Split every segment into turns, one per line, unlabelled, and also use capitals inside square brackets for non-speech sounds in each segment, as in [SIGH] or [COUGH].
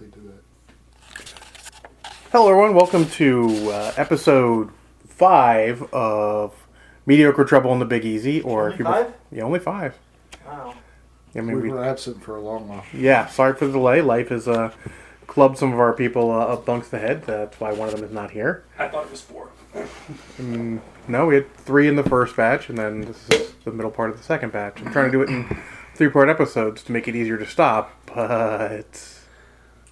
they do it.
Hello, everyone. Welcome to uh, episode five of Mediocre Trouble in the Big Easy, or if
Only
you
five?
yeah, only five.
Wow.
I mean,
We
we,
were absent for a long while.
yeah. Sorry for the delay. Life has uh, clubbed some of our people uh, up bunks the head. That's why one of them is not here.
I thought it was four.
No, we had three in the first batch, and then this is the middle part of the second batch. I'm trying to do it in three-part episodes to make it easier to stop, but.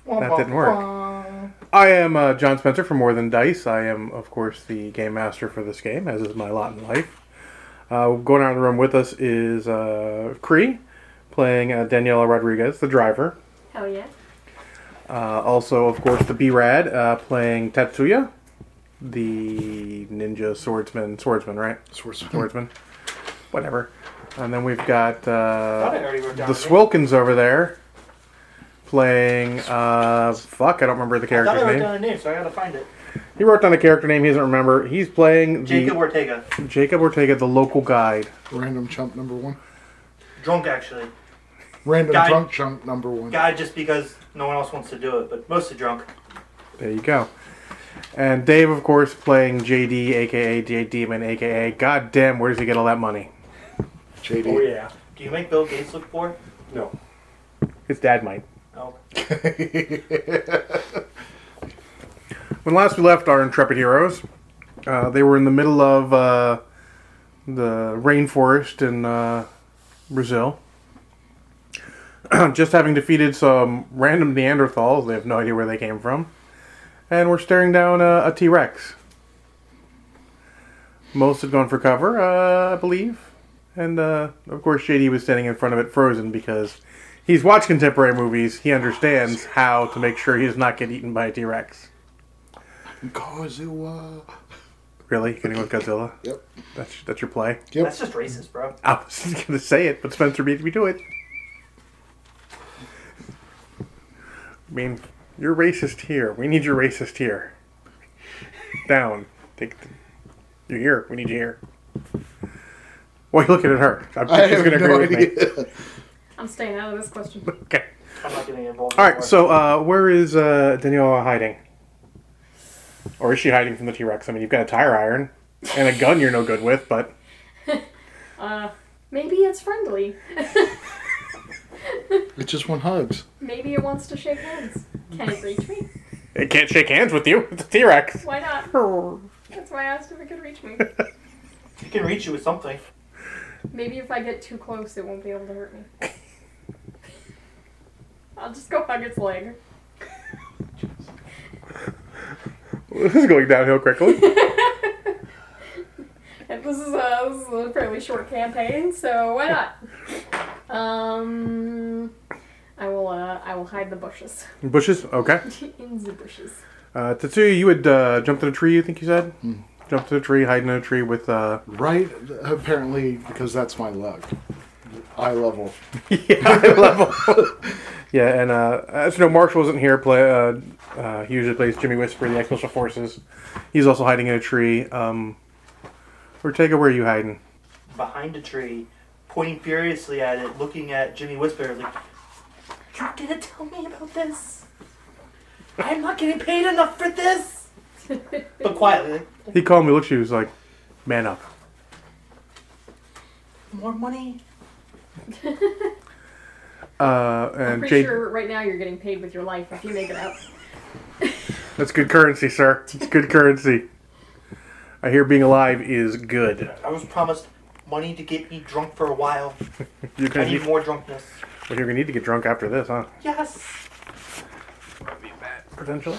That didn't work. I am uh, John Spencer from More Than Dice. I am, of course, the game master for this game, as is my lot in life. Uh, going around the room with us is uh, Cree, playing uh, Daniela Rodriguez, the driver.
Hell yeah.
Uh, also, of course, the B Rad, uh, playing Tatsuya, the ninja swordsman. Swordsman, right?
Swordsman.
Swordsman. Whatever. And then we've got uh,
Thought I already wrote down.
the Swilkins over there, playing. Uh, fuck, I don't remember the
I thought I
character's
wrote
name.
down a name, so I gotta find it.
He wrote down a character name he doesn't remember. He's playing the,
Jacob Ortega.
Jacob Ortega, the local guide.
Random chump number one.
Drunk, actually.
Random
Guy.
drunk chump number one.
Guy just because no one else wants to do it, but mostly drunk.
There you go. And Dave, of course, playing JD, aka J Demon, aka God damn, where does he get all that money?
JD.
Oh yeah.
Do you make Bill Gates look poor?
No.
His dad might.
Oh.
When last we left our intrepid heroes, uh, they were in the middle of uh, the rainforest in uh, Brazil, [CLEARS THROAT] just having defeated some random Neanderthals. They have no idea where they came from, and we're staring down a, a T Rex. Most had gone for cover, uh, I believe, and uh, of course Shady was standing in front of it, frozen because. He's watched contemporary movies. He understands how to make sure he does not get eaten by a T Rex.
Kazuha.
Really? You're gonna go with Godzilla?
Yep.
That's that's your play. [LAUGHS]
Yep.
That's just racist, bro.
I was just gonna say it, but Spencer made me do it. I mean, you're racist here. We need your racist here. Down. Take. The, you're here. We need you here. Why are you looking at her? I'm
[LAUGHS] I
she's
have
gonna
no
agree with me.
idea.
I'm staying out of this question.
Okay.
I'm not getting involved.
All right.
anymore.
So, uh, where is uh, Daniela hiding? Or is she hiding from the T Rex? I mean, you've got a tire iron and a gun you're no good with, but
Uh, maybe it's friendly. [LAUGHS]
It just one hugs.
maybe it wants to shake hands. Can it reach me?
it can't shake hands with you. It's a T Rex.
Why not?
Well,
That's why I asked if it could reach me.
She can reach you with something.
Maybe if I get too close, it won't be able to hurt me. I'll just go hug its leg. [LAUGHS]
this is going downhill quickly. [LAUGHS]
And this is a this is a fairly short campaign, so why not? Um, I will uh I will hide the bushes [LAUGHS]
Bushes, okay.
in the bushes.
Uh, Tatsuya, you had uh, jumped in a tree. You think you said jumped in a tree, hiding in a tree with. [LAUGHS] Uh...
Right? Apparently, because that's my luck. Eye level.
yeah, high level. yeah, and uh, as you know, Marshall isn't here. Play. Uh, uh, he usually plays Jimmy Whisper, in the ex-special forces. He's also hiding in a tree. Um, Ortega, where are you hiding?
Behind a tree, pointing furiously at it, looking at Jimmy Whisper, like, You didn't tell me about this! I'm not getting paid enough for this! But quietly, like,
He called me. Looked, she was like, "Man up."
more money?
Uh,
I'm
and
pretty
Jade,
sure right now you're getting paid with your life if you make it out.
that's good currency, sir. It's good currency. I hear being alive is good.
I was promised money to get me drunk for a while.
You're
I
gonna
need
need,
more drunkenness.
well, you're gonna need to get drunk after this, huh?
Yes!
Potentially.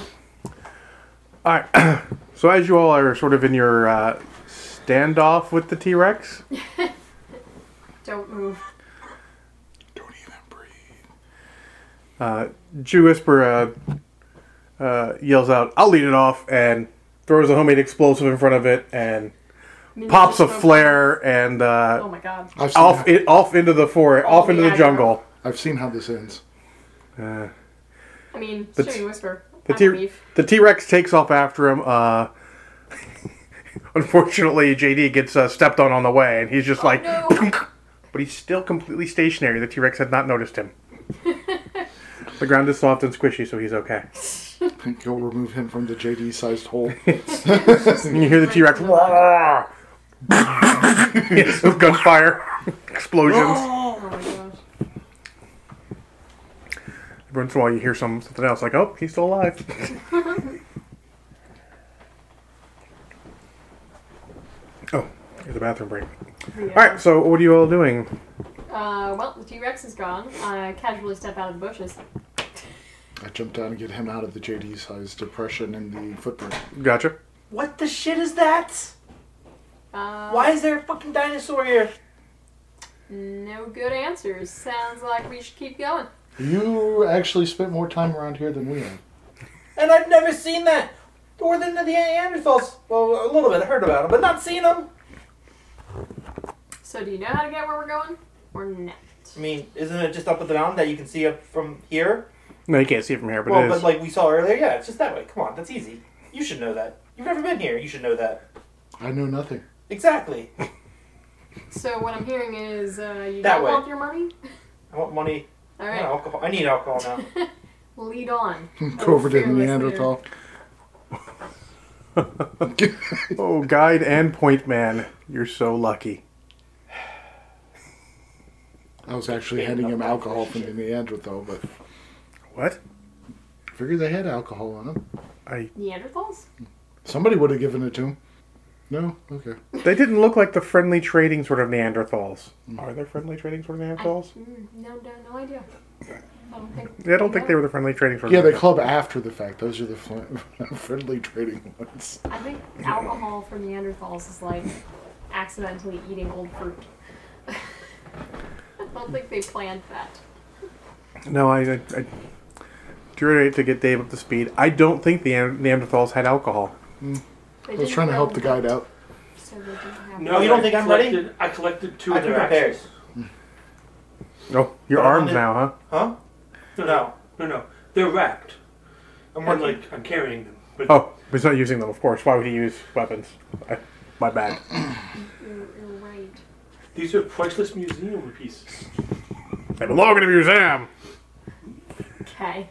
All right. [CLEARS THROAT] so as you all are sort of in your uh, standoff with the T Rex,
Don't move.
Don't even breathe.
uh, Jew Whisper uh, uh, yells out, "I'll lead it off!" and throws a homemade explosive in front of it and
Minions
pops a
smoke.
flare and uh,
Oh my god.
I've seen,
off
how,
it off into the forest, off
Oh,
into the
yeah.
jungle.
I've seen how this ends.
Uh,
I mean,
The
Jimmy
t-
Whisper.
The
I
T
believe.
the T Rex takes off after him. Uh, [LAUGHS] unfortunately, JD gets uh, stepped on on the way, and he's just like,
Oh, no. [LAUGHS]
but he's still completely stationary. The T Rex had not noticed him. The ground is soft and squishy, so he's okay.
Go remove him from the JD sized hole.
And you hear the T Rex. yes, [LAUGHS] with gunfire,
[LAUGHS]
explosions.
Oh my gosh.
Every once in a while, you hear some, something else, like, oh, he's still
[LAUGHS]
alive. [LAUGHS] oh, there's a bathroom break.
Yeah.
All right, so what are you all doing?
Uh, well, the T Rex is gone. I casually step out of the bushes.
I jump down and get him out of the JD sized depression in the footprint.
Gotcha.
What the shit is that?
Uh,
Why is there a fucking dinosaur here?
No good answers. Sounds like we should keep going.
You actually spent more time around here than we have.
And I've never seen that. Or than the Neanderthals. Well, a little bit. I heard about them, but not seen them.
So, do you know how to get where we're going, or not?
I mean, isn't it just up at the mountain that you can see up from here?
No, you can't see it from here, but
well,
it is.
but like we saw earlier, yeah, it's just that way. Come on, that's easy. You should know that. You've never been here. You should know that.
I know nothing.
Exactly.
So, what I'm hearing is uh, you
That
don't
way.
want your money.
I want money.
All
I want
right,
alcohol. I need alcohol
[LAUGHS]
now.
[LAUGHS]
lead on.
Go over to
fearless
Neanderthal. [LAUGHS]
[LAUGHS] oh, guide and point man, you're so lucky.
I was actually handing him alcohol from the Neanderthal, but
What?
I figured they had alcohol on him.
I.
Neanderthals?
Somebody would have given it to him. No? Okay.
They didn't look like the friendly trading sort of Neanderthals. Are there friendly trading sort of
I,
Neanderthals?
mm, no, no, no idea. I don't think.
Yeah, I don't think they were the friendly trading sort
Yeah,
of
they
Neanderthals.
club after the fact. Those are the fl- [LAUGHS] friendly trading ones.
I
[LAUGHS]
think alcohol for Neanderthals is like accidentally eating old fruit. [LAUGHS] I don't think they planned that.
No, I, I, I to reiterate to get Dave up to speed. I don't think the Nean- Neanderthals had alcohol.
They
I was trying to help the guide out.
So they didn't have
No,
Oh, you don't think
I
I'm ready?
collected- I collected two
I
of
can
their
prepare.
axes.
Oh, you're
But I
armed
wanted-
now, huh?
Huh?
No,
No.
no, no. They're racked.
I'm
And
working.
like I'm carrying them. But
Oh, but he's not using them, of course. Why would he use weapons? I, my bad.
You're, you're right.
these are priceless museum pieces.
They belong in a museum.
Okay.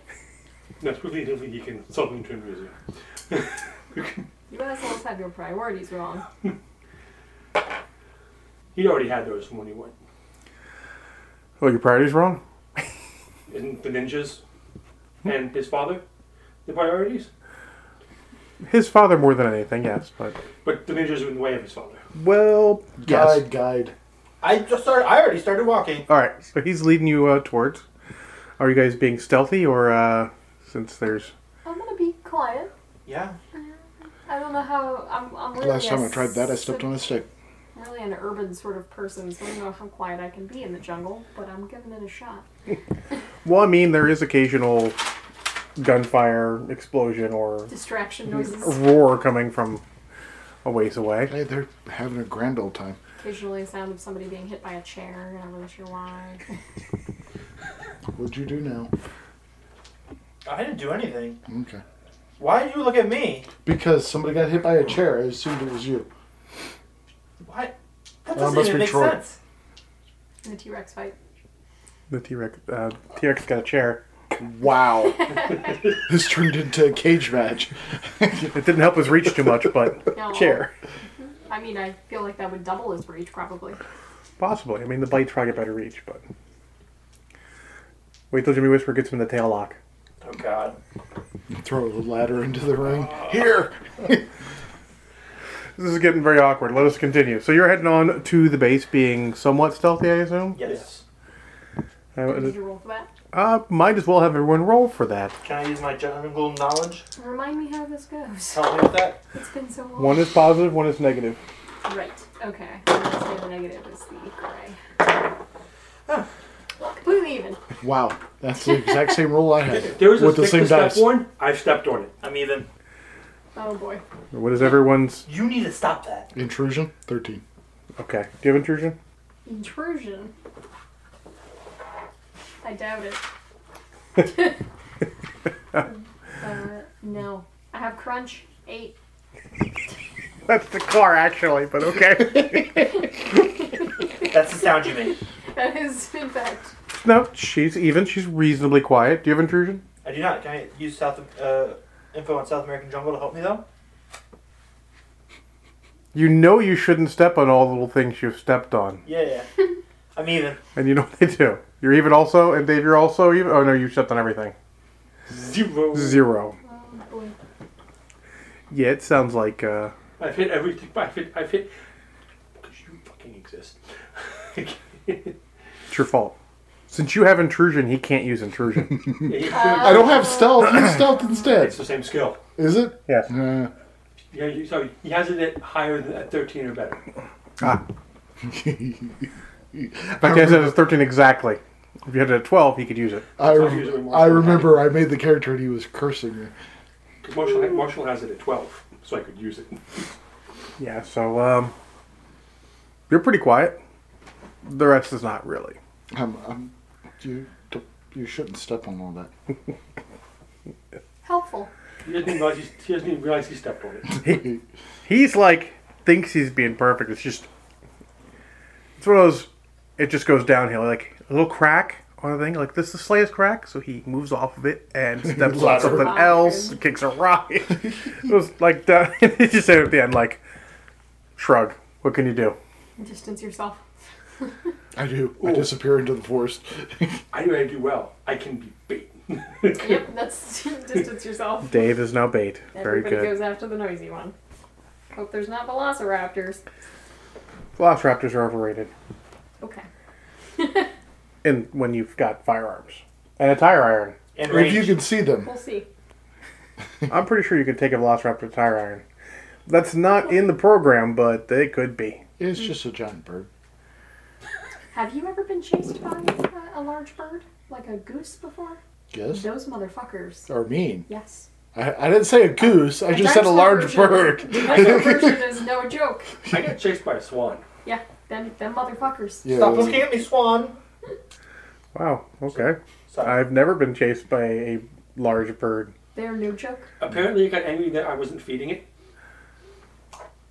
That's what they do when you can sell them to a museum.
You assholes have your priorities wrong.
He already had those from when he went.
Oh, your priority's wrong.
And the ninjas
Hmm.
and his father, the priorities.
His father more than anything, yes, but
But the ninjas are in the way of his father.
well, yes.
Guide, guide.
I just started. I already started walking.
All right, so he's leading you uh, towards. Are you guys being stealthy or uh, since there's
I'm gonna be quiet.
Yeah.
I don't know how I'm. I'm really
Last
a
time I tried that, I stepped
civ-
on a stick.
I'm really an urban sort of person, so I don't know how quiet I can be in the jungle. But I'm giving it a shot.
well, I mean there is occasional gunfire, explosion, or
Distraction
a
[LAUGHS]
noises,
roar coming from a ways away.
Hey, they're having a grand old time.
occasionally sound of somebody being hit by a chair. I'm not really sure why.
What'd you do now?
I didn't do anything.
Okay.
Why did you look at me?
Because somebody got hit by a chair. I assumed it was you.
Why? That
That
doesn't
must
even
be
make
Troy.
sense.
In the T-Rex fight.
The T Rex, uh, T Rex got a chair.
Wow. this turned into a cage match.
It didn't help his reach too much,
[LAUGHS]
but
No,
chair
I mean, I feel like that would double his reach probably.
possibly. I mean, the blades probably get better reach, but wait till Jimmy Whisper gets him in the tail lock.
Oh God.
Throw the ladder into the ring.
[LAUGHS]
Here!
This is getting very awkward. Let us continue. So you're heading on to the base, being somewhat stealthy, I assume.
Yes.
Uh,
Did you roll for that?
Uh, might as well have everyone roll for that.
Can I use my jungle knowledge
Remind me how this goes.
to help me with that?
It's been so long.
One is positive, one is negative.
Right. Okay. Let's say the negative is the gray. Completely even.
Wow. That's the exact same rule I
[LAUGHS]
had.
There was a
With the
stick
same
to step
dice.
one. I've stepped on it.
I'm even.
Oh boy.
What is everyone's?
You need to stop that.
Intrusion? 13.
Okay. Do you have intrusion?
Intrusion. I doubt it.
[LAUGHS]
uh, no. I have crunch. Eight.
[LAUGHS]
[LAUGHS]
That's the car, actually, but okay.
That's the sound you make.
That is, in fact,
[LAUGHS] No, she's even. She's reasonably quiet. Do you have intrusion?
[LAUGHS] I do not. Can I use South uh, info on South American jungle to help me though?
You know you shouldn't step on all the little things you've stepped on,
Yeah, [LAUGHS] yeah. I'm even.
and you know [LAUGHS] what they do. You're even also, and Dave, you're also even. Oh no, you stepped on everything.
Zero.
Zero.
Oh, boy.
Yeah, it sounds like. uh
I've hit everything. I've hit. I've hit. Because you fucking exist. [LAUGHS]
Hmm.
Yeah,
It's your fault. Since you have intrusion, he can't use intrusion.
you-
I don't have stealth. Use stealth instead.
it's the same skill.
Is it? [LAUGHS]
yes.
Uh,
Yeah, you, so he has it at higher than at 13 or better.
Ah. But Dave says it's 13 exactly. If you had it at 12, he could use it.
I,
That's usually
rem-
more
I
than
remember I made the character and he was cursing me.
Because Marshall, Marshall has it at 12, so I could use it.
Yeah, so um, you're pretty quiet. The rest is not really.
Um, um, you, don't- you shouldn't step on all that.
Helpful.
He doesn't even realize, he's, he doesn't even realize he stepped on it.
He, he's like thinks he's being perfect. It's just it's one of those. It just goes downhill. Like a little crack on a thing. Like this, the sleigh is cracked, so he moves off of it and steps on
Ladder.
something
Ah,
else. Kicks a rock. [LAUGHS] it was like [LAUGHS] down. He just said at the end, like shrug. What can you do?
Distance yourself. [LAUGHS]
I do. I
Ooh.
disappear into the forest. [LAUGHS]
I know I do well. I can be beat. [LAUGHS]
Yep, that's [LAUGHS] distance yourself.
Dave is now bait. Very
Everybody
good.
goes after the noisy one. Hope there's not velociraptors.
Velociraptors are overrated.
Okay.
And when you've got firearms and a tire iron,
And
if
range.
you can see them.
We'll see.
I'm pretty sure you could take a Velociraptor tire iron. That's not in the program, but it could be.
It's just a giant bird.
Have you ever been chased by uh, a large bird? Like a goose before?
Yes?
Those motherfuckers.
Or mean.
Yes.
I, I didn't say a goose. I just said a
Dinosaur
large
version-
bird.
[LAUGHS] Dinosaur version
[LAUGHS]
is no joke.
I got chased by a swan.
Yeah, them, them motherfuckers.
Yeah,
Stop
it was-
looking at me, Swan.
Wow, okay.
Sorry.
I've never been chased by a large bird.
They're no joke.
Apparently, it got angry that I wasn't feeding it,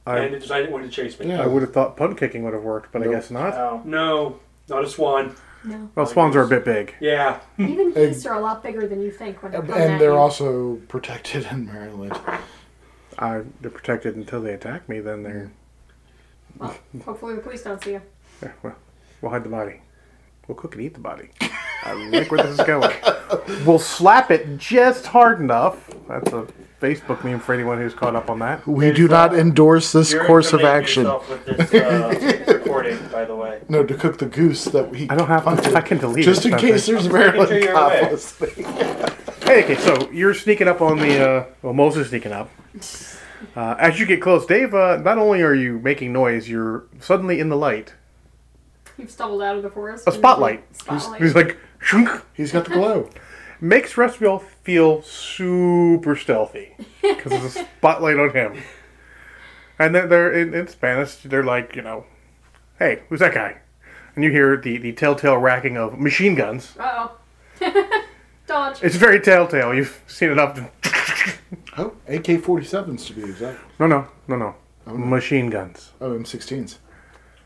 and
I,
it decided it wanted to chase me.
Yeah.
I would have thought punt kicking would have worked, but I
Nope.
guess not.
Oh.
No, not a swan.
No.
Well, swans are a bit big.
Yeah,
Even geese are a lot bigger than you think when they
Hmm. And
come at you.
they're also protected in Maryland.
I, they're protected until they attack me, then
Mm.
they're.
Well, hopefully the police don't see you.
yeah, Well, we'll hide the body. We'll cook and eat the body. I like where this is
[LAUGHS]
going. We'll slap it just hard enough. That's a Facebook meme for anyone who's caught up on that.
We
There's,
do not
uh,
endorse this
You're
course of
incriminating
action.
yourself With this,
[LAUGHS]
uh, recording, by the way.
No, to cook the goose that he
I don't have
hunted.
to. I can delete
Just
it.
in
Spencer.
case there's
Picture
Maryland
your
cop
way.
listening.
Hey, okay, so you're sneaking up on the. Uh, well, Moses
[LAUGHS]
sneaking up. Uh, as you get close, Dave, uh, not only are you making noise, you're suddenly in the light.
You've stumbled out of the forest.
A
and
spotlight.
there's a Spotlight.
He's like, shunk,
He's got the glow.
makes Restbill feel super stealthy because there's a spotlight on him. And they're, they're in, in Spanish, they're like, you know, hey, who's that guy? And you hear the, the telltale racking of machine guns.
Uh-oh. [LAUGHS] Dodge.
It's very telltale. You've seen it often.
Oh, AK-47s to be exact.
[LAUGHS] No, no, no, no. Machine guns.
Oh, M16s.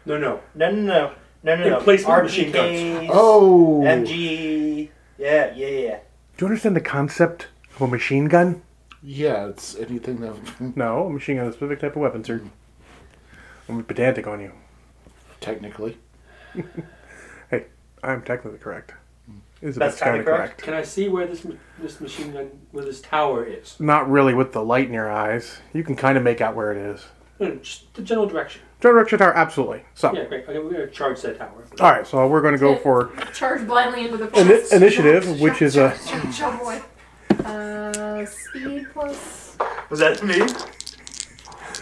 no, no.
No, no, no, no, no, no.
Replacement machine guns.
RPKs,
Oh,
MG. Yeah, yeah, yeah.
Do you understand the concept of a machine gun?
yeah, it's anything that [LAUGHS]
No, a machine gun is a specific type of weapon, sir. I'm pedantic on you.
technically.
Hey, I'm technically correct. Is the
That's
best kind of
kinda correct.
correct.
Can I see where this ma- this machine gun, where this tower is?
Not really with the light in your eyes. You can kind of make out where it is.
No, no, Hmm, just the general direction.
Joe Direction Tower, absolutely. So,
Yeah, great. Okay, we're gonna charge that tower.
all right, so we're going to go for
Charge blindly into the
ini
forest.
initiative, which is a.
Oh boy. Uh, speed plus.
Was that me?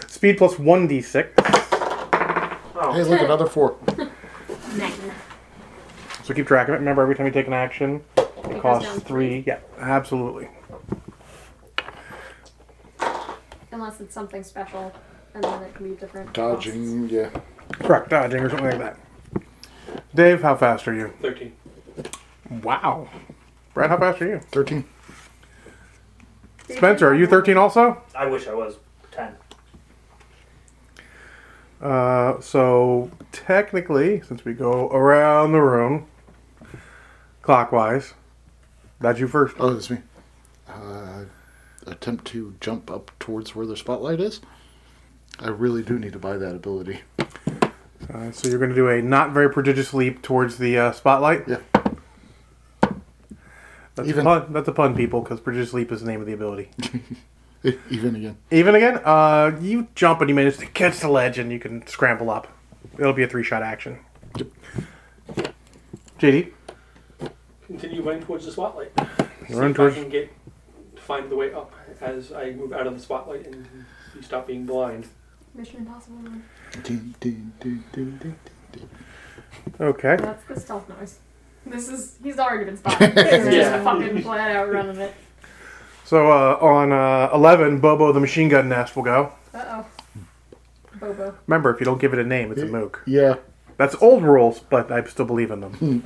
Speed plus 1d6.
Hey, look, another four.
Nine.
So keep track of it. Remember, every time you take an action, it
goes
costs
down
three. Yeah, absolutely.
Unless it's something special, and then it can be different. costs.
Dodging, yeah.
Correct, dodging or something like that. Dave, how fast are you?
Thirteen.
Wow. Brad, how fast are you?
13.
Spencer, are you 13 also?
I wish I was ten.
Uh, so technically, since we go around the room, clockwise. That's you first.
Oh, that's me. Uh, attempt to jump up towards where the spotlight is. I really do need to buy that ability. [LAUGHS]
Uh, so you're going to do a not very prodigious leap towards the uh, spotlight.
Yeah.
That's
Even-
a pun. That's a pun, people, because prodigious leap is the name of the ability.
E- Even again.
Even again, uh, you jump and you manage to catch the ledge, and you can scramble up. It'll be a three-shot action. JD,
Continue running towards the spotlight. See
Run
if
towards-
I can get find the way up as I move out of the spotlight and stop being blind.
Mission Impossible.
Ding, ding, ding, ding, ding, ding.
okay.
That's the stealth noise. This is he's already been spotted. They're
Yeah.
just fucking flat out running it.
So uh, on uh, eleven, Bobo the machine gun nest will go.
Uh oh. Bobo.
Remember, if you don't give it a name, it's a mook.
Yeah.
That's old rules, but I still believe in them.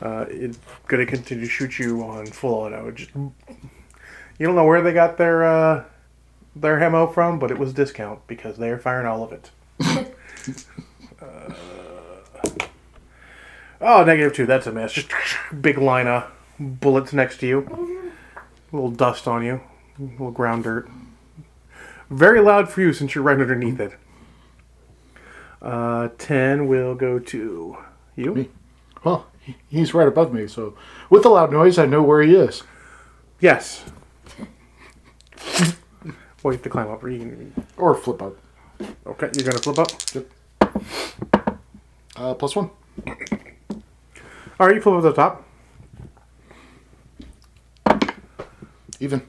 uh, it's going to continue to shoot you on full auto. Just, you don't know where they got their uh, their hemo from, but it was discount because they are firing all of it. uh, oh, negative two. That's a mess. Just big line of bullets next to you. A little dust on you. A little ground dirt. Very loud for you since you're right underneath it. Uh, 10 will go to you.
Me. Well, he- he's right above me, so with the loud noise, I know where he is.
Yes. [LAUGHS] well, you have to climb up. or You can,
Or flip up.
okay, you're going to flip up.
Uh, plus one.
All right, you flip up to the top.
Even.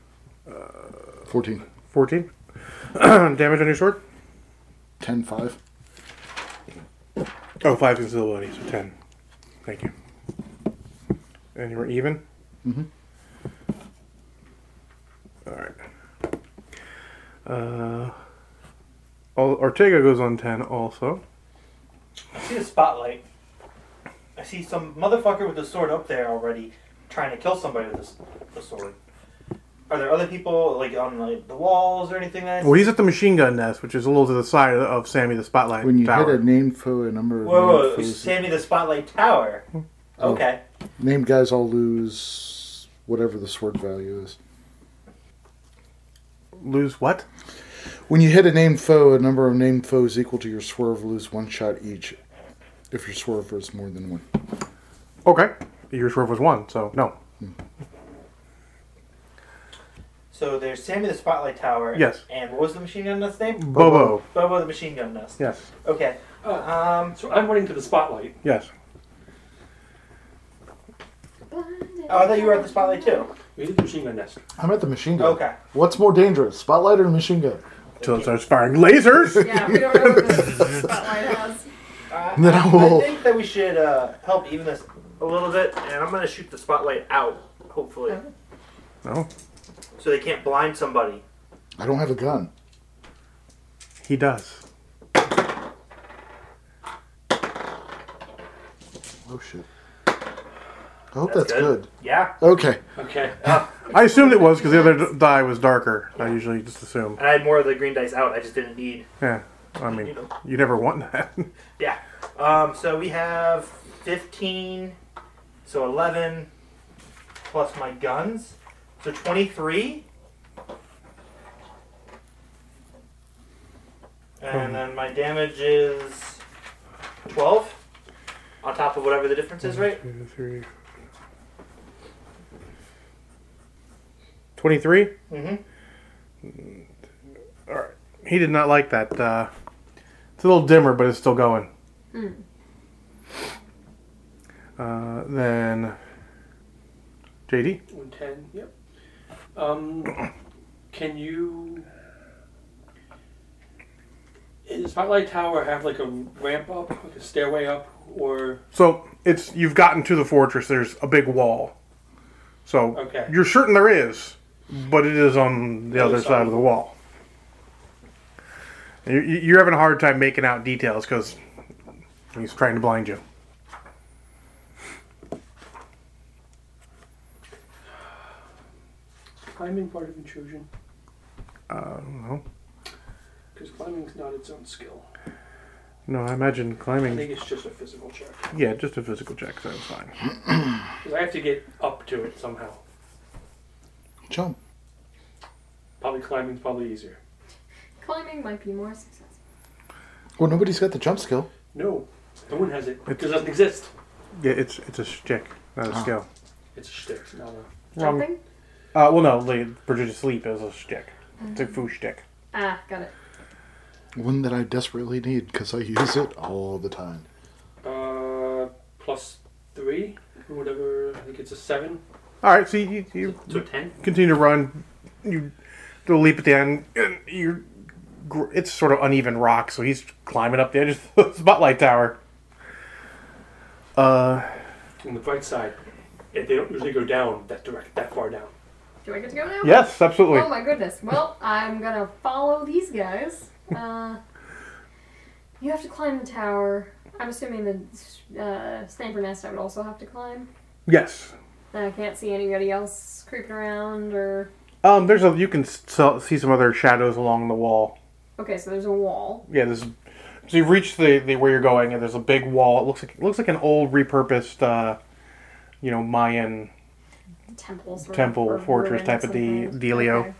Uh, 14.
14. [CLEARS THROAT] Damage on your sword?
10, 5.
Oh, 5 invisibility, so 10. Thank you. And you were even? Mm-hmm.
Mhm.
All right. Uh, Or- Ortega goes on 10 also.
I see the spotlight. I see some motherfucker with a sword up there already, trying to kill somebody with this, the sword. Are there other people like on like, the walls or anything? That I
Well, he's at the machine gun nest, which is a little to the side of Sammy the Spotlight
When you
Tower.
hit a name foe, a number of
Whoa, whoa,
named,
whoa,
foes-
Sammy the Spotlight Tower. Okay.
named guys all lose whatever the sword value is.
Lose what?
When you hit a named foe, a number of named foes equal to your swerve lose one shot each if your swerve is more than one.
Okay. Your swerve was one, so no.
So there's Sammy the Spotlight Tower.
Yes. Mm.
And what was the machine gun nest name?
Bobo.
Bobo the machine gun nest.
Yes.
Okay.
Uh,
Um.
so I'm running to the spotlight.
Yes.
Oh, I thought you were at the spotlight too.
We need the machine gun nest.
I'm at the machine gun.
Okay.
What's more dangerous, spotlight or machine gun?
Till it starts firing lasers. [LAUGHS]
Yeah, we don't know
[LAUGHS]
what the spotlight has.
Uh,
Then I will-
I think that we should uh, help even this a little bit, and I'm gonna shoot the spotlight out, hopefully,
oh,
so they can't blind somebody.
I don't have a gun.
he does.
Oh shit. I hope
That's
that's,
good.
good.
Yeah.
Okay.
Okay.
I assumed it was because the other d- die was darker. I usually just assume.
And I had more of the green dice out. I just didn't need.
Yeah. I mean,
You know.
you never want that. [LAUGHS]
Yeah. Um. So we have 15, so 11, plus my guns, so 23. And then my damage is 12 on top of whatever the difference is, right?
Two, three. 23?
Mm-hmm.
He did not like that. Uh, it's a little dimmer, but it's still going.
Hmm.
Uh, then JD.
110. Yep. Um, can you? Does the spotlight tower have like a ramp up, like a stairway up, or
So it's you've gotten to the fortress. There's a big wall. So
Okay.
you're certain there is, but it is on the other, side, of the wall. You- you- You're having a hard time making out details because he's trying to blind you.
climbing part of intrusion?
Uh, I don't know.
Because climbing's not its own skill.
No, I imagine
I
climbing.
think it's just a physical check.
Yeah, just a physical check, so it's fine.
Because I have to get up to it somehow.
Jump.
Probably climbing's probably easier.
Climbing might be more successful.
Well, nobody's got the jump skill.
No, no one has it. It
It's-
doesn't exist.
Yeah, it's it's a shtick, not a
Ah.
skill.
It's a shtick. No, no.
Wrong.
Jumping?
Uh, well, no, like, Bridget Sleep is a shtick. It's a foo shtick.
Ah, got it.
One that I desperately need because I use it all the time.
Uh, plus three, or whatever. I think it's a seven
All right, so you, you
to ten.
continue to run. You do a leap at the end. And you, gr- it's sort of uneven rock, so he's climbing up the edge of the [LAUGHS] spotlight tower. Uh,
On the bright side, it, they don't usually go down that direct, that far down.
Do I get to go now?
yes, absolutely.
Oh my goodness. Well, I'm gonna follow
[LAUGHS]
these guys. Uh, you have to climb the tower. I'm assuming the uh, sniper nest I would also have to climb.
Yes.
I can't see anybody else creeping around or.
Um, there's a you can s- so- see some other shadows along the wall.
Okay, so there's a wall.
Yeah, this. So you reach the, the where you're going, and there's a big wall. It looks like it looks like an old repurposed, uh, you know, Mayan
Temple. Sort
Temple,
of, or
fortress
ruin
type of de-
something.
dealio.
Okay.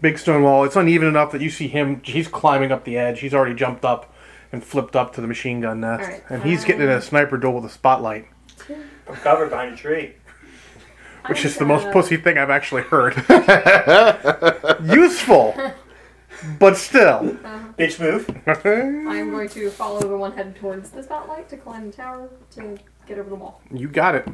big stone wall. It's uneven enough that you see him. He's climbing up the edge. He's already jumped up and flipped up to the machine gun nest,
Alright,
and he's getting in a
um,
sniper duel with a spotlight,
I'm covered behind a tree.
which
I'm
is the most
gonna-
pussy thing I've actually heard. [LAUGHS] Useful, but still.
Bitch move.
I'm going to follow the one headed towards the spotlight to climb the tower to get over the wall.
You got it.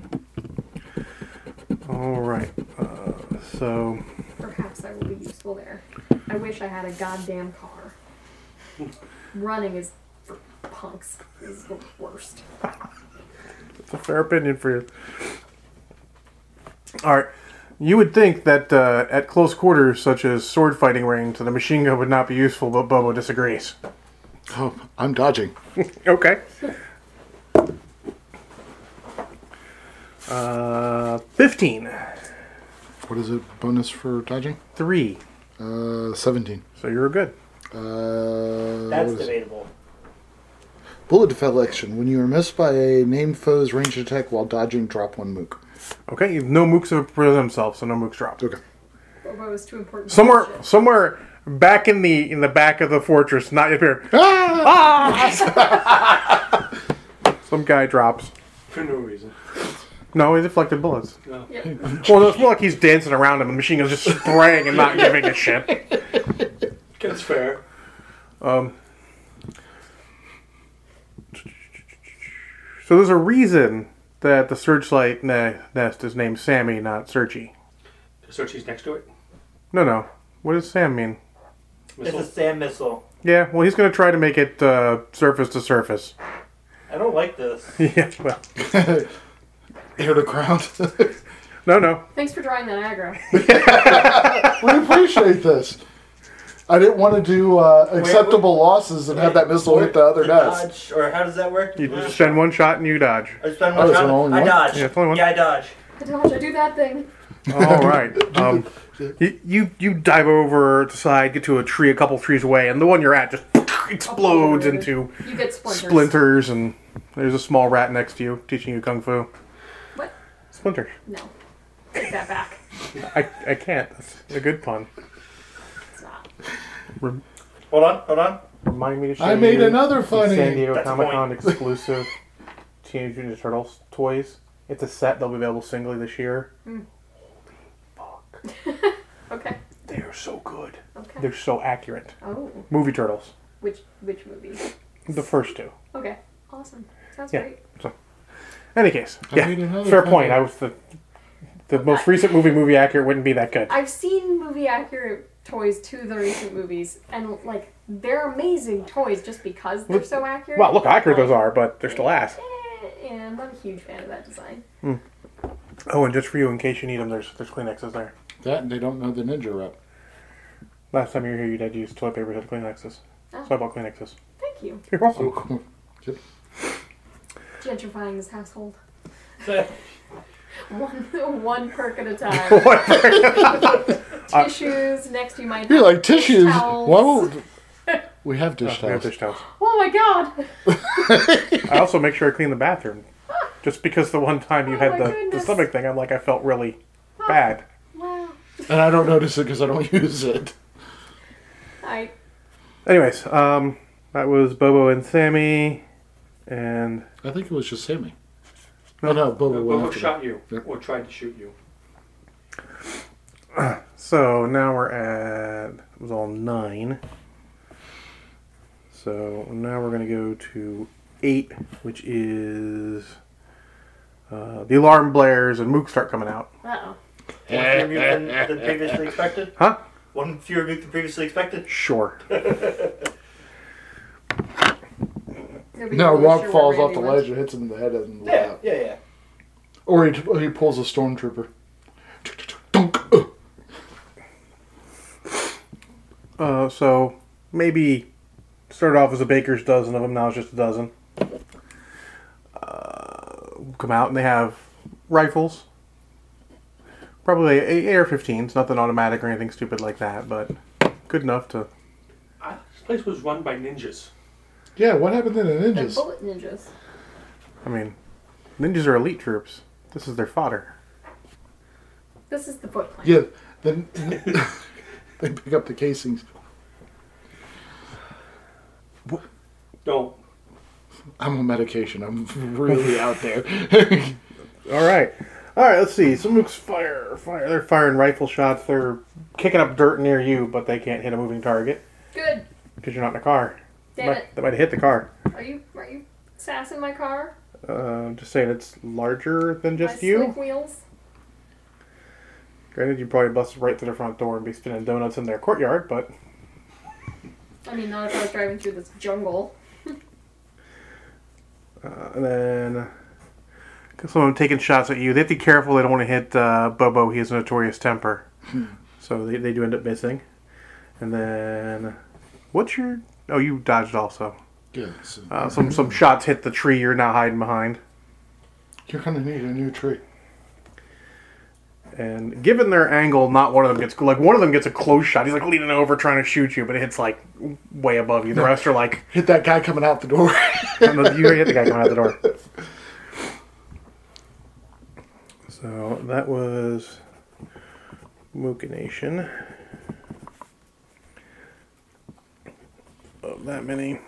All right. Uh, so
Perhaps I will be useful there. I wish I had a goddamn car. Running is for punks is the worst.
it's a fair opinion for you. All right. You would think that uh, at close quarters, such as sword fighting range, that a machine gun would not be useful, but Bobo disagrees.
Oh, I'm dodging.
Okay. Uh, 15.
What is it? Bonus for dodging?
3.
Uh, 17.
So you're good.
Uh, what
That's
is it?
debatable.
Bullet deflection. When you are missed by a named foe's ranged attack while dodging, drop one [LAUGHS] mook.
Okay, you- no mooks have presented themselves, so no mooks dropped.
Okay.
Bobo is too important. for
Somewhere,
that shit.
somewhere back in the in the back of the fortress, not up here.
Ah!
Ah! [LAUGHS] Some guy drops.
For no reason.
No, he deflected bullets.
No.
Yep.
Well, it's more like he's dancing around him, and the machine gun's just spraying
[LAUGHS]
and not giving a shit.
That's fair.
Um, so there's a reason that the searchlight ne- nest is named Sammy, not Searchy.
So she's next to it.
No, no. What does Sam mean?
It's
Missile.
a sand missile.
Yeah, well, he's going to try to make it uh, surface to surface. [LAUGHS]
I don't like this.
yeah, well,
Air to ground.
no, no.
Thanks for drawing that aggro.
[LAUGHS] we appreciate this. I didn't want to do uh, acceptable losses and have that missile hit the other
You
nest.
Dodge, or how does that work?
You
Uh,
just send one shot and you dodge.
I spend
Oh,
one
it's
shot.
only
I
one?
dodge.
Yeah, it's only one.
Yeah, I dodge.
I told you, do that thing.
[LAUGHS]
All right. Um, you, you you dive over to the side, get to a tree a couple trees away, and the one you're at just [LAUGHS] explodes into
You get splinters.
splinters, and there's a small rat next to you teaching you kung fu.
What?
Splinter.
No. Take that back.
I, I can't. That's a good pun.
It's not.
Hold on, hold on.
Remind me to show
I made
you
another
the
funny.
San Diego
That's a
Comic Con
[LAUGHS]
exclusive Teenage Mutant Ninja Turtles toys. It's a set that'll be available singly this year.
Hmm.
Holy fuck.
Okay.
They are so good.
Okay.
They're so accurate.
Oh.
Movie Turtles.
Which which movie?
The first two.
Okay. Awesome. Sounds
Yeah.
great.
Any case.
I
yeah.
made another
Fair
funny.
point. I was the the most recent movie movie accurate wouldn't be that good.
I've seen movie accurate toys to the recent movies, and like they're amazing toys just because they're so accurate.
Well, look how accurate those are, but they're still ass.
Eh, And I'm a huge fan of that design.
Oh, and just for you, in case you need them, there's there's Kleenexes there.
That and they don't know the ninja rep.
Last time you were here, you did use toilet paper instead of Kleenexes.
Oh.
So I bought Kleenexes.
Thank you,
You're welcome.
[LAUGHS] Oh,
gentrifying this household.
So,
[LAUGHS]
One [LAUGHS] one perk at a time. [LAUGHS] Tissues. Next, you might
You're
have
like tissues.
Towels.
Why won't We have dish
Oh, we have
towels.
dish towels.
Oh my god!
I also make sure I clean the
[LAUGHS]
bathroom. Just because the one time you
Oh my
had the, the
goodness.
stomach thing, I'm like, I felt really bad.
Wow.
And I don't notice it because I don't [LAUGHS] use it.
I
Anyways, um, that was Bobo and Sammy, and
I think it was just Sammy. No, no,
Oh,
Bobo went
Bobo
after that.
shot you,
Yep.
or tried to shoot you.
so now we're at it was all nine. So now we're gonna go to eight, which is uh, the alarm blares and Mook start coming out.
uh oh.
One fewer mute
[LAUGHS]
than, than previously expected.
Huh?
One fewer mute than previously expected.
Sure.
[LAUGHS] No, Rock falls off the ledge and hits him in the head and
Yeah, yeah, yeah.
Or he, he pulls a stormtrooper. Dunk. Uh.
Uh, so maybe started off as a baker's dozen of them. Now it's just a dozen. Uh, come out and they have rifles, probably a- AR-15s, nothing automatic or anything stupid like that, but good enough to.
I, Ah, this place was run by ninjas.
Yeah, what happened to the
They're
ninjas?
bullet ninjas.
I mean, ninjas are elite troops. This is their fodder.
This is the foot plan.
Yeah, then [LAUGHS] they pick up the casings.
No,
I'm on medication. I'm [LAUGHS] really out there.
All right, all right. Let's see. Some mooks fire, fire. They're firing rifle shots. They're kicking up dirt near you, but they can't hit a moving target
Good.
because you're not in a car.
Damn
Might-
it.
They might have hit the car.
Are you are you sassing my car?
Uh, just saying, it's larger than just
my
you.
Slick wheels.
Granted, you probably busted right through the front door and be spinning donuts in their courtyard, but
I mean, not if I was driving through this jungle.
uh, and then some of them taking shots at you. They have to be careful; they don't want to hit uh, Bobo. He has a notorious temper, so they, they do end up missing. And then, what's your? Oh, you dodged also.
yeah, so
Uh, some some shots hit the tree you're now hiding behind.
you're gonna need a new tree.
And given their angle, not one of them gets like one of them gets a close shot. He's like leaning over trying to shoot you, but it hits like way above you. The rest are like
Hit that guy coming out the door. [LAUGHS]
I don't know, you already had the guy coming out the door. So that was Mookination. Of that many.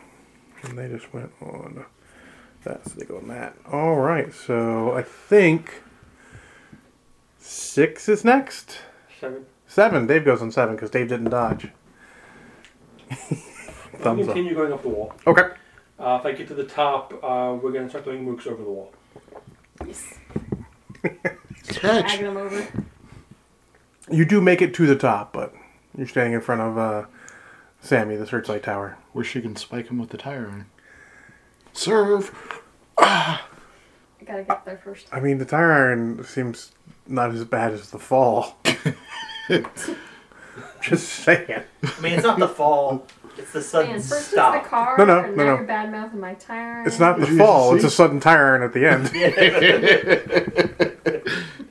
And they just went on that, so they go on that. Alright, so I think six is next.
seven.
Seven. Dave goes on seven because Dave didn't dodge. [LAUGHS] Thumbs up.
continue going up the wall.
Okay.
Uh, if I get to the top, uh, we're going to start throwing mooks over the wall.
Yes.
Catch.
Dragging them over.
You do make it to the top, but you're standing in front of uh, Sammy, the searchlight tower.
Where she can spike him with the tire iron. Serve.
I gotta get there first.
I mean, the tire iron seems not as bad as the [LAUGHS] fall. Just saying.
I mean, it's not the fall. It's the sudden
Man, first it's the
stop.
car,
No, no, no,
and now
no.
you're bad mouthing my tire.
It's not the
Did you
fall, it's
see?
a sudden tire iron at the [LAUGHS] end.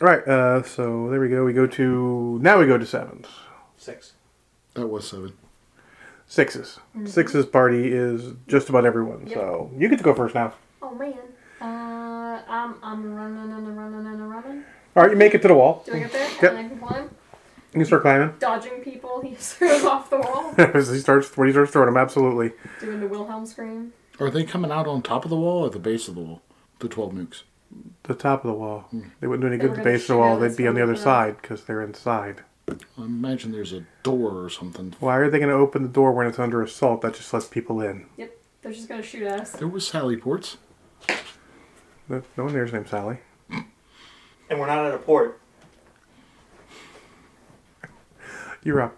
right, uh, so there we go. We go to. Now we go to sevens.
Six.
That was seven.
Sixes. Sixes party is just about everyone,
Yep.
so you get to go first now.
Oh man. Uh, I'm I'm running and running and running.
All right, you make it to the wall.
Do I get there?
Yep.
And I can climb.
You start climbing.
Dodging people, [LAUGHS] he throws off the wall.
[LAUGHS] As he starts, when he starts throwing them, absolutely.
Doing the Wilhelm scream.
Are they coming out on top of the wall or the base of the wall? The 12 nukes.
The top of the wall. They wouldn't do any
They
good
were
at the
gonna
base of the
shoot
wall.
out
They'd
this
be on the
one,
other
yeah.
side because they're inside.
I imagine there's a door or something.
Why are they going to open the door when it's under assault? That just lets people in.
Yep. They're just gonna shoot at us.
There was Sally Ports. [LAUGHS]
No, no one there's named Sally.
And we're not at a port.
You're up.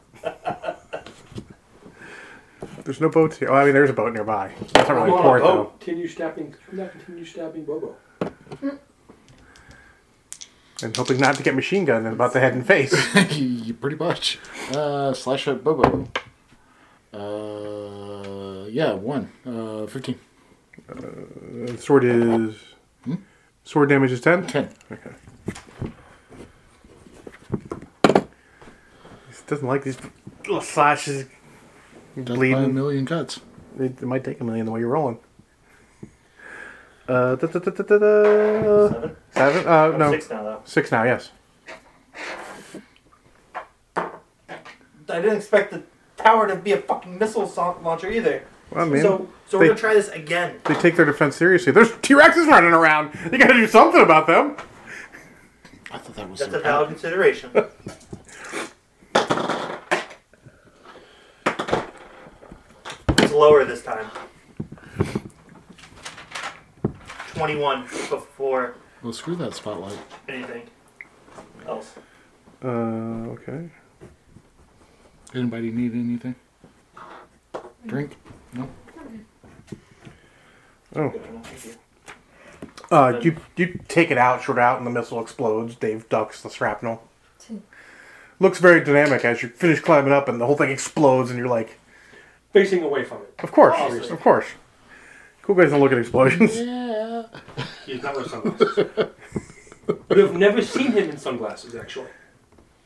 there's no boats here. Oh, I mean, there's a boat nearby. It's not really
Come on,
port,
Bobo.
though.
Continue stabbing. Come back, continue stabbing Bobo.
And hoping not to get machine gunned in about the head and face.
You Pretty much. Uh, slash at Bobo. Uh, yeah, one. Uh, 15.
Uh, sword is. Sword damage is 10?
10.
Okay. He doesn't like these little slashes.
Death by a
bleeding.
million cuts.
It, it might take a million the way you're rolling. Uh, da, da, da, da, da, da.
Seven?
Seven? Uh, [LAUGHS]
I'm
no.
six now, though.
Six now, yes.
I didn't expect the tower to be a fucking missile sa- launcher either.
Well, I mean,
so,
they-
so we're gonna try this again.
they take their defense seriously. There's T Rexes running around. You gotta do something about them.
I thought that was
That's a
their
valid
power.
consideration. it's lower this time. Twenty-one before
Well, screw that spotlight.
anything else.
Uh, okay.
Anybody need anything? Drink?
Oh.
Thank you.
Uh, you you take it out, short out, and the missile explodes. Dave ducks the shrapnel. Looks very dynamic as you finish climbing up, and the whole thing explodes, and you're like,
Facing away from it.
"Of course,
Obviously.
of course." Cool guys don't look at explosions. [LAUGHS]
Yeah.
He's not wearing sunglasses. [LAUGHS] you have never seen him in sunglasses, actually.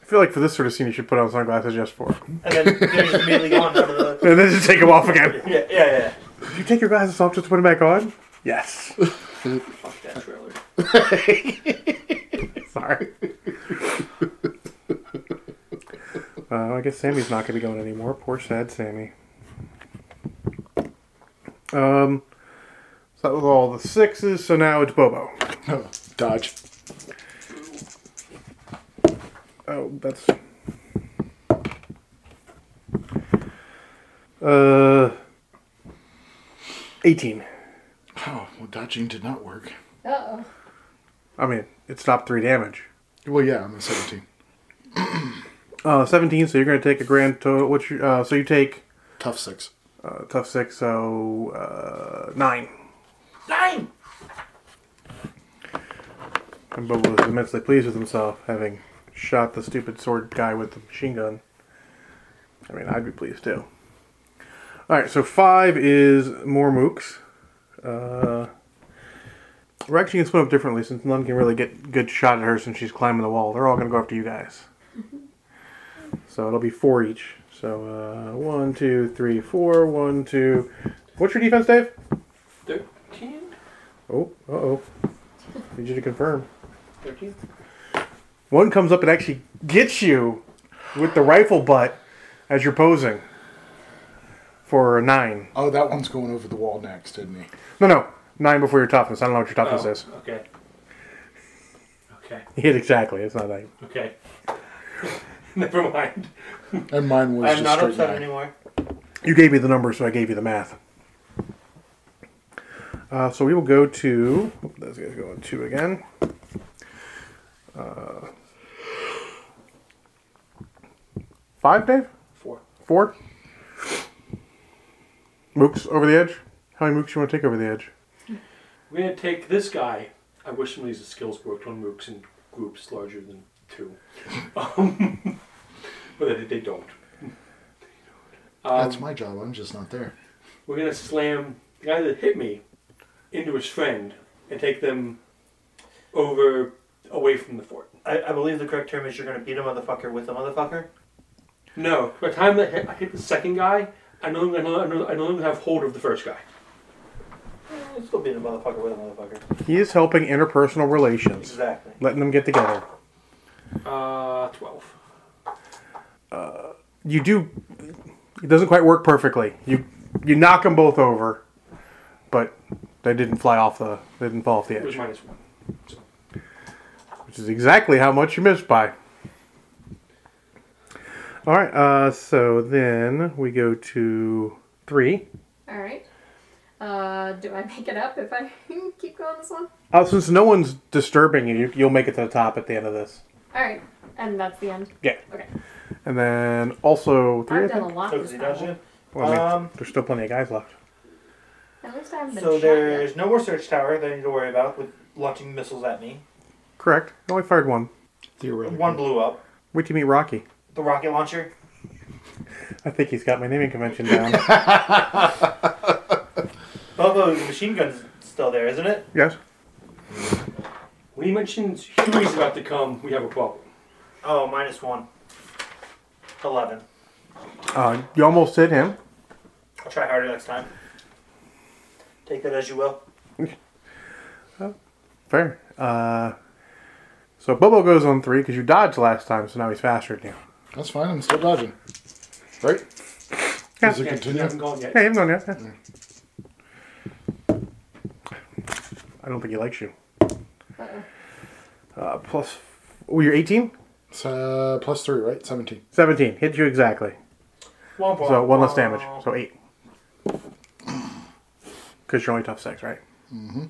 I feel like for this sort of scene, you should put on sunglasses just for. it.
And then they're just immediately gone. Out of the,
And then just take them off again.
yeah, yeah, yeah.
Did you take your glasses off just to put them back on? Yes. [LAUGHS]
Fuck that trailer.
Sorry. uh, I guess Sammy's not going to be going anymore. Poor sad Sammy. Um, so that was all the sixes. So now it's Bobo.
Oh, [LAUGHS] dodge.
Oh, that's. Uh, eighteen.
Oh, well, dodging did not work.
Uh oh.
I mean, it stopped three damage.
Well, yeah, I'm a 17.
Uh, seventeen. So you're going to take a grand total. What you? Uh, so you take
Tough six.
uh, tough six. So uh, nine.
Nine.
And Bobo was immensely pleased with himself, having shot the stupid sword guy with the machine gun. I mean, I'd be pleased too. Alright, so five is more mooks. Uh, we're actually going to split up differently since none can really get good shot at her since she's climbing the wall. They're all going to go after you guys. So it'll be four each. So uh, one, two, three, four, one, two. What's your defense, Dave?
13?
Oh, uh oh. Need you to confirm.
13?
One comes up and actually gets you with the rifle butt as you're posing for a nine.
Oh, that one's going over the wall next, isn't he?
No, no, nine before your toughness. I don't know what your toughness
Oh,
is. [LAUGHS]
okay. Okay,
You hit exactly. It's not like
okay. [LAUGHS] Never mind.
And mine was
I'm
just
not
straight
upset
nine.
anymore.
you gave me the number, so I gave you the math. Uh, so we will go to oh, those guys go on two again. Uh, five, Dave.
Four.
Four. Mooks over the edge. How many mooks you want to take over the edge?
We're gonna take this guy. I wish some of these skills worked on moocs in groups larger than two. [LAUGHS] Um, [LAUGHS] but they, they don't. Um,
That's my job. I'm just not there.
we're gonna slam the guy that hit me into his friend and take them over away from the fort.
I, I believe the correct term is you're gonna beat a motherfucker with a motherfucker.
No, by the time that hit, I hit the second guy, I no longer, I no longer- I no longer have hold of the first guy.
Eh, Still beat a motherfucker with a motherfucker.
He is helping interpersonal relations,
Exactly.
letting them get together.
Uh, twelve.
You do. It doesn't quite work perfectly. You you knock them both over, but they didn't fly off the. They didn't fall off the
It was
edge,
minus one. So,
which is exactly how much you missed by. All right. Uh, so then we go to three.
Alright. Uh, do I make it up if I [LAUGHS] keep going this one?
Uh, since no one's disturbing you, you'll make it to the top at the end of this.
Alright. And that's the end.
Yeah.
Okay.
And then also three. I
I've done
think.
a lot
So,
this
does he
time.
dodge you?
Well, I mean,
Um,
there's still plenty of guys left.
At least I haven't been
So
shot
there's
yet.
no more search tower that I need to worry about with launching missiles at me.
Correct. I only fired one.
Theoretically.
One blew up.
Wait till you meet Rocky.
The rocket launcher.
I think he's got my naming convention down.
Bobo's machine gun's still there, isn't it?
yes.
when he mentions Huey's about to come, we have a problem.
Oh, minus one. Eleven.
Uh, you almost hit him.
try harder next time. Take that as you will.
Fair. Uh, so Bobo goes on three because you dodged last time, so now he's faster than you.
That's fine. I'm still dodging. Right?
Yeah.
Does it
Yeah,
continue?
I haven't gone yet.
Yeah, you haven't gone yet. Yeah. I don't think he likes you.
Uh-oh.
Uh, plus, oh, you're 18?
It's, uh, plus three, right? 17.
17. Hit you exactly.
Womp womp
So one less
womp.
damage. So eight. Because you're only tough six, right? Mm-hmm.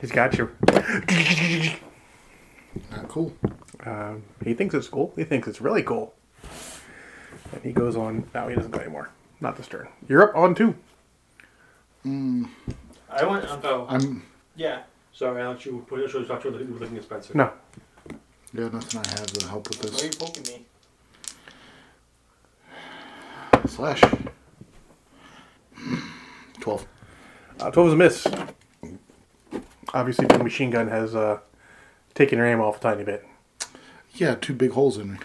He's got you.
Ah, cool.
Um, he thinks it's cool. He thinks it's really cool. And he goes on. No, he doesn't go anymore. Not this turn. You're up on two.
I went. Um,
Oh,
I'm.
yeah.
sorry, Alex, you were putting it shows after looking at Spencer.
No.
Yeah, nothing I have to help with
Why are
this.
you poking me?
Slash. [CLEARS THROAT] 12.
Uh, 12 is a miss. Obviously, the machine gun has uh, taken your aim off a tiny bit.
Yeah, two big holes in me.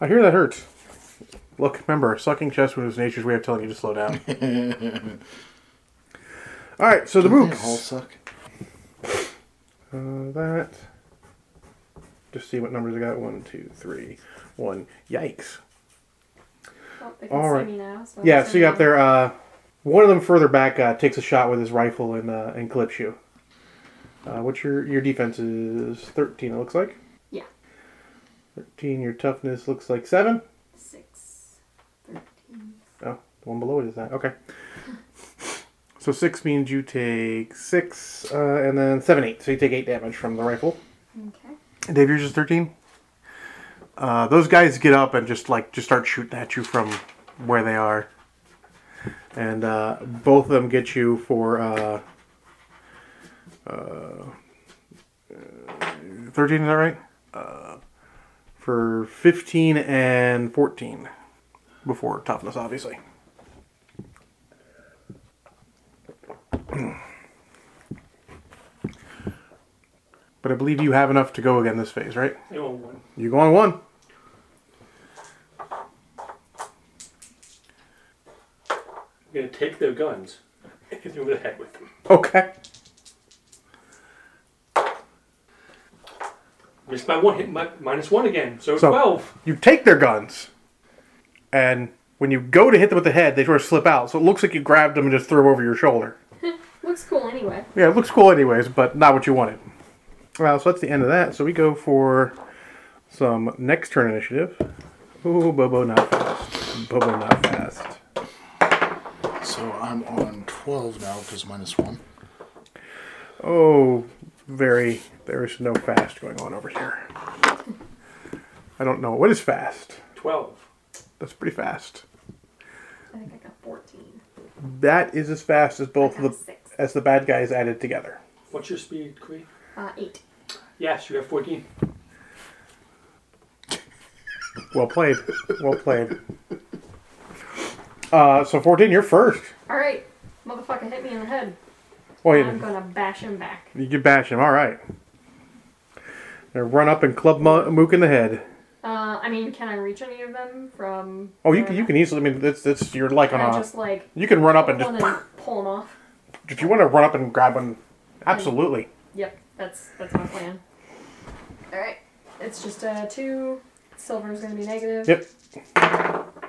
I hear that hurts. Look, remember, sucking chest wound is nature's way of telling you to slow down. All right, so the
Don't they all
mooks.
suck.
Uh, that. Just see what numbers I got. One, two, three, one. Yikes.
Well, Oh, they
All
can
right.
see me now. So
Yeah,
that's
so you got
okay.
there. Uh, one of them further back uh, takes a shot with his rifle and uh, and clips you. Uh, what's your your defense is thirteen? It looks like.
Yeah.
Thirteen. Your toughness looks like seven.
Six, thirteen.
Oh, the one below it is that. Okay. [LAUGHS] So six means you take six, uh, and then seven, eight. So you take eight damage from the rifle.
Okay.
Dave, yours is thirteen. Uh, those guys get up and just like just start shooting at you from where they are, and uh, both of them get you for uh, uh, thirteen. Is that right? Uh, for fifteen and fourteen, before toughness, obviously. But I believe you have enough to go again this phase, right?
You know, one.
You go on one.
I'm going to take their guns and hit them over the head with them.
Okay.
Missed by one hit, my, minus one again. So,
So-
12.
you take their guns, and when you go to hit them with the head, they sort of slip out. So it looks like you grabbed them and just threw them over your shoulder.
Looks cool anyway.
Yeah, it looks cool, anyways, but not what you wanted. Well, so that's the end of that. So we go for some next turn initiative. Ooh, Bobo not fast. Bobo not fast.
So I'm on 12 now because minus one.
Oh, very. There is no fast going on over here. I don't know. What is fast?
12.
That's pretty fast.
I think I got fourteen.
That is as fast as both
I
of
got
the
six.
as the bad guys added together.
What's your speed, Cree?
Uh, eight.
Yes, you have 14.
Well played. Well played. Uh, so 14, you're first.
All right, motherfucker, hit me in the head.
Well,
I'm
you,
gonna bash him back.
you can bash him. All right. Now run up and club Mo- Mook in the head.
Uh, I mean, can I reach any of them from?
Oh, you can, you can easily. I mean, that's that's you're like on
Can I
a.
just like
You can run up and
pull
just
them and pull them off?
if you want to run up and grab one. Absolutely.
Yep, that's that's my plan. All right, it's just uh two. Silver's gonna be negative.
Yep.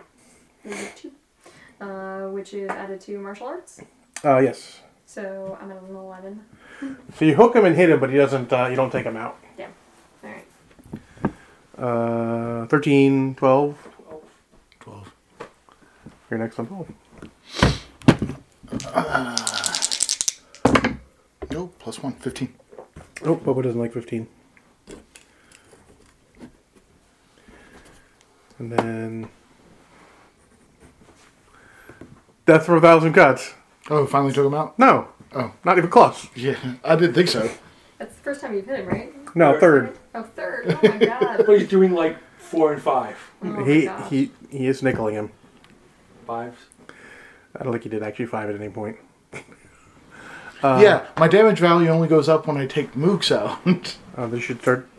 Negative two. Uh, which is added to martial arts.
Uh, yes.
So I'm at an eleven.
So you hook him and hit him, but he doesn't. Uh, you don't take him out.
All right.
Uh, 13, 12.
12.
You're next on 12.
Nope, plus one. 15.
Oh, Bobo doesn't like 15. And then. Death from a Thousand Cuts.
Oh, finally took him out?
No,
Oh,
not even close.
yeah. I didn't think so.
That's the first time you've hit him, right?
No, third.
Oh, third. Oh my god.
But he's doing like 4 and 5.
Oh my
he
God.
he he is nickeling him.
5s.
I don't think he did actually five at any point. Uh-huh.
yeah, my damage value only goes up when I take mooks out. [LAUGHS]
Uh, they should start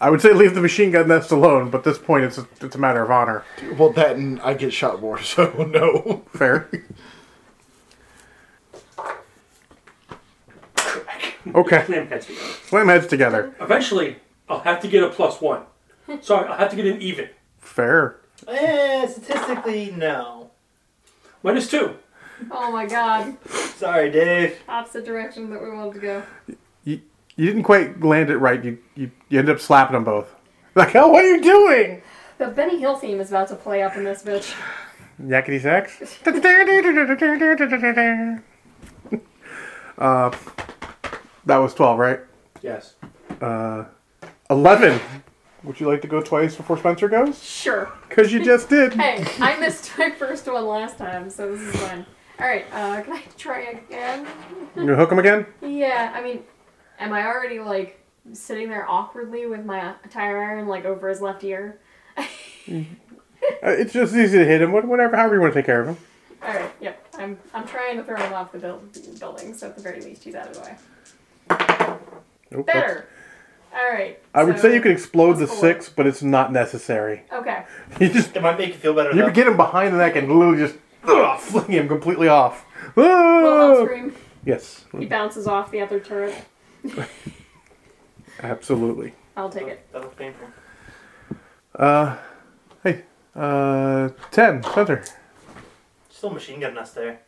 I would say leave the machine gun nest alone, but at this point, it's a, it's a matter of honor.
Well, that and I get shot more, [LAUGHS] so no.
Fair. Okay,
Slam heads together.
slam heads together.
Eventually, I'll have to get a plus one. Sorry, I'll have to get an even.
Fair.
Eh, statistically, no.
Minus two.
Oh my god.
Sorry, Dave.
Opposite direction that we wanted to go.
You didn't quite land it right. You you, you end up slapping them both. Like, [LAUGHS] oh, what are you doing?
The Benny Hill theme is about to play up in this bitch.
Yakety sax. [LAUGHS] uh, that was twelve, right?
Yes.
Eleven. Would you like to go twice before Spencer goes?
Sure.
Because you just did.
Hey, I missed my first one last time, so this is fun. Alright, uh, can I try again?
You gonna hook him again?
Yeah, I mean, am I already like sitting there awkwardly with my tire iron like over his left ear?
Uh, it's just easy to hit him. What- Whatever, however you want to take care of him.
Alright, yep. I'm I'm trying to throw him off the buil- building, so at the very least he's out of the way.
Nope, that's-
Better. Alright.
I would
so-
say you could explode the
That's cool.
six, but it's not necessary. [LAUGHS]
Okay.
You just
It might make you feel better.
you
though.
get him behind the neck and literally just ugh, fling him completely off.
Well,
Whoa!
I'll scream.
yes,
He bounces off the other turret.
absolutely.
I'll take it.
That was painful.
Uh, hey, uh, ten center.
Still machine gun nest there.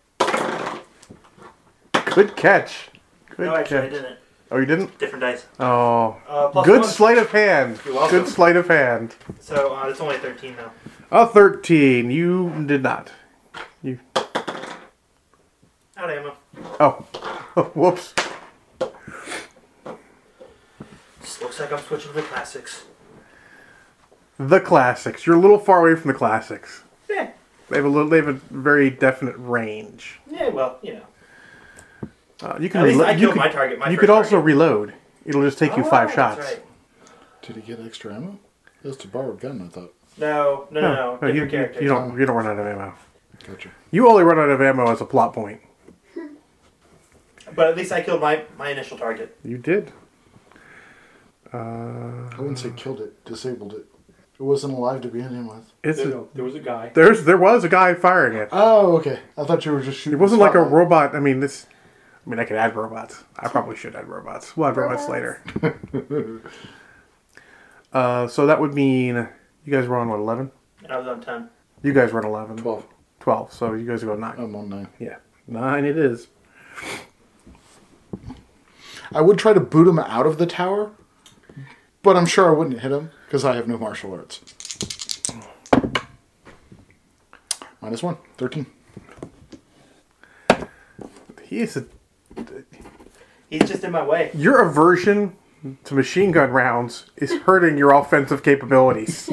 Good catch. Good
no, actually, I
catch.
didn't.
Oh, you didn't?
Different dice.
Oh,
Uh, plus
good
one.
sleight of hand.
You're welcome.
Good sleight of hand.
So uh, it's only 13 now.
A thirteen. You did not.
Out of ammo.
Oh, [LAUGHS] whoops.
This looks like I'm switching to the classics.
The classics. You're a little far away from the classics.
Yeah.
They have a little, they have a very definite range.
Yeah, well, you know.
Uh, you can
At least
relo-
I
you
killed
could,
my target. My
you
first
could also
target.
reload. It'll just take you
Oh,
five
that's
shots.
right.
Did he get extra ammo? That's a borrowed gun, I thought.
No, no, no,
you,
no. Different
you,
characters.
you don't you don't run out of ammo.
Gotcha.
You only run out of ammo as a plot point.
But at least I killed my, my initial target.
You did.
I wouldn't say killed it, disabled it. It wasn't alive to begin him with.
It's
There, you
a,
go. there was a guy.
there's there was a guy firing it.
Oh, okay. I thought you were just shooting.
It wasn't
the
like a
spotlight.
robot. I mean this. I mean I could add robots. I probably should add robots. We'll add robots, later.
Robots.
[LAUGHS] uh, so that would mean you guys were on what eleven?
And I was on 10.
You guys were on 11.
Twelve. Oh.
12, So you guys go nine.
I'm on nine.
Yeah, nine it is.
I would try to boot him out of the tower, but I'm sure I wouldn't hit him because I have no martial arts. Minus one. 13.
He is a
He's just in my
[LAUGHS]
way.
Your aversion to machine gun rounds is hurting your offensive capabilities.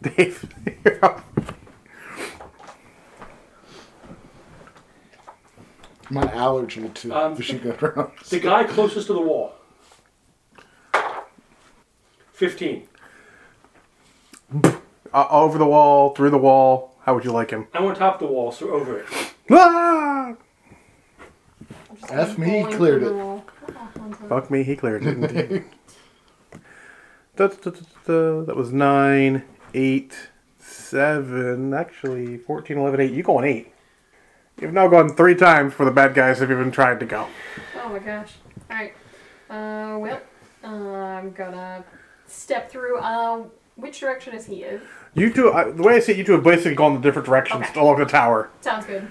Dave, [LAUGHS] you're up.
My allergy to
Um,
the shoot gun [LAUGHS] rounds.
The guy closest to the wall. 15.
Uh, over the wall, through the wall. How would you like him?
I went top of the wall, so over it.
Ah!
I'm just
F me,
going
cleared
through the
it.
wall. Oh, one time.
Fuck me, he cleared it. indeed. Da- da- da- da- That was nine, eight, seven. Actually, 14, 11, 8. You go on 8. You've now gone three times for the bad guys have even tried to go.
Oh my gosh. Alright. Uh, well, uh, I'm gonna step through. Uh, which direction is he in?
You two, I, the way I see it, you two have basically gone in different directions
Okay.
along the tower.
Sounds good.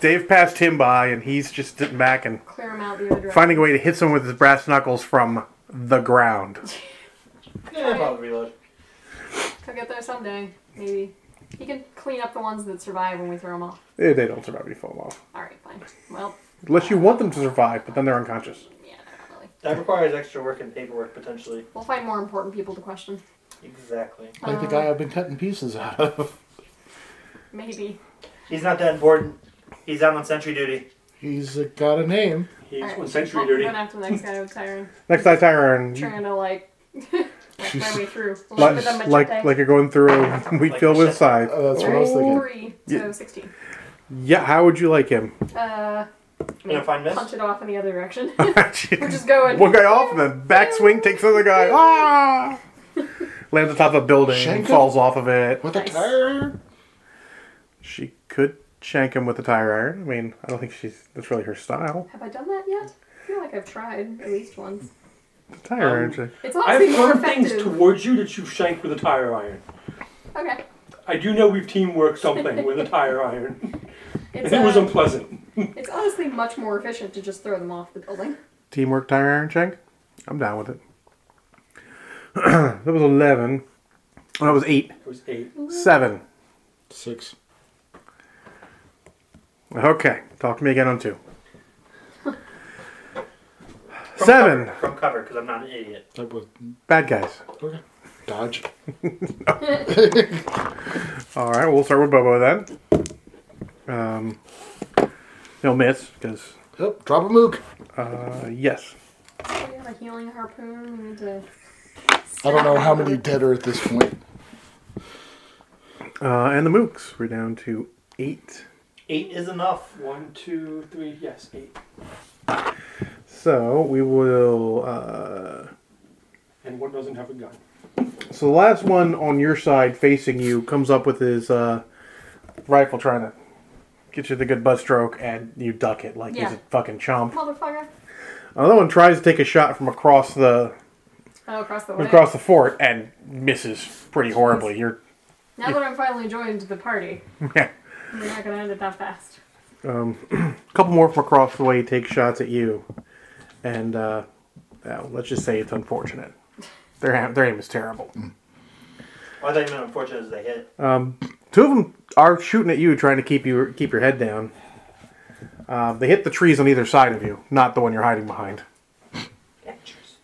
Dave passed him by, and he's just sitting back and
Clear him out the other direction.
finding a way to hit someone with his brass knuckles from the ground.
Yeah, I'll reload.
He'll get there someday, maybe. He can clean up the ones that survive when we throw them off.
Eh, They don't survive you fall off.
Alright, fine. Well,
Unless you want them to survive, but then they're unconscious.
yeah, not really.
That requires extra work and paperwork, potentially.
We'll find more important people to question.
Exactly.
Like the
Uh,
guy I've been cutting pieces out of.
Maybe.
He's not that important. He's out on sentry duty.
He's uh, got a name.
He's
Alright,
on century
I'll
dirty.
run after the next guy with
[LAUGHS]
Tyron.
Next eye Tyron, you-
Trying to, like, [LAUGHS] work my way through. A little bit
like,
of machete.
like, like you're going through a wheat
Like
field with
machete.
scythe.
Uh, that's what I was thinking.
Three, so
Yeah.
16.
Yeah, how would you like him? [LAUGHS]
Uh,
I'm gonna find
punch
this.
it off in the other direction.
We're
just going-
One guy off, and then backswing takes the other
[LAUGHS]
guy. Ah! Lands on top of a building,
Shank him?
falls off of it.
With
Nice.
a tire iron?
She could shank him with a tire iron. I mean, I don't think she's that's really her style.
Have I done that yet? I feel like I've tried at least once.
Tire
Um,
iron. She,
It's
I've
honestly more
thrown things
effective.
towards you that you shank with a tire iron.
okay.
I do know we've teamworked something with a tire iron.
[LAUGHS] It's,
and it was
uh,
unpleasant.
it's honestly much more efficient to just throw them off the building. [LAUGHS]
teamwork tire iron shank. I'm down with it. [CLEARS THROAT] that was eleven. That was eight.
It was eight.
Seven.
Six.
Okay, talk to me again on
[LAUGHS]
two. Seven
cover, from cover because I'm not an idiot.
That was
bad guys.
okay. Dodge.
All right, we'll start with Bobo then. Um, he'll miss because
Oh, drop a mook.
uh, yes,
We have a healing harpoon. We need to.
I don't know how many dead are at this point.
uh, and the mooks. We're down to eight.
Eight is enough.
One, two, three, yes, eight.
So we will. Uh,
And one doesn't have a gun.
so the last one on your side facing you comes up with his uh, rifle, trying to get you the good butt stroke, and you duck it like he's
Yeah.
a fucking chomp.
Motherfucker.
Another one tries to take a shot from across the
Oh, across the way.
across the fort and misses pretty horribly. You're [LAUGHS]
Now that I'm finally joined the party,
yeah.
we're not gonna end it that fast.
couple more from across the way take shots at you, and uh, yeah, let's just say it's unfortunate. Their aim, their aim is terrible.
I thought you meant unfortunate as they hit.
Uh. Two of them are shooting at you, trying to keep you keep your head down. Uh, they hit the trees on either side of you, not the one you're hiding behind.
Actors.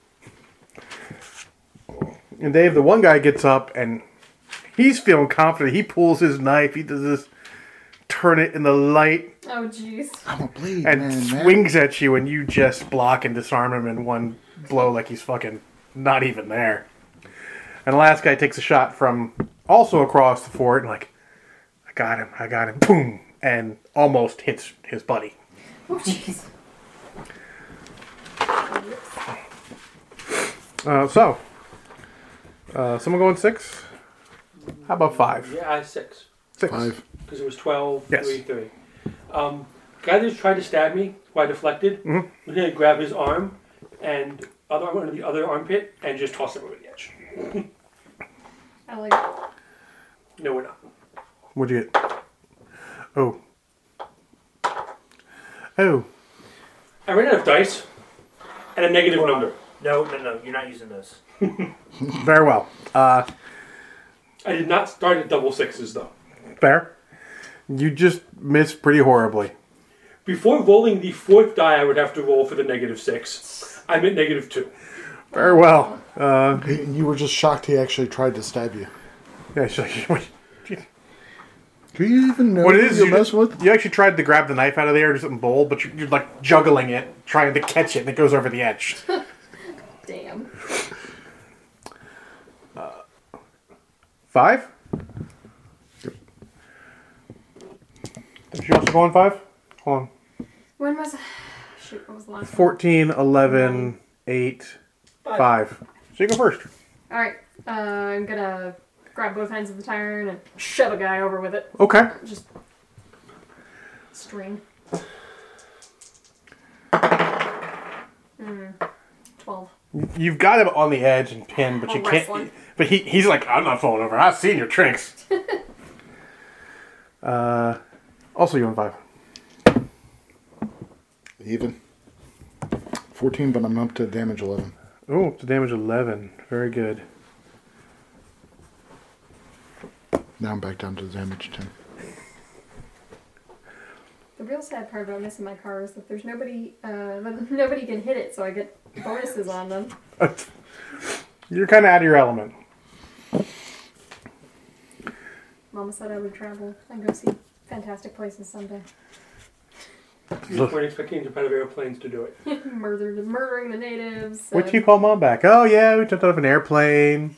And Dave, the one guy gets up and he's feeling confident. He pulls his knife. He does this, turn it in the light,
Oh, jeez.
I'm a bleed,
and
man, man.
swings at you, and you just block and disarm him in one blow like he's fucking not even there. And the last guy takes a shot from also across the fort, and like, I got him, I got him, boom, and almost hits his buddy.
Oh, jeez.
Uh, so, uh, someone going six? How about five?
Yeah, I had six.
Six.
Five.
Because it was 12,
Yes.
3, 3. Um, guy that tried to stab me, who I deflected, was going to grab his arm and other arm under the other armpit and just toss it over the edge.
I like. I
No, we're not.
What'd you get? Oh. Oh.
I ran out of dice and a negative number.
No, no, no. You're not using those.
Very well. Uh,
I did not start at double sixes, though.
fair. You just missed pretty horribly.
Before rolling the fourth die, I would have to roll for the negative six. I'm at negative two.
Very well.
He- You were just shocked he actually tried to stab you.
Yeah, she's like, "What-
Do you even know
what it is
you're
you,
messing with?
you actually tried to grab the knife out of there or something bowl, but you're, you're like juggling it, trying to catch it, and it goes over the edge.
damn.
Five? Did you also go on five? Hold on.
When was? [SIGHS] Shoot, what was the last?
14, 11, 8, 5. So you go first.
All right. Uh, I'm gonna grab both ends of the tire iron and shove a guy over with it.
Okay.
Just string. Mm, Twelve.
You've got him on the edge and pinned, but you
I'll
can't.
wrestle.
But he, he's like, I'm not falling over. I've seen your
[LAUGHS]
tricks. uh, also, you on five.
Even. 14, but I'm up to damage 11.
Oh, up to damage 11. Very good. [LAUGHS]
Now I'm back down to damage 10.
The real sad part about missing my car is that there's nobody, uh, that [LAUGHS] nobody can hit it, so I get bonuses on them.
You're kind of out of your element.
Mama said I would travel and go see fantastic places someday.
You weren't expecting to out of airplanes to do it.
Murder, murdering the natives.
What
uh,
do you call mom back? Oh, yeah, we jumped out of an airplane.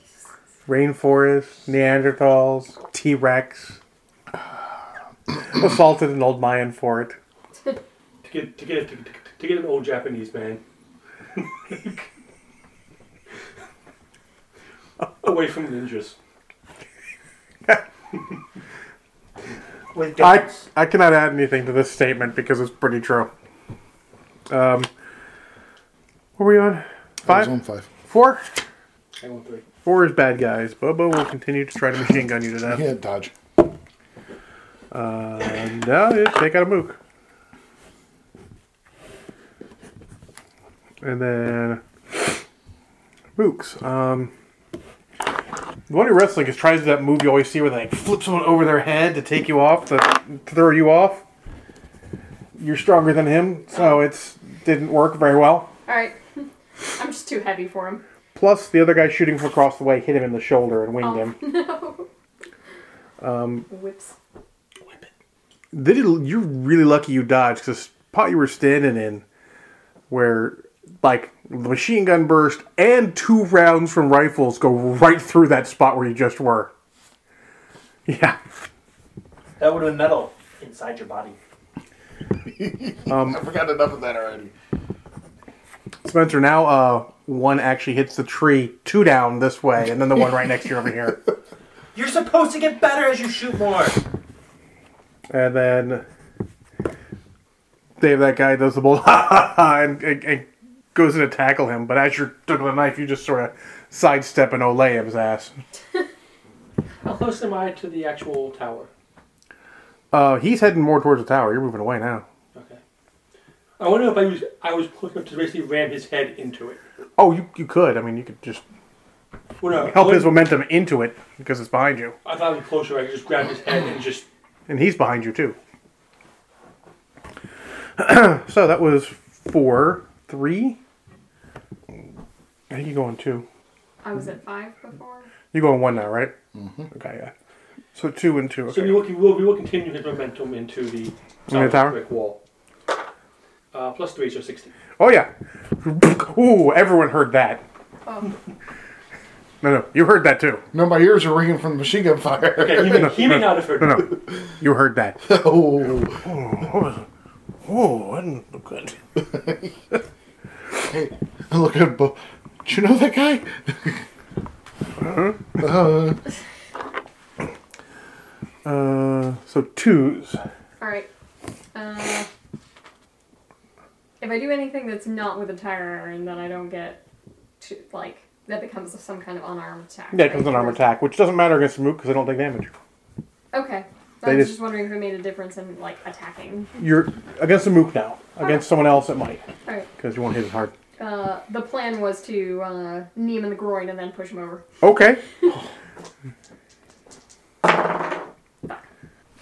Rainforest, Neanderthals, T [SIGHS] Rex. Assaulted an old Mayan fort.
get to get to, to get an old Japanese man
[LAUGHS]
away from ninjas.
With
I,
guns.
I cannot add anything to this statement because it's pretty true. Um, what were we on?
I was
Five?
on five.
Four?
I want three.
Four is bad guys. Bobo will continue to try to machine gun you to death.
Yeah, dodge.
Uh, no, it- they got a mook. And then mooks. Um, the one who wrestling is tries that move you always see where they like, flip someone over their head to take you off, to, to throw you off. You're stronger than him, so it's didn't work very well.
Alright. [LAUGHS] I'm just too heavy for him.
Plus, the other guy shooting from across the way hit him in the shoulder and winged
Oh,
him.
no. Um, Whips.
They did, you're really lucky you dodged because the spot you were standing in, where like the machine gun burst and two rounds from rifles go right through that spot where you just were. Yeah.
That would have been metal inside your body.
I forgot enough of that already.
Spencer, now uh, one actually hits the tree, two down this way, and then the one right next to you over here.
You're supposed to get better as you shoot more.
And then Dave, that guy does the bull, [LAUGHS] and, and, and goes in to tackle him. But as you're juggling a knife, you just sort of sidestep and olay his ass.
How close am I to the actual tower?
Uh, he's heading more towards the tower. You're moving away now.
Okay. I wonder if I was I was close enough to basically ram his head into it.
Oh, you, you could. I mean, you could just
Well, no,
help
I
his
wouldn't-
momentum into it because it's behind you,
I thought I was closer. I could just grab his head and just
and he's behind you too. [CLEARS THROAT] so that was four, three. I think you go on two.
I was at five before.
You go on one now, right? Mm-hmm. Okay, yeah. So two and two.
So we
Okay.
will, we will, we will continue his momentum into the solid
tower?
brick wall. Uh, plus three, so 60.
Oh yeah. [CLEARS THROAT] Ooh, everyone heard that.
Oh,
No, no, you heard that too.
No, my ears are ringing from the machine gun fire.
Okay, he may, he may not have
[LAUGHS]
heard
No, no, you heard that.
[LAUGHS] oh,
Oh, that didn't look good.
hey, look at Bo. Do you know that guy? uh,
Uh, so twos.
alright. Uh, if I do anything that's not with a tire iron, then I don't get to, like, that becomes some kind of unarmed attack.
Yeah, it
right?
comes an arm attack, which doesn't matter against the mook because they don't take damage.
Okay. I
They
was
just-
just wondering if it made a difference in, like, attacking.
You're against the mook now. Against someone else, it might
Alright.
because you won't hit as hard.
Uh, the plan was to uh, knee him in the groin and then push him over.
Okay.
Fuck.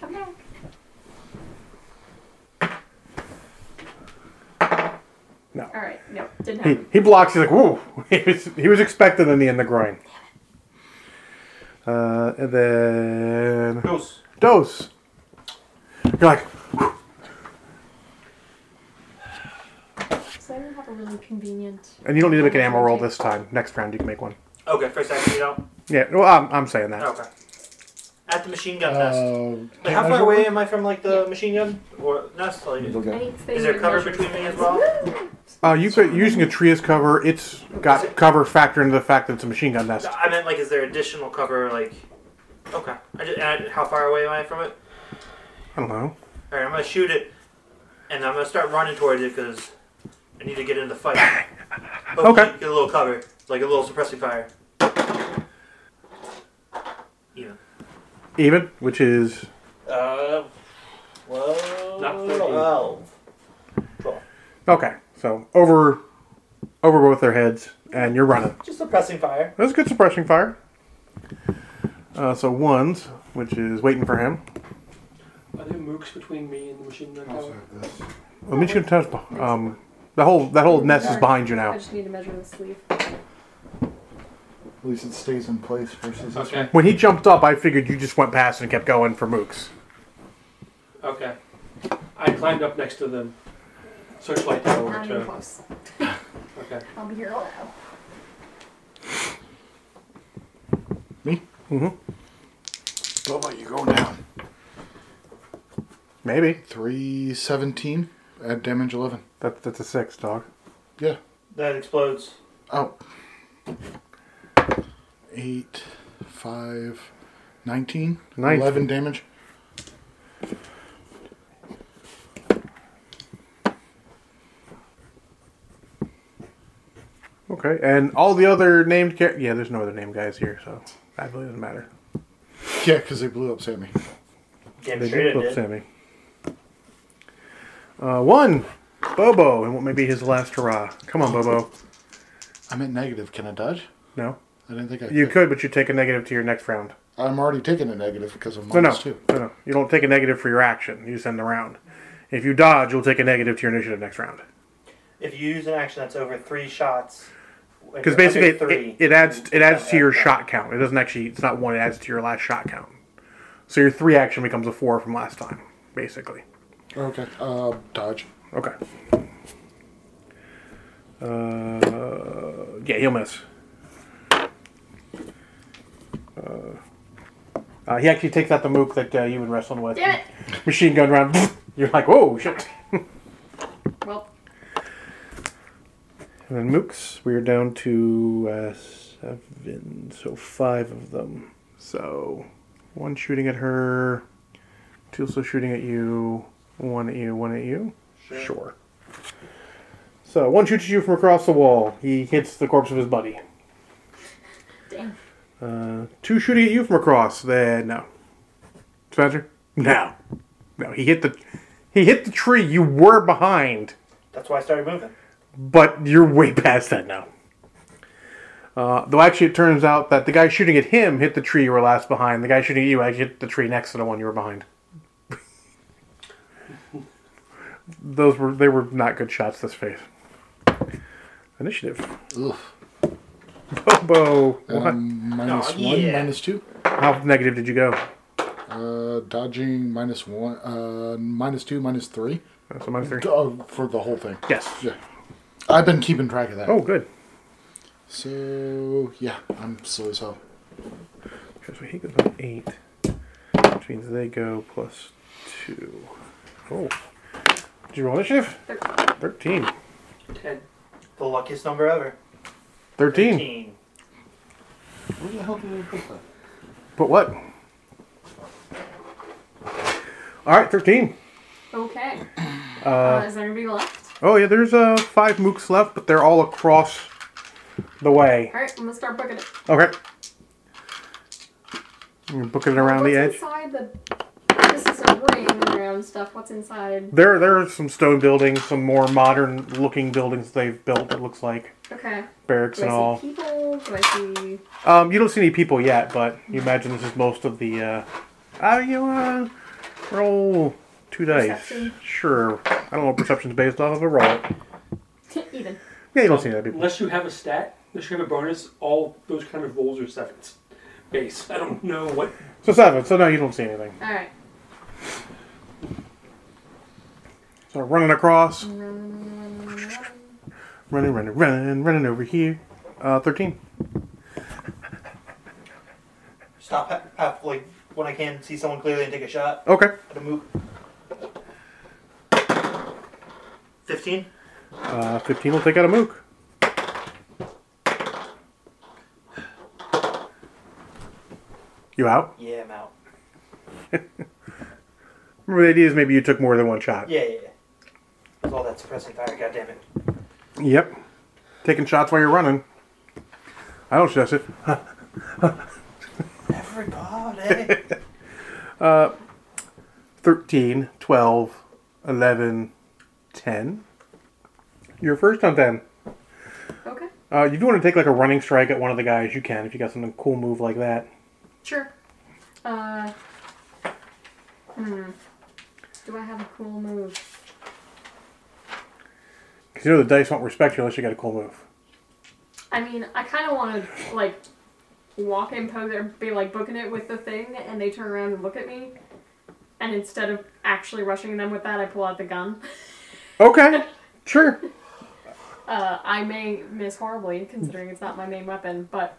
Come back.
No.
All right. No, didn't
He,
happen.
he blocks. He's like, whoa. [LAUGHS] He was, he was expecting a knee in the groin. Uh, and then
Goes.
dose. You're like,
So I didn't have a really convenient.
and you don't need to make an ammo roll this time. Next round, you can make one.
Okay, first action, you know?
Yeah. Well, I'm, I'm saying that.
Okay. At the machine gun nest.
uh,
Like, how far away am I from, like, the machine gun? Or nest? Like,
I need space
Is there
to
cover
measure
between me as
things.
well?
Woo!
Uh, you could using a tree as cover. It's got cover factor into the fact that it's a machine gun nest.
I meant, like, is there additional cover, like... Okay. I just, and how far away am I from it?
I don't know.
Alright, I'm gonna shoot it, and I'm gonna start running towards it, because I need to get in the fight. Hopefully
Okay.
Get a little cover, like a little suppressive fire. Even.
Even, which is
Uh, well,
Not 13.
Okay, so over, over both their heads, and you're running.
Just a pressing fire.
That's good suppressing fire. Uh, so ones, which is waiting for him.
Are there mooks between me and the machine gun tower?
Well, Michigan Town's beh- um, the whole that whole nest is behind you
I
now.
just need to measure the sleeve.
At least it stays in place versus this
Okay,
When he jumped up, I figured you just went past and kept going for mooks.
okay. I climbed up next to the searchlight tower
Not even
to.
close.
Okay.
I'll be here a while.
Mm-hmm.
one. Bubba, you going down.
Maybe.
317. Add damage 11.
That, that's a six, dog.
Yeah.
That explodes.
Oh. 8, 5, 19.
Nineteen.
11 damage.
Okay, and all the other named char- yeah, there's no other named guys here, so that really doesn't matter.
Yeah, because they blew up Sammy.
Damn
They
straight
did
it
flip
did.
Sammy. Uh, one, Bobo, and what may be his last hurrah. Come on, Bobo.
I'm at negative. Can I dodge?
No,
I didn't think I
you could, but you take a negative to your next round.
I'm already taking a negative because I'm
No, no,
minus two.
no, no. You don't take a negative for your action. You send the round. If you dodge, you'll take a negative to your initiative next round.
If you use an action that's over three shots, if
Because
you're
basically,
under
it, it, it adds it adds to your shot count. It doesn't actually. It's not one. It adds to your last shot count. So your three action becomes a four from last time, basically.
Okay. Uh, dodge.
Okay. Uh, yeah, he'll miss. Uh, uh, he actually takes out the mook that uh, you've been wrestling with.
Damn it!
Machine gun round. [LAUGHS] You're like, whoa, shit.
Well,
And then mooks, we're down to uh, seven, so five of them. So one shooting at her, two also shooting at you, one at you, one at you. Sure. So one shoots at you from across the wall. He hits the corpse of his buddy.
damn.
Uh, two shooting at you from across. That no. Spencer, no, no. He hit the he hit the tree you were behind.
That's why I started moving.
but you're way [LAUGHS] past that now. Uh, though actually, it turns out that the guy shooting at him hit the tree you were last behind. The guy shooting at you actually hit the tree next to the one you were behind. [LAUGHS] Those were they were not good shots. This phase. Initiative.
Ugh.
Bobo.
And I'm
What?
Um, minus
Oh,
one,
yeah.
minus two.
How negative did you go?
Uh, dodging minus one, uh, minus two, minus three.
Uh, So minus three.
Uh, for the whole thing.
Yes.
Yeah. I've been keeping track of that.
Oh, good.
So, yeah, I'm slow as hell.
So he goes on eight, which means they go plus two. Oh. Did you roll initiative?
Thirteen.
Thirteen.
Ten.
The luckiest number ever.
13.
Thirteen.
Where the hell did I put that?
But what? All right, 13.
Okay.
Uh,
Uh, is there anybody left?
oh, yeah, there's uh, five mooks left, but they're all across the way.
Alright, I'm gonna start booking it.
Okay. You're booking it around
What's
the edge.
inside the. This is a ring around stuff. What's inside?
There, there are some stone buildings, some more modern looking buildings they've built, it looks like.
Okay.
Barracks
Do
and
I
all.
see people? Do I see.
Um, you don't see any people yet, but you imagine this is most of the. Uh, uh, you uh, roll two dice.
Perception.
Sure. I don't know what perception's based off of, but roll it.
[LAUGHS] Even.
Yeah, you don't see any other people.
Unless you have a stat, unless you have a bonus, all those kind of rolls are sevens. Base. I don't know what.
So seven. So no, you don't see anything.
Alright.
So running across,
Alright,
running, running, running, running over here. Uh, thirteen.
Stop ha- half, like when I can see someone clearly and take a shot
Okay.
at a move. Fifteen.
Uh, fifteen will take out a mook. You out?
Yeah, I'm out.
Remember the idea is maybe you took more than one shot.
Yeah, yeah, yeah. With all that suppressing fire, goddammit.
Yep. Taking shots while you're running. I don't suggest it. [LAUGHS]
Everybody.
13, 12, 11, 10. You're first on 10.
okay.
Uh, if you want to take like a running strike at one of the guys, you can if you got something cool move like that.
Sure. Uh. Hmm. Do I have a cool move?
Because you know the dice won't respect you unless you got a cool move.
I mean, I kind of want to, like, walk in, pose, or be, like, booking it with the thing, and they turn around and look at me. And instead of actually rushing them with that, I pull out the gun. [LAUGHS]
Okay, sure.
Uh, I may miss horribly, considering it's not my main weapon, but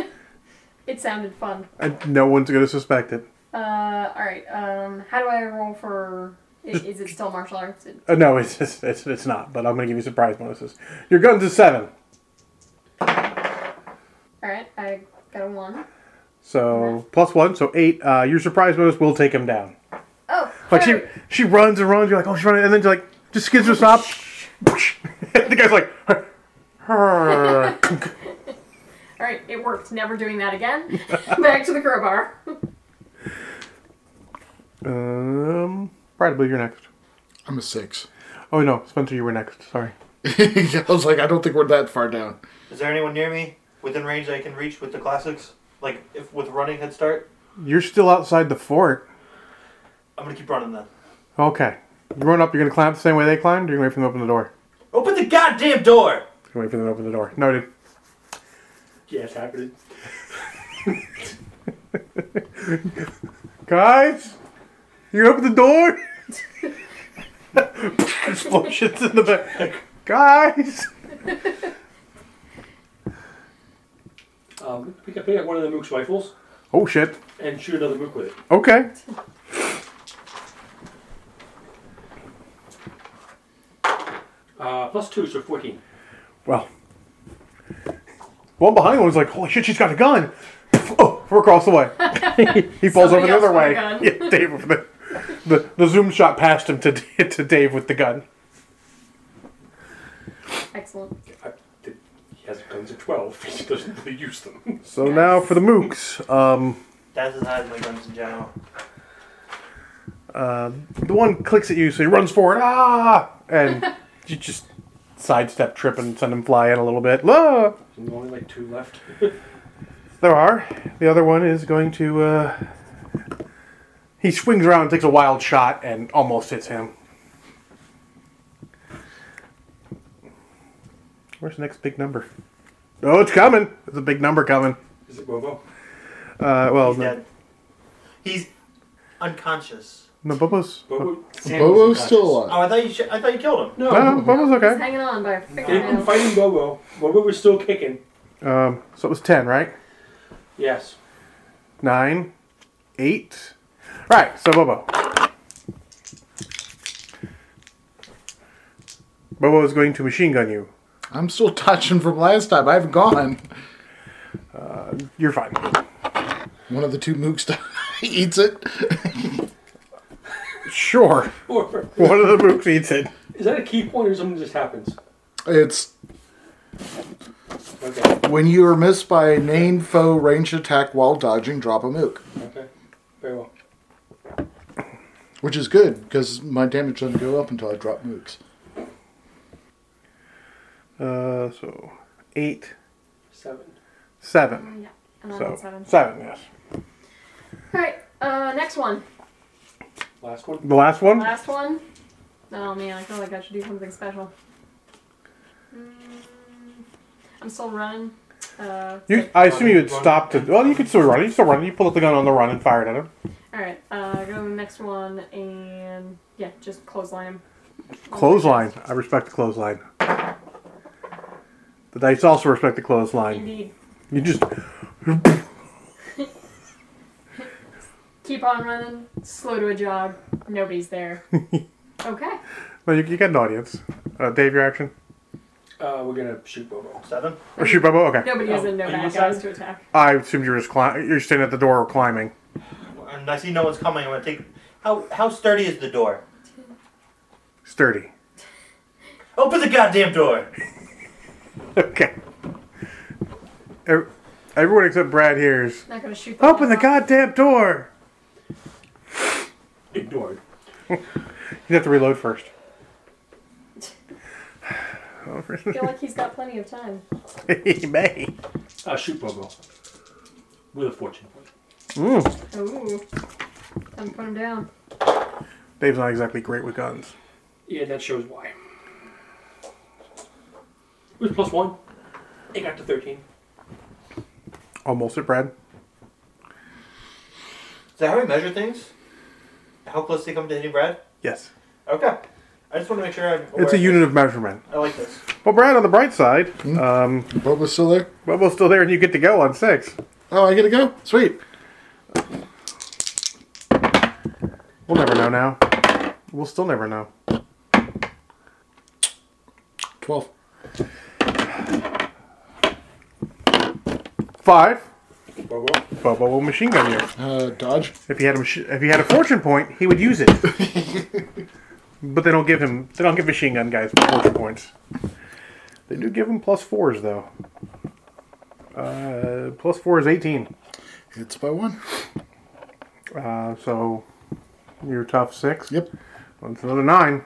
[LAUGHS] it sounded fun.
Uh, And no one's gonna suspect it.
Uh, alright, um, how do I roll for Is, is it still martial arts? It-
Uh, no, it's, it's it's it's not. But I'm gonna give you surprise bonuses. Your gun's a seven,
all right, I got a one.
so plus one, so eight. Uh, your surprise bonus will take him down.
Oh,
Like she
alright.
she runs and runs. You're like, oh, she's running, and then she like just skids her stop. [LAUGHS] the guy's like, [LAUGHS] "Her."
all right, it worked. Never doing that again. [LAUGHS] Back to the crowbar. [LAUGHS]
um, right, I believe you're next.
I'm a six. [LAUGHS]
Oh no, Spencer, you were next. Sorry.
I was like, I don't think we're that far down.
Is there anyone near me within range I can reach with the classics? Like if with running head start,
You're still outside the fort.
I'm gonna keep running then.
Okay. You run up. You're gonna climb the same way they climbed. You're gonna wait for them to open the door.
Open the goddamn door!
You're gonna wait for them to open the door. Noted.
Yeah, it's happening.
Guys, you open the door. [LAUGHS] Explosions in the back. Guys.
Um, pick, up, pick up one of the Mook's rifles
Oh shit.
and shoot another Mook with it.
Okay.
Uh, plus two, so 14.
Well, one behind one's like, holy shit, she's got a gun. Oh, we're across the
[LAUGHS]
way. he falls over
Somebody
the
else
other
with a
way.
gun.
Yeah, Dave with the, the the zoom shot past him to [LAUGHS] to Dave with the gun.
Excellent.
I, th- he has guns at 12. [LAUGHS] He doesn't really use them.
So now for the mooks. Um,
That's as high as my guns in general.
uh, the one clicks at you, so he runs forward. Ah, and you just sidestep, trip, and send him flying a little bit. Ah!
There's only like two left.
There are. The other one is going to. Uh, he swings around and takes a wild shot and almost hits him. Where's the next big number? Oh, it's coming. There's a big number coming.
Is it Bobo?
Uh, well,
He's
no,
dead. He's unconscious.
no, Bobo's.
Bobo? Sam was
Bobo's
unconscious.
still
Oh,
alive.
I thought you sh- I thought you killed him.
No.
No, Bobo's
It's
okay.
hanging on by a
They've been
fingernail.
fighting Bobo. Bobo was still kicking.
Um, so it was 10, right?
Yes.
9, 8. Right, so Bobo. Bobo is going to machine gun you.
I'm still touching from last time. I haven't gone.
You're fine.
One of the two mooks [LAUGHS] eats it.
Sure. [LAUGHS]
Or
One of the mooks eats it.
is that a key point or something just happens?
It's
Okay.
when you are missed by a named foe ranged attack while dodging, drop a mook.
Okay. Very well.
Which is good because my damage doesn't go up until I drop mooks.
Uh, so eight,
Seven.
seven.
Yeah, and I'm
So
at seven.
seven, yes.
All right, uh, next one.
Last one.
The last one.
Last one. Oh man, I feel like I should do something special. Mm, I'm still running. Uh,
you, I assume you had stopped. To, well, you could still run. You still run. You pulled up the gun on the run and fired at him.
all right, uh, go to the next one and yeah, just clothesline him.
Clothesline. I respect the clothesline. The dice also respect the clothesline.
Indeed.
You just
Keep on running. Slow to a jog.
[LAUGHS]
Nobody's there. okay.
no, you, you get an audience. Uh, Dave, your action.
Uh, we're gonna shoot Bobo.
Seven.
Or shoot Bobo. Okay.
Nobody is in no
Are you
bad
inside?
guys to attack.
I assumed you were just cli- you're standing at the door climbing.
And I see no one's coming. I'm gonna take. How how sturdy is the door?
Sturdy.
Open the goddamn door.
[LAUGHS] Okay. Ev- Everyone except Brad hears.
Not gonna shoot. them
Open the
all.
goddamn door.
Ignored.
You have to reload first. Oh,
I feel like he's got plenty of time.
[LAUGHS] he may.
Uh, shoot Bobo. With a fortune point.
Mm.
Ooh. Time to put him down.
Dave's not exactly great with guns.
Yeah, that shows why. It was plus one. It got to 13.
Almost at Brad.
Is that how we measure things? How close they come to hitting bread?
Yes.
Okay. I just want to make sure I'm. Aware.
It's a unit of measurement.
I like this.
Well, Brad, on the bright side, um,
Bobo's still there.
Bobo's still there and you get to go on six.
Oh, I get to go. Sweet.
We'll never know now. We'll still never know.
12.
Five.
Bobo?
Bobo will machine gun you.
Uh, dodge.
If he had a machi- if he had a fortune point, he would use it. but they don't give him. They don't give machine gun guys fortune points. They do give him plus fours though. Uh, plus four is eighteen.
Hits by one.
Uh, so you're tough six.
Yep.
That's another nine.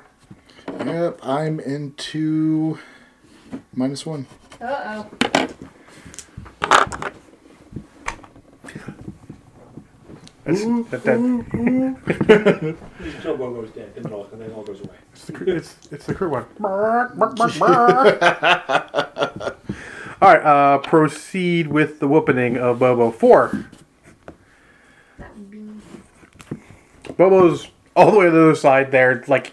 Yep. I'm into minus one.
Uh oh.
That's, that, that,
Just until Bobo's dead, then it all, then it all goes away.
it's, the, cr- it's, it's the crit one. Bark, bark, bark, bark. All right. Uh, proceed with the whooping of Bobo four.
That would be.
Bobo's all the way to the other side there, like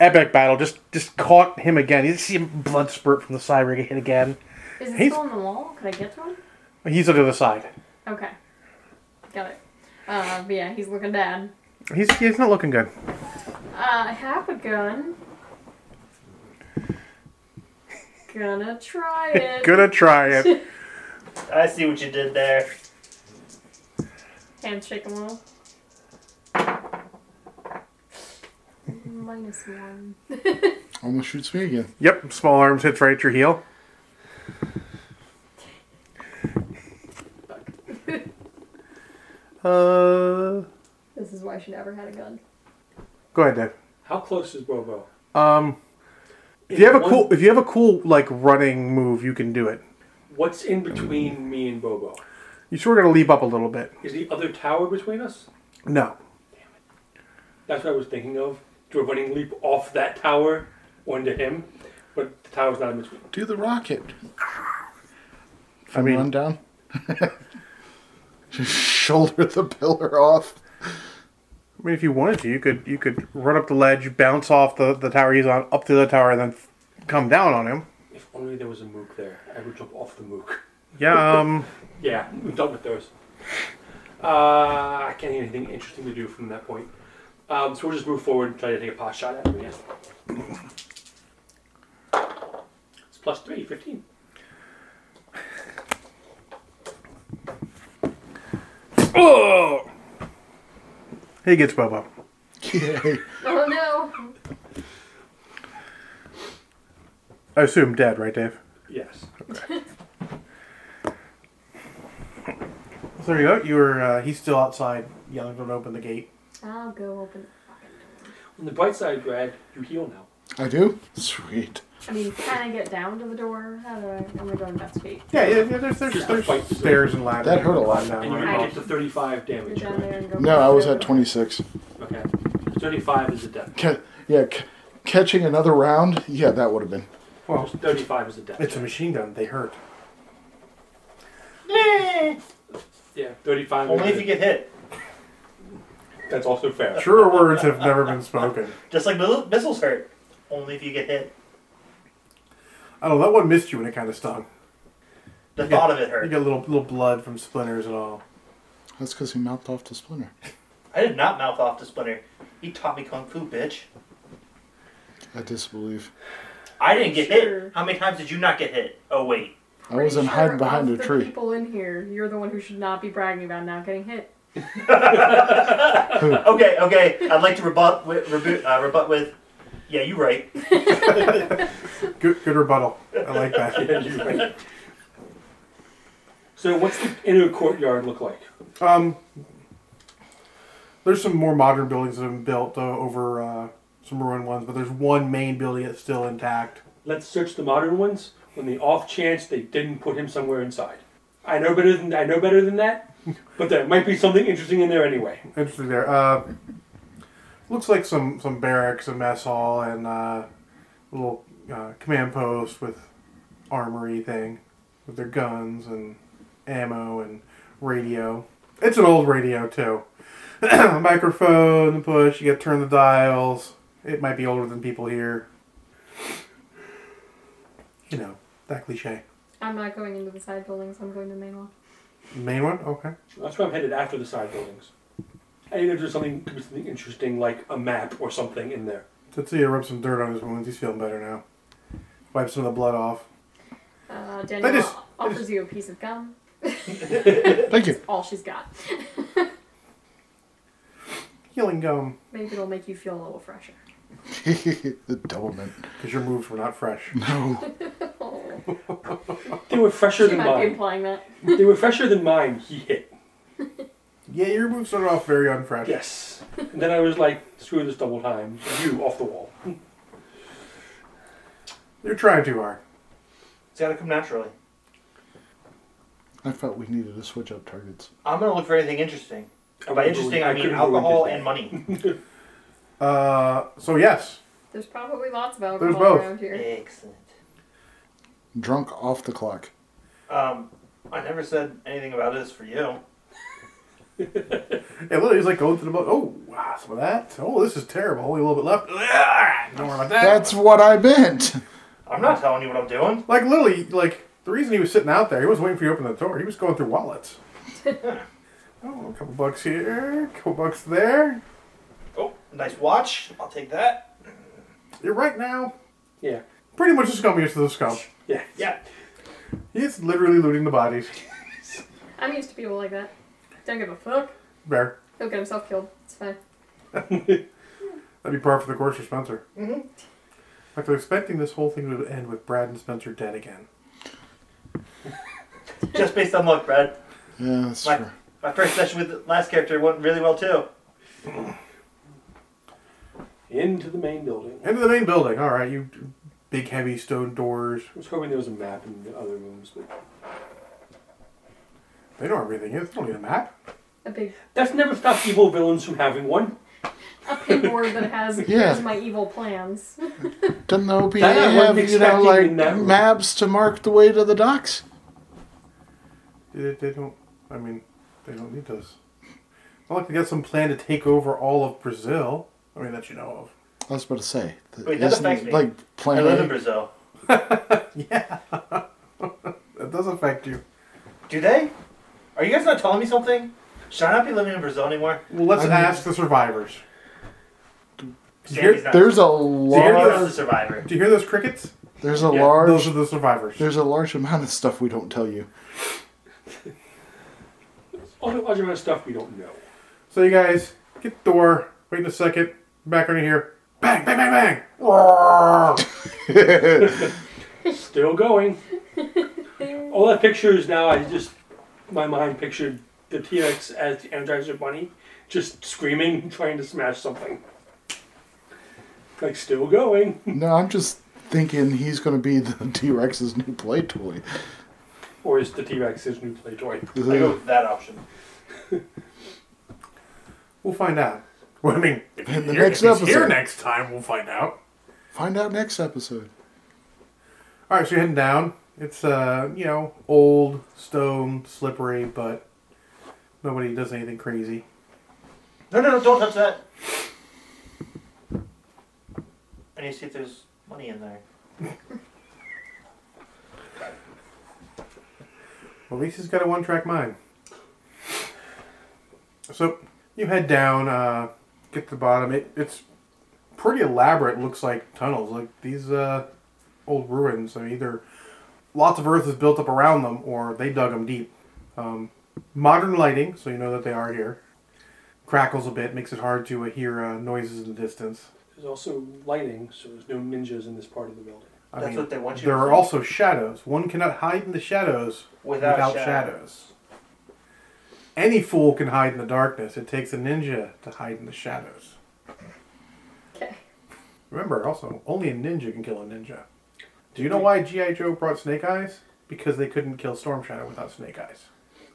epic battle. Just just caught him again. You see him blood spurt from the side where he hit again.
Is it
He's-
still on the wall? Could I get to him?
He's on the other side.
Okay. Got it. Uh, but yeah, he's looking bad.
He's he's not looking good.
Uh, I have a gun.
[LAUGHS]
Gonna try it.
Gonna try it.
I see what you did there.
Hands shake 'em all. Minus one.
Almost shoots me again.
[LAUGHS] Yep, small arms hits right at your [LAUGHS] heel. Uh,
This is why she never had a gun.
go ahead, Dave.
How close is Bobo?
Um, if you have a cool, if you have a cool like running move, you can do it.
What's in between me and Bobo?
You sort of got to leap up a little bit.
Is the other tower between us?
No,
That's what I was thinking of. Do a running leap off that tower onto him, but the tower's not in between.
Do the rocket.
I mean-
run down. [LAUGHS] Just shoulder the pillar off.
I mean, if you wanted to, you could you could run up the ledge, bounce off the, the tower he's on, up to the tower, and then f- come down on him.
If only there was a mook there. I would jump off the mook.
Yeah, um,
Yeah, I'm done with those. Uh, I can't get anything interesting to do from that point. Um, so we'll just move forward and try to take a pot shot at him again. It's plus three, 15.
oh, he gets Bobo.
Yay.
Oh no!
I assume dead, right, Dave?
Yes.
So there you go. You were uh, he's still outside yelling, "Don't open the gate."
I'll go open.
On the bright side, Brad, you heal now.
I do? Sweet.
I mean, can I get down to the door? How do I? I'm gonna go investigate.
Yeah, yeah. yeah there's there's, there's
Fight.
stairs and ladders.
That hurt a lot.
Down
And you
right
can
off.
get to 35
Go
damage.
down there and go.
No, I was at 26.
Okay. 35 is a death.
Ca- yeah, c- catching another round? Yeah, that would have been.
Well,
35 is a death.
it's a machine gun. They hurt.
yeah, 35
Only
is
if
a
you get hit.
That's also [LAUGHS] fair.
Truer words have never been spoken.
Just like mil- missiles hurt. Only if you get hit.
I don't know. Oh, That one missed you, and it kind of stung.
The
You
thought
get-
of it
You
hurt.
get a little little blood from splinters and all.
That's because he mouthed off the splinter.
I did not mouth off to Splinter. He taught me kung fu, bitch.
I disbelieve.
I didn't get
Sure.
hit. How many times did you not get hit? Oh wait.
I wasn't
Pretty
hiding
sure
behind
of
a
the
tree.
People in here, you're the one who should not be bragging about not getting hit.
Okay, okay. I'd like to rebut with, rebu- uh, rebut with. Yeah, you right.
Good, good rebuttal. I like that.
Yeah, you're right. So what's the inner courtyard look like?
Um, there's some more modern buildings that have been built uh, over uh, some ruined ones, but there's one main building that's still intact.
Let's search the modern ones on the off chance they didn't put him somewhere inside. I know better than I know better than [LAUGHS] that, but there might be something interesting in there anyway.
Interesting there. Uh, looks like some some barracks, a mess hall, and uh, a little uh, command post with armory thing with their guns and ammo and radio. It's an old radio too. [CLEARS THROAT] Microphone, push. You got to turn the dials. It might be older than people here. You know that cliche.
I'm not going into the side buildings. I'm going to the main one.
Main one, okay.
That's where I'm headed after the side buildings. And if there's something, could be something interesting like a map or something in there.
Tetsuya rubbed some dirt on his wounds. He's feeling better now. Wipe some of the blood off.
Uh, Danielle
just- I
offers you a piece of gum.
Thank you.
All she's got.
Healing gum.
Maybe it'll make you feel a little fresher.
[LAUGHS] the double mint.
Because your moves were not fresh.
No.
Oh,
They were fresher
she
than
might be
mine.
implying that.
they were fresher than mine. He hit.
yeah, your moves started off very unfresh.
Yes. And then I was like, screw this double time. You off the wall.
You're trying too hard.
It's got to come naturally.
I felt we needed to switch up targets.
I'm gonna look for anything interesting. And
I
by
wouldn't
interesting,
ruin-
I mean
couldn't ruin
alcohol
Disney.
and money.
Uh, so yes.
There's probably lots of
There's
alcohol
both.
around here.
Excellent.
Drunk off the clock.
Um, I never said anything about this for you.
It literally is like going through the book. Oh, wow, some of that. Oh, this is terrible. Only a little bit left. Ah, Don't worry about that.
That's what I meant.
I'm not telling you what I'm doing.
like literally like the reason he was sitting out there. He wasn't waiting for you to open the door. He was going through wallets. oh, a couple bucks here, a couple bucks there.
Oh, nice watch. I'll take that.
You're right now.
Yeah.
Pretty much a scum used to the scum.
Yeah.
Yeah.
He's literally looting the bodies.
I'm used to people like that. Don't give a fuck.
There.
He'll get himself killed. It's fine.
That'd be par for the course for Spencer.
Mhm.
Like they're expecting this whole thing to end with Brad and Spencer dead again.
Just based on luck, Brad.
Yeah, that's
My-
true.
My first session with the last character went really well too.
Into the main building. I
Into the main building. All right, you big heavy stone doors.
was hoping there was a map in the other rooms, but
They know everything. It's only a map.
A big,
that's never stopped evil villains from having one.
a pig board
[LAUGHS]
that has
Yeah.
here's my evil plans.
Doesn't the OPA
That I
have,
wasn't
you know,
expecting
like
in that room.
maps to mark the way to the docks?
They, they don't. I mean, they don't need those. Not like they got some plan to take over all of Brazil. I mean, that you know
I was about to say. th-
Wait, that
isn't,
affects me.
Like
I live
planet.
in Brazil.
of. That does affect you.
Do they? Are you guys not telling me something? Should I not be living in Brazil anymore?
Well, let's
I mean-
ask the survivors.
Sandy's not.
There's a
Sandy was
large.
the survivor.
Do you hear those crickets?
There's a
Yeah,
Those
large.
are the survivors.
There's a large amount of stuff we don't tell you.
All the other amount of stuff we don't know.
So you guys get the door. Wait in a second. Back under here. Bang! Bang! Bang! Bang!
Still going. All that picture is now, I just, my mind pictured the T Rex as the Energizer Bunny, just screaming, [LAUGHS] trying to smash something. Like, still going. [LAUGHS]
No, I'm just thinking he's going to be the [LAUGHS] T Rex's new play toy.
Or is the T Rex his new play toy?
I go with that option.
We'll find out. [LAUGHS] Well, I mean, if
In the
you're-
next
if he's here
episode.
next time, we'll find out.
Find out next episode.
All right, so you're heading down. It's uh, you know, old stone, slippery, but nobody does anything crazy.
No, no, no! Don't touch that. I need to see if there's money in there.
Well, at least he's got a one-track mind. So you head down, uh, get to the bottom. It, it's pretty elaborate. Looks like tunnels, like these uh, old ruins. I mean, either lots of earth is built up around them, or they dug them deep. Um, modern lighting, so you know that they are here. Crackles a bit, makes it hard to uh, hear uh, noises in the distance.
There's also lighting, so there's no ninjas in this part of the building.
I
That's
mean,
what they want you
There
to
are
do.
also shadows. One cannot hide in the shadows
Without,
without, shadows. Any fool can hide in the darkness. It takes a ninja to hide in the shadows.
Okay.
Remember, also, only a ninja can kill a ninja. Do you know why G.I. Joe brought Snake Eyes? Because they couldn't kill Storm Shadow without Snake Eyes.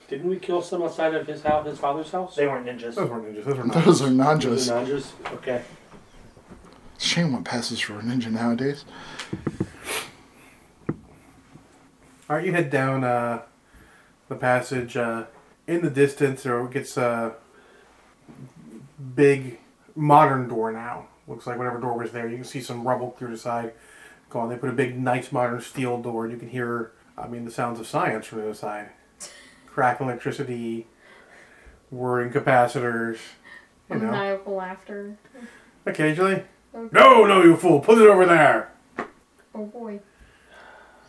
Didn't we kill some outside of his house, his father's house?
They weren't ninjas.
Those weren't ninjas. Those were
[LAUGHS]
not.
Those are non
Were they
just.
ninjas? Okay.
Shame what passes for a ninja nowadays.
All right, you head down uh, the passage. Uh, in the distance, there gets a big modern door now. Looks like whatever door was there. You can see some rubble clear to side. Go on. They put a big, nice modern steel door. and You can hear, I mean, the sounds of science from the other side. Crackling electricity, whirring capacitors. You know.
Maniacal laughter.
Occasionally.
Okay.
No, no, you fool! Put it over there.
Oh boy.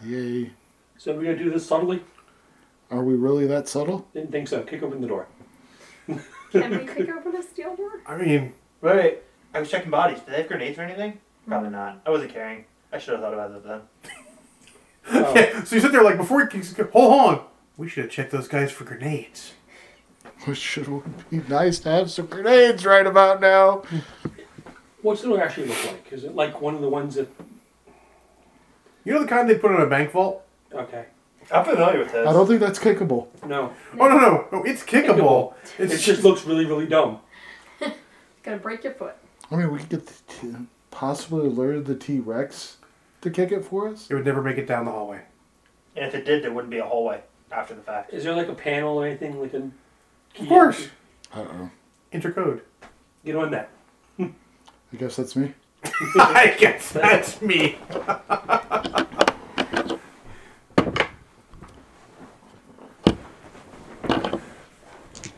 Yay.
So we're gonna do this subtly?
Are we really that subtle?
Didn't think so. Kick open the door.
Can
[LAUGHS]
we kick open a steel door?
I mean,
Wait, wait. I was checking bodies. Did they have grenades or anything?
Hmm.
Probably not. I wasn't carrying. I should have thought about that then.
Oh,
yeah. [LAUGHS] So you sit there like before. You, hold on. We should have checked those guys for grenades.
Which should would be nice to have some grenades right about now.
what's the door actually look like? Is it like one of the ones that?
You know the kind they put in a bank vault?
Okay.
I'm familiar with this.
I don't think that's kickable.
No,
Oh no, no, no! It's kickable. It's
it just looks really, really dumb.
Gonna break your foot.
I mean, we could get the t- possibly lure the T Rex to kick it for us.
It would never make it down the hallway.
And if it did, there wouldn't be a hallway after the fact.
Is there like a panel or anything like a? Key
Of course.
Uh oh.
[LAUGHS] Intercode.
Get on that.
I guess that's me.
I guess that's me.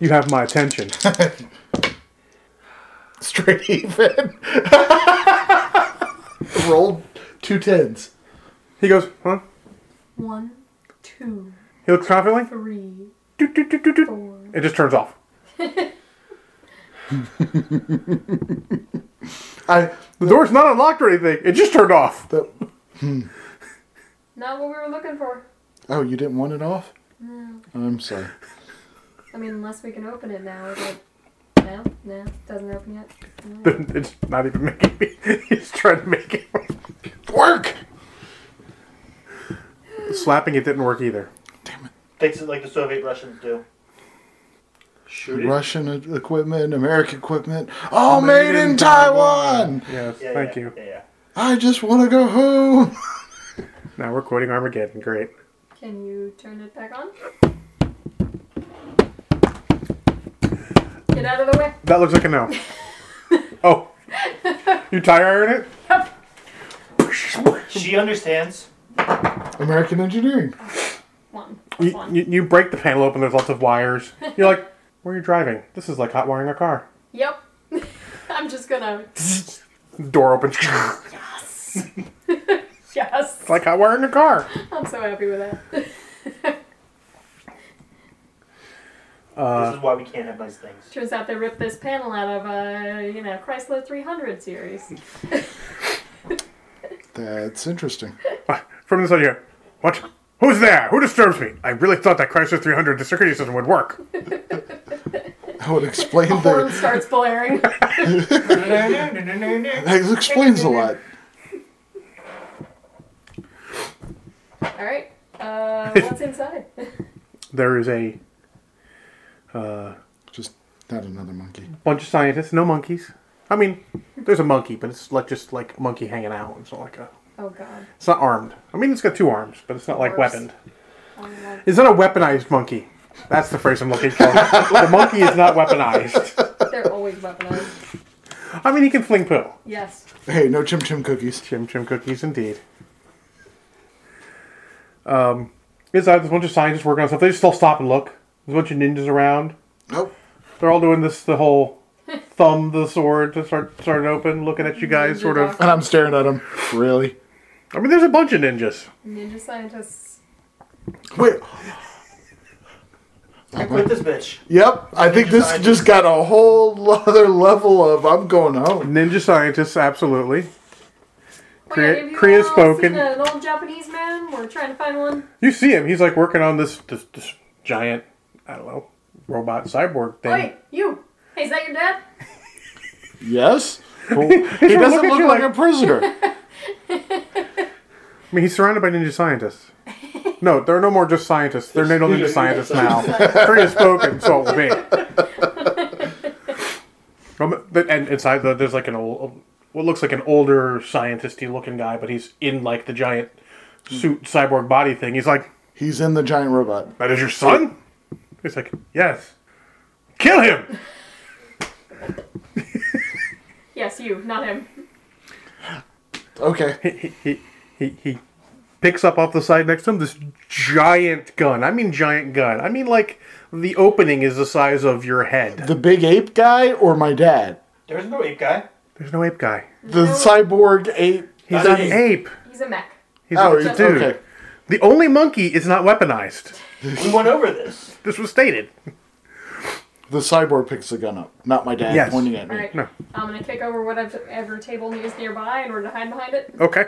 you have my attention.
[LAUGHS] Straight even. [LAUGHS] Rolled two tens.
He goes, huh?
One, two,
He looks [LAUGHS] confidently.
three,
Doot, doot, doot, doot, doot.
four.
It just turns off.
I
The door's not unlocked or anything. It just turned off.
that,
Not what we were looking for.
oh, you didn't want it off?
No.
I'm sorry.
I mean, unless we can open it now. It's like, no, no, doesn't open yet. No.
But [LAUGHS] it's not even making me. [LAUGHS] He's trying to make it work.
Work.
Slapping it didn't work either.
Fix it like the Soviet Russians do.
Shoot it.
Russian e- equipment, American equipment, all made in Taiwan.
Yes,
Yeah,
thank
yeah,
you.
Yeah, yeah.
I just want to go home.
Now we're quoting Armageddon. Great.
Can you turn it back on? Get out of the way.
That looks like a
[LAUGHS]
no. oh. You tire iron it?
She understands.
American engineering.
One. plus
You,
one.
you, you break the panel open, there's lots of wires. You're like, where are you driving? This is like hot wiring a car.
Yep. [LAUGHS] I'm just gonna.
Door opens. it's [LAUGHS]
Yes.
like hot wiring a car.
I'm so happy with that. [LAUGHS]
Uh,
this is why we can't have nice things.
[LAUGHS]
[LAUGHS]
Turns out they ripped this panel out of a, uh, you know, Chrysler 300 series.
That's interesting.
Ah, from this side, you go, what? Who's there? Who disturbs me? I really thought that Chrysler 300 the security system would work.
That would explain [LAUGHS]
The horn
the.
starts blaring. [LAUGHS]
That explains a lot.
All right. Uh, what's inside? [LAUGHS]
There is a uh,
Just not another monkey.
bunch of scientists, no monkeys. I mean, there's a monkey, but it's like just like a monkey hanging out. It's not like a
Oh God.
It's not armed. I mean, it's got two arms, but it's not like
Arms.
weaponed.
I don't like-
It's not a weaponized monkey. That's the phrase I'm looking for. the monkey is not weaponized.
They're always weaponized.
I mean, he can fling poo.
Yes.
Hey, no chim chim cookies.
Chim chim cookies, indeed. Um, inside, there's a bunch of scientists working on stuff. They just all stop and look. There's a bunch of ninjas around.
Nope.
They're all doing this the whole thumb the sword to start starting open, looking at you guys, sort of.
And I'm staring at him. Really?
I mean, there's a bunch of ninjas.
Ninja scientists.
Wait.
I quit this bitch.
Yep. I think this just got a whole other level of I'm going home.
Ninja scientists, absolutely.
Oh, yeah,
Korea-
have you
Korea's
all
spoken.
Seen an old Japanese man. We're trying to find one.
You see him. He's like working on this this, this giant, I don't know, robot cyborg thing.
Wait, you. Hey, is that your dad?
Yes. [LAUGHS]
He's
He
sort of
doesn't
looking at
look
you
like a prisoner.
I mean, he's surrounded by ninja scientists. No, there are no more just scientists. They're natal ninja scientists now. Three has spoken, so it will be. [LAUGHS] Um, but- And inside, the, there's like an old, what looks like an older scientisty looking guy, but he's in like the giant suit cyborg body thing. He's like,
He's in the giant robot.
"That is your son?" He's like, "Yes." Kill him.
Yes, you, not him.
Okay.
he he he picks up off the side next to him this giant gun. I mean, giant gun. I mean, like the opening is the size of your head.
The big ape guy or my dad?
There's no ape guy.
There's no ape guy.
The cyborg ape.
He's
Not
an
an
ape.
He's a mech.
He's
Oh,
a
he's-
dude.
okay.
The only monkey is not weaponized.
We went over this.
This was stated.
The cyborg picks the gun up, not my dad
Yes.
pointing at me.
Alright.
No.
I'm gonna kick over whatever table is nearby in order to hide behind it.
Okay.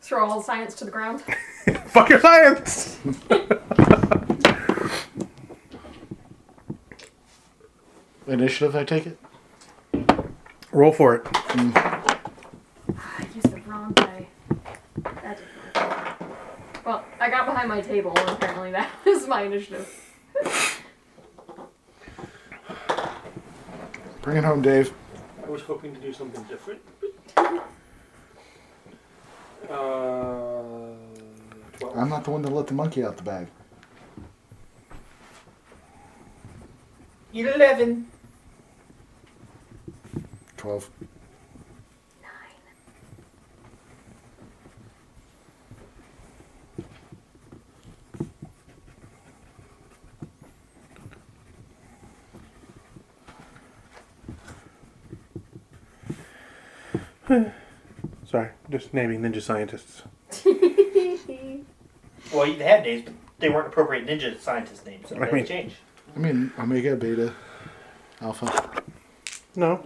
Throw all science to
[LAUGHS]
the ground.
Fuck your science.
Initiative, I take it?
Roll for it.
I Ah, used the wrong die. That didn't work. Well, I got behind my table, and apparently that [LAUGHS] is my initiative.
Bring it home, Dave.
I was hoping to do something different. Uh, 12.
I'm not the one that let the monkey out the bag.
Eleven.
12.
Sorry, just naming ninja scientists.
Nine.
Well, they had names, but they weren't appropriate ninja scientist names, so
I
they had
mean-
to change.
I mean, Omega, Beta, Alpha.
No.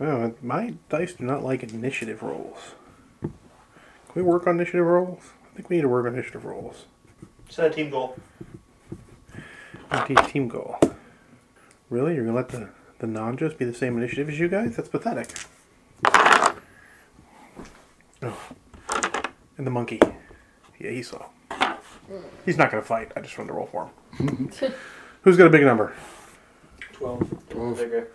Oh, my dice do not like initiative rolls. Can we work on initiative rolls? I think we need to work on initiative rolls.
Set a team goal.
Empty team goal. Really? You're gonna let the, the non-just be the same initiative as you guys? That's pathetic. Oh. And the monkey. Yeah, he saw. He's not gonna fight. I just wanted to roll for him. Who's got a big number?
12.
12.
Bigger.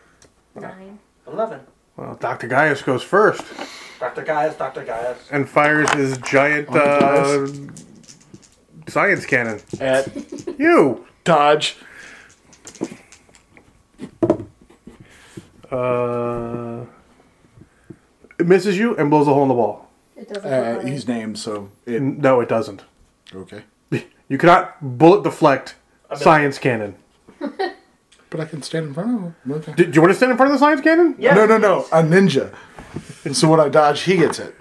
Eleven.
Well, Dr. Gaius goes first
Dr. Gaius, Dr. Gaius.
and fires his giant
On
uh, science cannon.
At
You!
Dodge.
Uh, it misses you and blows a hole in the wall.
It doesn't
Uh,
look like
he's
it.
named, so it.
N- No, it doesn't.
Okay.
You cannot bullet deflect
I bet-
science cannon.
But I can stand in front of him. Okay.
Do, do you want to stand in front of the science cannon?
Yes,
no, no, no.
please.
A ninja. so when I dodge, he gets it.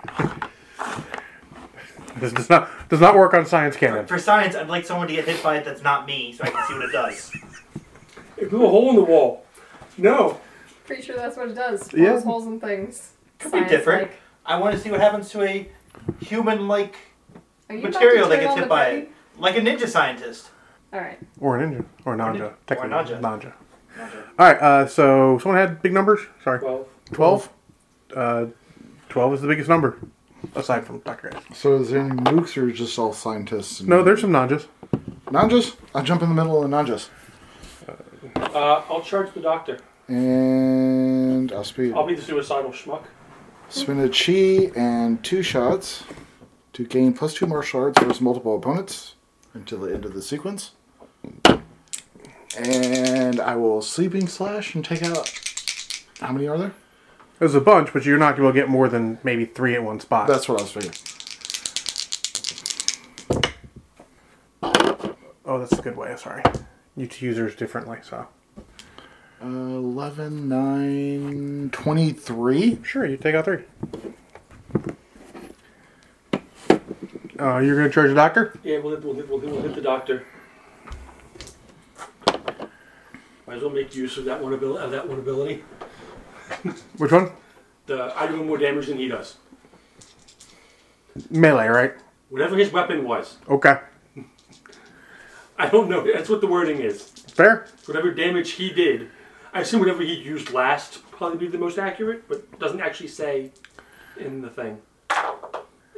This does not does not work on science cannon.
For science, I'd like someone to get hit by it that's not me, so I can see what
[LAUGHS]
it does.
It blew a hole in the wall. No.
Pretty sure that's what it does. Blows
Yeah.
holes and things.
Could be different.
Science-like.
I want to see what happens to a human-like,
Are you
Material
about to
that
turn
gets
on
hit
the
by
party?
like a ninja scientist.
Alright.
Or a ninja. Or a nanja.
ninja.
Technically.
Or a ninja.
Nanja. Alright, uh, so someone had big numbers? Sorry.
12.
12? Uh, 12 is the biggest number. Aside from Dr. Guys.
So is there any nukes or just all scientists? and-
No, there's some nanjas.
Nanjas? I jump in the middle of the Nanjas.
Uh, I'll charge the doctor.
And I'll speed.
I'll be the suicidal schmuck.
Spin a chi and two shots to gain plus two martial arts versus multiple opponents until the end of the sequence. And I will sleeping slash and take out. How many are there?
There's a bunch, but you're not going to get more than maybe three at one spot.
That's what I was figuring.
oh, that's a good way. Sorry. You two users differently, so.
Uh, 11, 9, 23.
Sure, you take out three. Uh, you're going to charge the doctor?
Yeah, we'll hit, we'll, hit, we'll, hit, we'll hit the doctor. Might as well make use of that one ability. Of that one ability.
Which one?
The, I do more damage than he does.
Melee, right?
Whatever his weapon was. [LAUGHS]
Okay.
I don't know. That's what the wording is.
Fair?
Whatever damage he did. I assume whatever he used last would probably be the most accurate, but it doesn't actually say in the thing.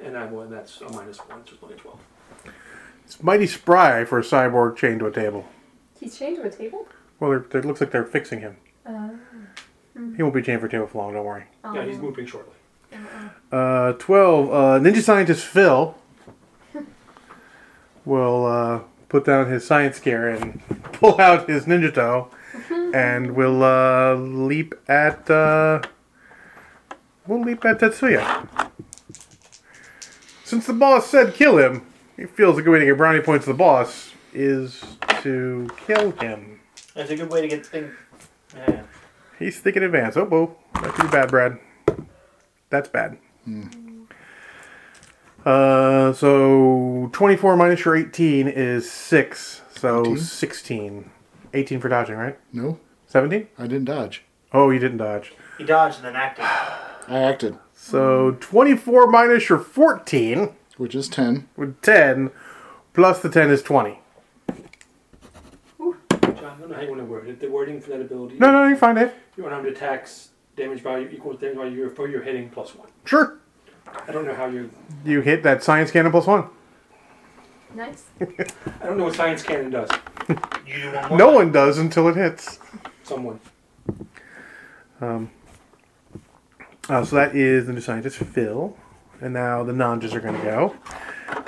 And I won. That's a minus one, so it's only a 12.
It's mighty spry for a cyborg chained to a table.
He's chained to a table?
Well, they're, they looks like they're fixing him.
Uh,
He won't be chained for table for long, don't worry.
oh,
Yeah, he's moving shortly.
Uh, 12. Uh, Ninja Scientist Phil will uh, put down his science gear and [LAUGHS] pull out his ninja toe and will uh, leap at. Uh, we'll leap at Tetsuya. Since the boss said kill him, he feels a good way to get brownie points to the boss is to kill him.
That's a good way to get things. Yeah.
He's thinking advance. Oh, whoa. That's pretty bad, Brad. That's bad. Uh, so 24 minus your 18 is 6. So
18?
16. 18 for dodging, right?
No,
17?
I didn't dodge.
Oh, you didn't dodge.
He dodged and then acted.
I acted,
So 24 minus your 14
which is 10.
with 10 plus the 10 is 20.
John, I don't know how you want to word it. The wording for that ability.
No, no, you find it.
Your unarmed attacks damage value equals damage value for your hitting plus one.
Sure.
I don't know how you.
You hit that science cannon plus one. [LAUGHS]
Nice.
I don't know what science cannon does.
You do one more.
No one does until it hits.
Someone.
Uh, so that is the new scientist, Phil. And now the ninjas are going to go.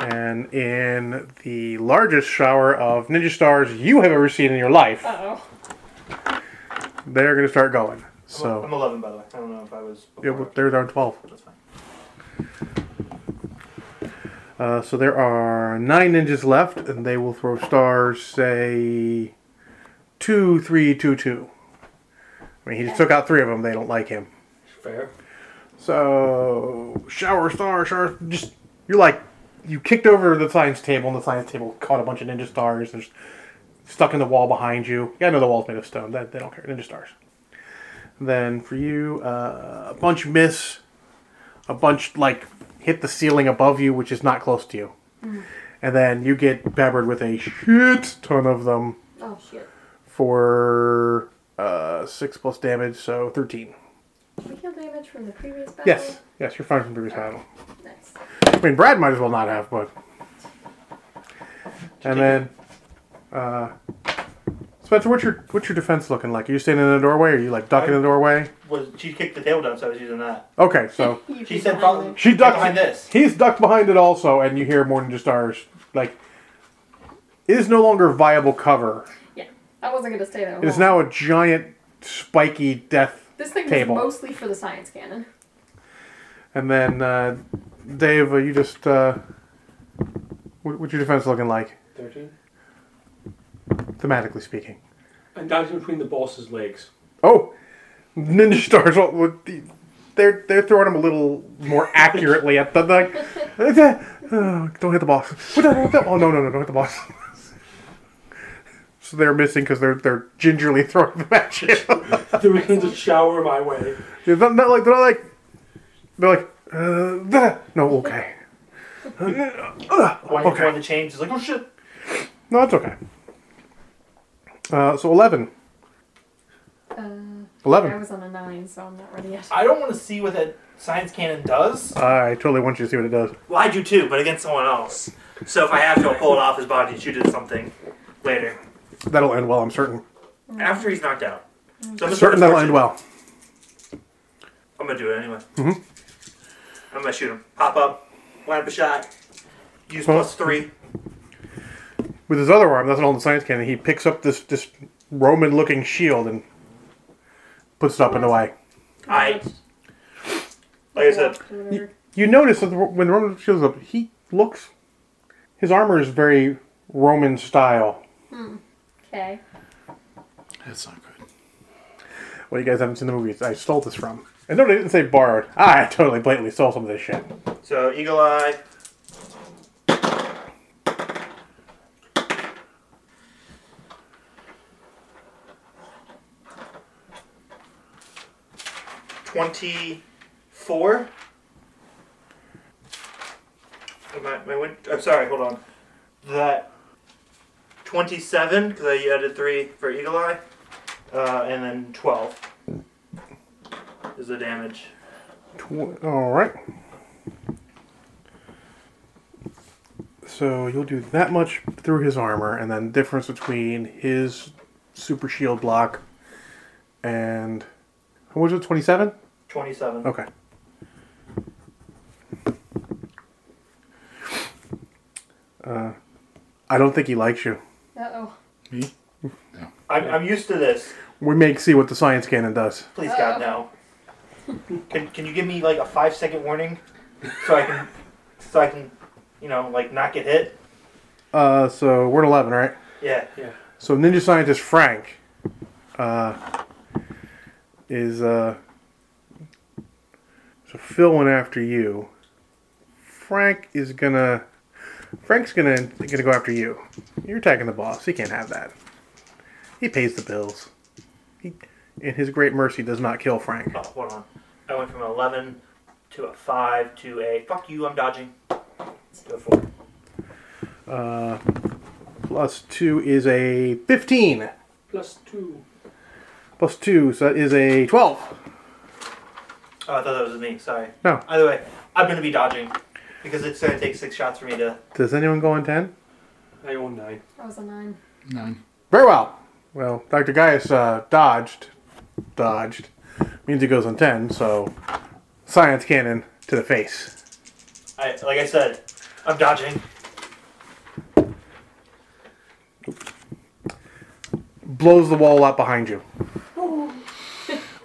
And in the largest shower of ninja stars you have ever seen in your life,
oh.
they're going to start going.
I'm, I'm
So,
11, by the way. I don't know if I was.
yeah,
before.
well, they're down 12.
That's fine.
Uh, so there are nine ninjas left, and they will throw stars, say, two, three, two, two. I mean, he just took out three of them. They don't like him.
Fair.
So shower star, shower. Just you're like you kicked over the science table, and the science table caught a bunch of ninja stars and just stuck in the wall behind you. Yeah, I know the wall's made of stone. That they don't care. Ninja stars. Then for you, uh, a bunch miss, a bunch like hit the ceiling above you, which is not close to you, and then you get peppered with a shit ton of them
Oh shit.
for uh, six plus damage, so thirteen.
Did we heal damage from the previous battle?
Yes, yes, you're fine from previous battle.
Nice.
I mean, Brad might as well not have, but. And then, uh, Spencer, what's your what's your defense looking like? Are you standing in the doorway? Are you like ducking in the doorway?
Was, she kicked the table down, so I was using that.
Okay,
[LAUGHS]
so
You
She
beat
said
the
follow-
highway.
she ducked
behind this.
He's ducked behind it also, and you hear more ninja stars. Like, it is no longer viable cover.
Yeah. I wasn't gonna stay there.
It is now a giant spiky death.
This thing
table.
was mostly for the science cannon.
And then, uh, Dave, uh, you just uh, what, what's your defense looking like,
Thirteen.
thematically speaking?
And dodging between the boss's legs.
Oh, ninja stars! what- what the- They're they're throwing them a little more accurately at the like. oh, don't hit the boss. What the- what the- Oh no no no! Don't hit the boss. so they're missing because they're they're gingerly throwing them at you.
[LAUGHS] There was a shower my way.
they're not, not like they're not like they're like uh, bleh. no okay. Uh,
One,
okay.
one of the chains is like, oh shit.
No, that's okay. Uh, so eleven.
Uh, I
Eleven.
was on a nine, so I'm not ready yet.
I don't want to see what that science cannon does.
I totally want you to see what it does.
Well, I do too, but against someone else. So if I have to, I'll pull it off his body and shoot it at something later.
That'll end well. I'm certain.
After he's knocked out. So I'm gonna
Certain
try to
that'll
force
end
it.
well.
I'm gonna do it anyway.
Mm-hmm.
I'm gonna shoot him. Hop up, line up a shot, use
Huh?
plus three.
with his other arm, that's not on the science cannon, he picks up this this Roman looking shield and puts it up in the way.
I, like I said,
Whatever.
You notice that the- when the Roman shield's up, he looks his armor is very Roman style.
Okay.
That's not good.
Well, you guys haven't seen the movies I stole this from. And no, they didn't say borrowed. Ah, I totally blatantly stole some of this shit.
so eagle eye. Twenty-four. My, my win- I'm sorry. Hold on. That twenty-seven because I added three for eagle eye, uh, and then twelve is the damage.
Tw- all right. So you'll do that much through his armor, and then difference between his super shield block and how much was it? Twenty-seven.
Twenty-seven.
Okay. Uh, I don't think he likes you.
Uh oh.
Me?
I'm, I'm used to this.
We may see what the science cannon does.
Please,
Uh,
God, no. Can, can you give me like a five second warning so I can so so I can, you know, like not get hit.
Uh, so we're at 11, right?
Yeah.
Yeah.
So ninja scientist Frank uh, is uh, so Phil went after you. Frank is gonna Frank's gonna gonna go after you. You're attacking the boss. He can't have that. He pays the bills. He, in his great mercy, does not kill Frank.
Oh, hold on. I went from an 11 to a 5 to a fuck you, I'm dodging. To a 4.
Uh, plus two is a fifteen.
Plus two.
Plus two, so that is a twelve.
Oh, I thought that was me. Sorry.
No.
Either way, I'm going to be dodging because it's going to take six shots for me to.
Does anyone go on ten?
I own nine.
That was a nine.
Nine.
Very well. Well, Dr. Gaius uh, dodged. Dodged. Means it goes on 10, so science cannon to the face.
I Like I said, I'm dodging.
Blows the wall up behind you.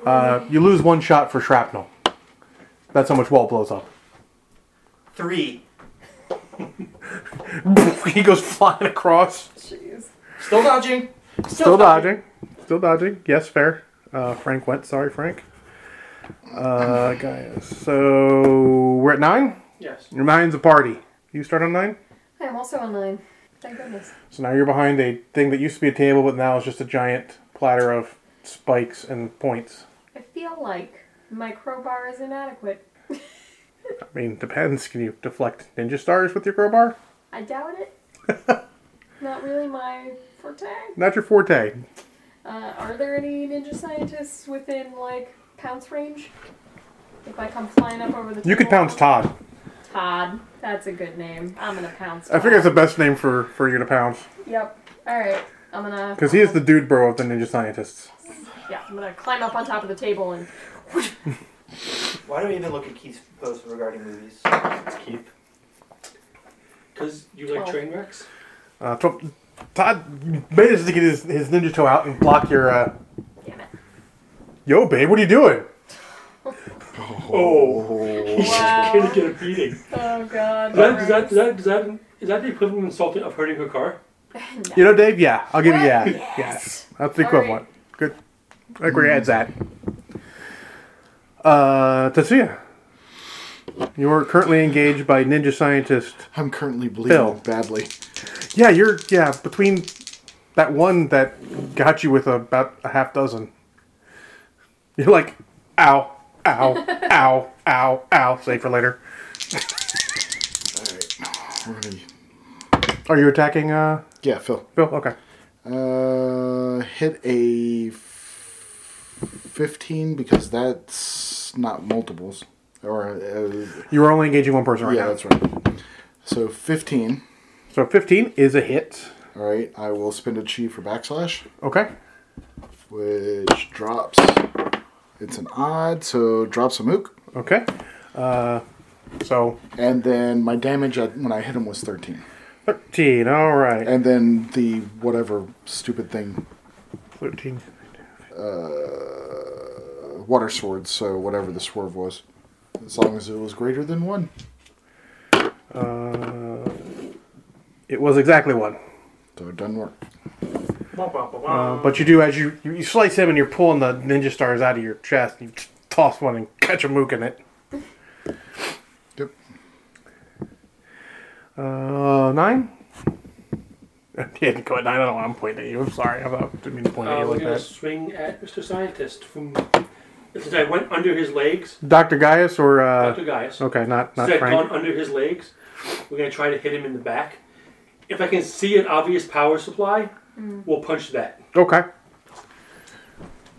Uh, you lose one shot for shrapnel. That's how much wall blows up.
3.
[LAUGHS] he goes flying across.
Jeez.
Still dodging.
Still dodging. Still dodging. Yes, fair. Uh, Frank went. Sorry, Frank. Uh, Gaius. So we're at 9?
Yes.
Your nine's a party. You start on 9?
I am also a nine. Thank goodness.
So now you're behind a thing that used to be a table, but now is just a giant platter of spikes and points.
I feel like my crowbar is inadequate.
I mean, depends. Can you deflect ninja stars with your crowbar?
I doubt it.
[LAUGHS]
Not really my forte.
Not your forte.
Uh, are there any ninja scientists within like pounce range? If I come flying up over the
You could
table?
pounce Todd.
Todd. That's a good name. I'm gonna pounce.
I
Todd.
figure it's the best name for, for you to pounce.
Yep. All right. I'm gonna.
Because he is the dude bro of the ninja scientists.
Yeah. I'm gonna climb up on top of the table and.
Why do we even look at Keith's post regarding movies?
Keith. Because you like
Twelve.
train wrecks?
Uh, Trump, Todd manages to get his, his ninja toe out and block your, uh,
Damn it.
yo, babe, what are you doing?
[LAUGHS] He's
Wow.
gonna get a beating.
Oh God.
Is that, is, that, is,
[LAUGHS]
that, is, that, is that the equivalent of insulting of hurting her car?
You know, Dave, yeah, I'll give you
What?
yeah.
Yes.
Yes. That's the
All
equivalent. Good. Like where your head's at. Uh, Tatsuya. You're currently engaged by ninja scientist.
I'm currently bleeding
Phil.
badly.
Yeah, you're, yeah, between that one that got you with about a half dozen. You're like, ow, ow, ow, ow, ow. Save for later.
All right. We're gonna,
Are you attacking, uh,
yeah, Phil.
Bill? Okay.
Uh, hit a f- 15 because that's not multiples. Or uh,
You are only engaging one person right
yeah,
now.
that's right. So 15.
So 15 is a hit.
All right, I will spend a chi for backslash,
Okay.
which drops. It's an odd, so drops a mook.
Okay. Uh, so
And then my damage at, when I hit him was 13.
13, all right.
And then the whatever stupid thing,
13.
uh, water sword, so whatever the swerve was. As long as it was greater than one.
Uh, it was exactly one.
So it doesn't work.
Uh, but you do, as you, you slice him and you're pulling the ninja stars out of your chest, you t- toss one and catch a mook in it.
Yep.
Uh, nine? [LAUGHS] I didn't go at nine. I don't know why I'm pointing at you. I'm sorry. I'm not, didn't mean to point at
Uh,
you
we're
like
gonna
that.
swing at Mr. Scientist from. Since I went under his legs,
Dr. Gaius or. Uh,
Dr. Gaius.
okay, not, not
Since I've
Frank.
gone under his legs, we're gonna try to hit him in the back. If I can see an obvious power supply, we'll punch that.
Okay.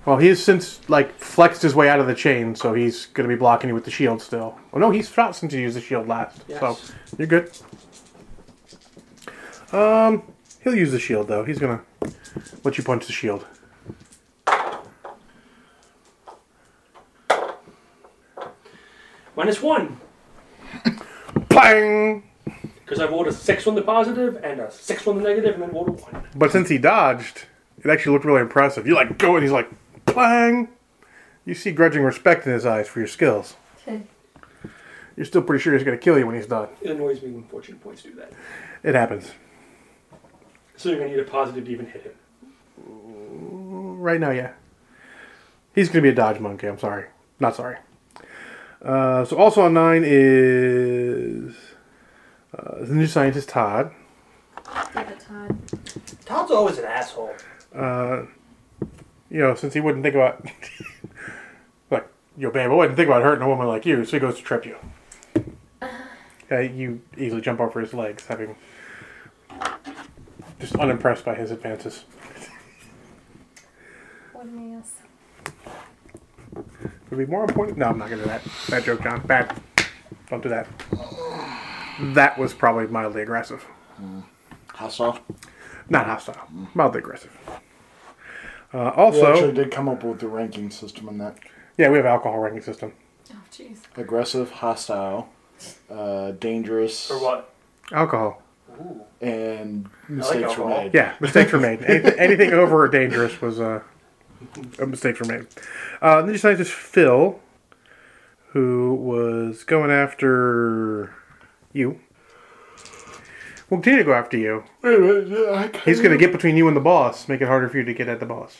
Well, he has since like flexed his way out of the chain, so he's going to be blocking you with the shield still. Oh no, he's shot since you used the shield last.
Yes.
So you're good. Um, he'll use the shield though. He's gonna let you punch the shield.
Minus one,
Bang!
because I rolled a six on the positive and a six on the negative, and then rolled a one.
But since he dodged, it actually looked really impressive. You like go and he's like, bang! You see grudging respect in his eyes for your skills. You're still pretty sure he's going to kill you when he's done.
It annoys me when fortune points do that.
It happens.
So you're gonna need a positive to even hit him.
Right now, yeah. He's going to be a dodge monkey. I'm sorry. Not sorry. Uh, so also on nine is uh, the new scientist Todd.
[LAUGHS] Give it Todd.
Todd's always an asshole.
Uh, you know, since he wouldn't think about [LAUGHS] like yo babe, I wouldn't think about hurting a woman like you, so he goes to trip you.
Uh-huh.
Uh, you easily jump over his legs, having just unimpressed by his advances.
What an ass.
Would be more important. No, I'm not gonna do that. Bad joke, John. Bad. Don't do that. That was probably mildly aggressive.
Hostile.
Not hostile. Mildly aggressive. Uh,
We
also,
actually did come up with the ranking system in that
yeah, we have alcohol ranking system.
Oh, jeez.
aggressive, hostile, uh, dangerous,
For what?
Alcohol.
Ooh.
and mistakes were
alcohol.
made.
Yeah, mistakes were made. Anything, anything over dangerous was uh, a mistakes were made. Uh, ninja scientist Phil, who was going after you, will continue to go after you.
Wait, wait, I kinda-
He's going to get between you and the boss, make it harder for you to get at the boss.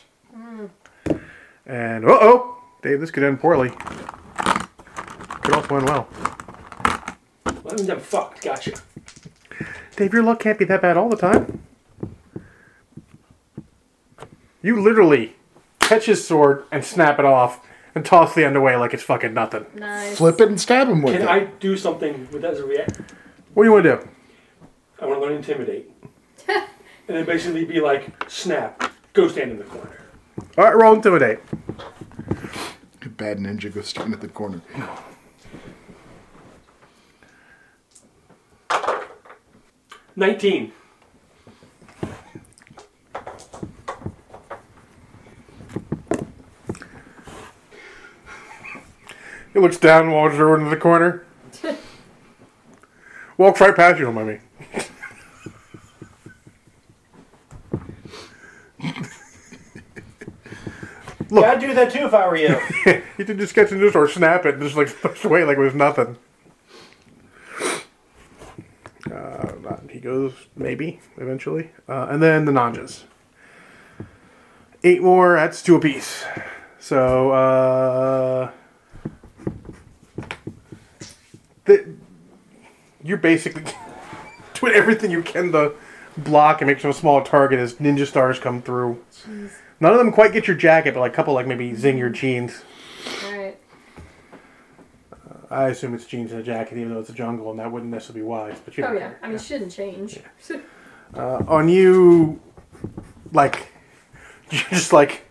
And uh oh, Dave, this could end poorly. Could also end well.
Well, I'm fucked. Gotcha.
Dave, your luck can't be that bad all the time. You literally catch his sword and snap it off and toss the end away like it's fucking nothing.
Nice.
Flip it and stab him with
Can
it.
I do something with that as a react?
What do you want to do?
I want to learn intimidate, and then basically be like, snap, go stand in the corner.
All right, roll intimidate.
Bad ninja goes stand at the
[LAUGHS]
corner.
Nineteen.
He looks down, walks over into the corner. Walks right past you, mommy. Look.
I'd do that too if I were you.
[LAUGHS] He did just catch into this or snap it and just like push away like it was nothing. Uh, he goes maybe eventually, uh, and then the Nanjas. Eight more. That's two apiece. So uh, the, you're basically [LAUGHS] doing everything you can to block and make some small target as ninja stars come through.
Jeez.
None of them quite get your jacket, but like a couple like maybe zing your jeans.
Alright.
I assume it's jeans and a jacket, even though it's a jungle, and that wouldn't necessarily be wise. But you
Oh,
don't
yeah.
care.
I mean, she didn't change.
Uh, on you, like [LAUGHS] you're just like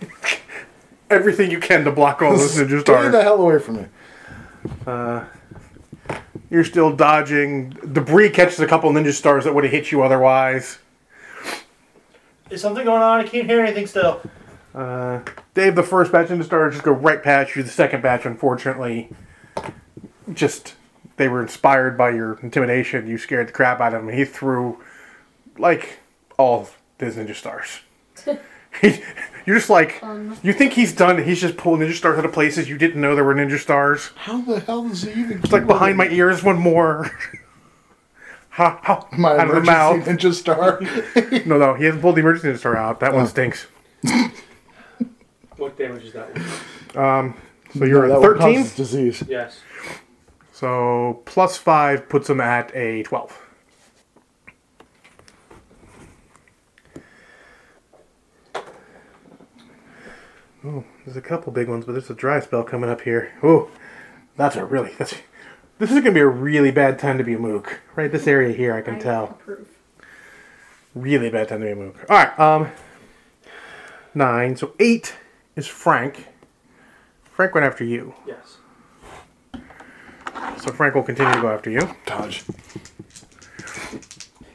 [LAUGHS] everything you can to block all
[LAUGHS]
those ninja
Stay the
stars.
hell away from me.
You're still dodging. Debris catches a couple ninja stars that would have hit you otherwise.
Is something going on? I can't hear anything still.
Uh, Dave, the first batch of ninja stars just go right past you. The second batch, unfortunately, just they were inspired by your intimidation. You scared the crap out of him. He threw like all his ninja stars. he, you're just like
Um.
you think he's done. He's just pulling ninja stars out of places you didn't know there were ninja stars.
How the hell does he even?
It's like behind my ears, one more. [LAUGHS] ha, ha,
my
out of the
emergency
mouth.
ninja
[LAUGHS]
star.
No, no, he hasn't pulled the emergency ninja star out. That
Oh.
one stinks.
What damage is that one?
So you're
That
at
would cause
thirteen.
disease.
Yes.
So plus five puts him at a twelve. Oh, there's a couple big ones, but there's a dry spell coming up here. Oh, that's a really that's this is gonna be a really bad time to be a mook. Right, this area here, I can
I
tell.
approve.
Really bad time to be a mook. All right, um, nine. So eight is Frank. Frank went after you,
Yes.
so Frank will continue to go after you.
Dodge.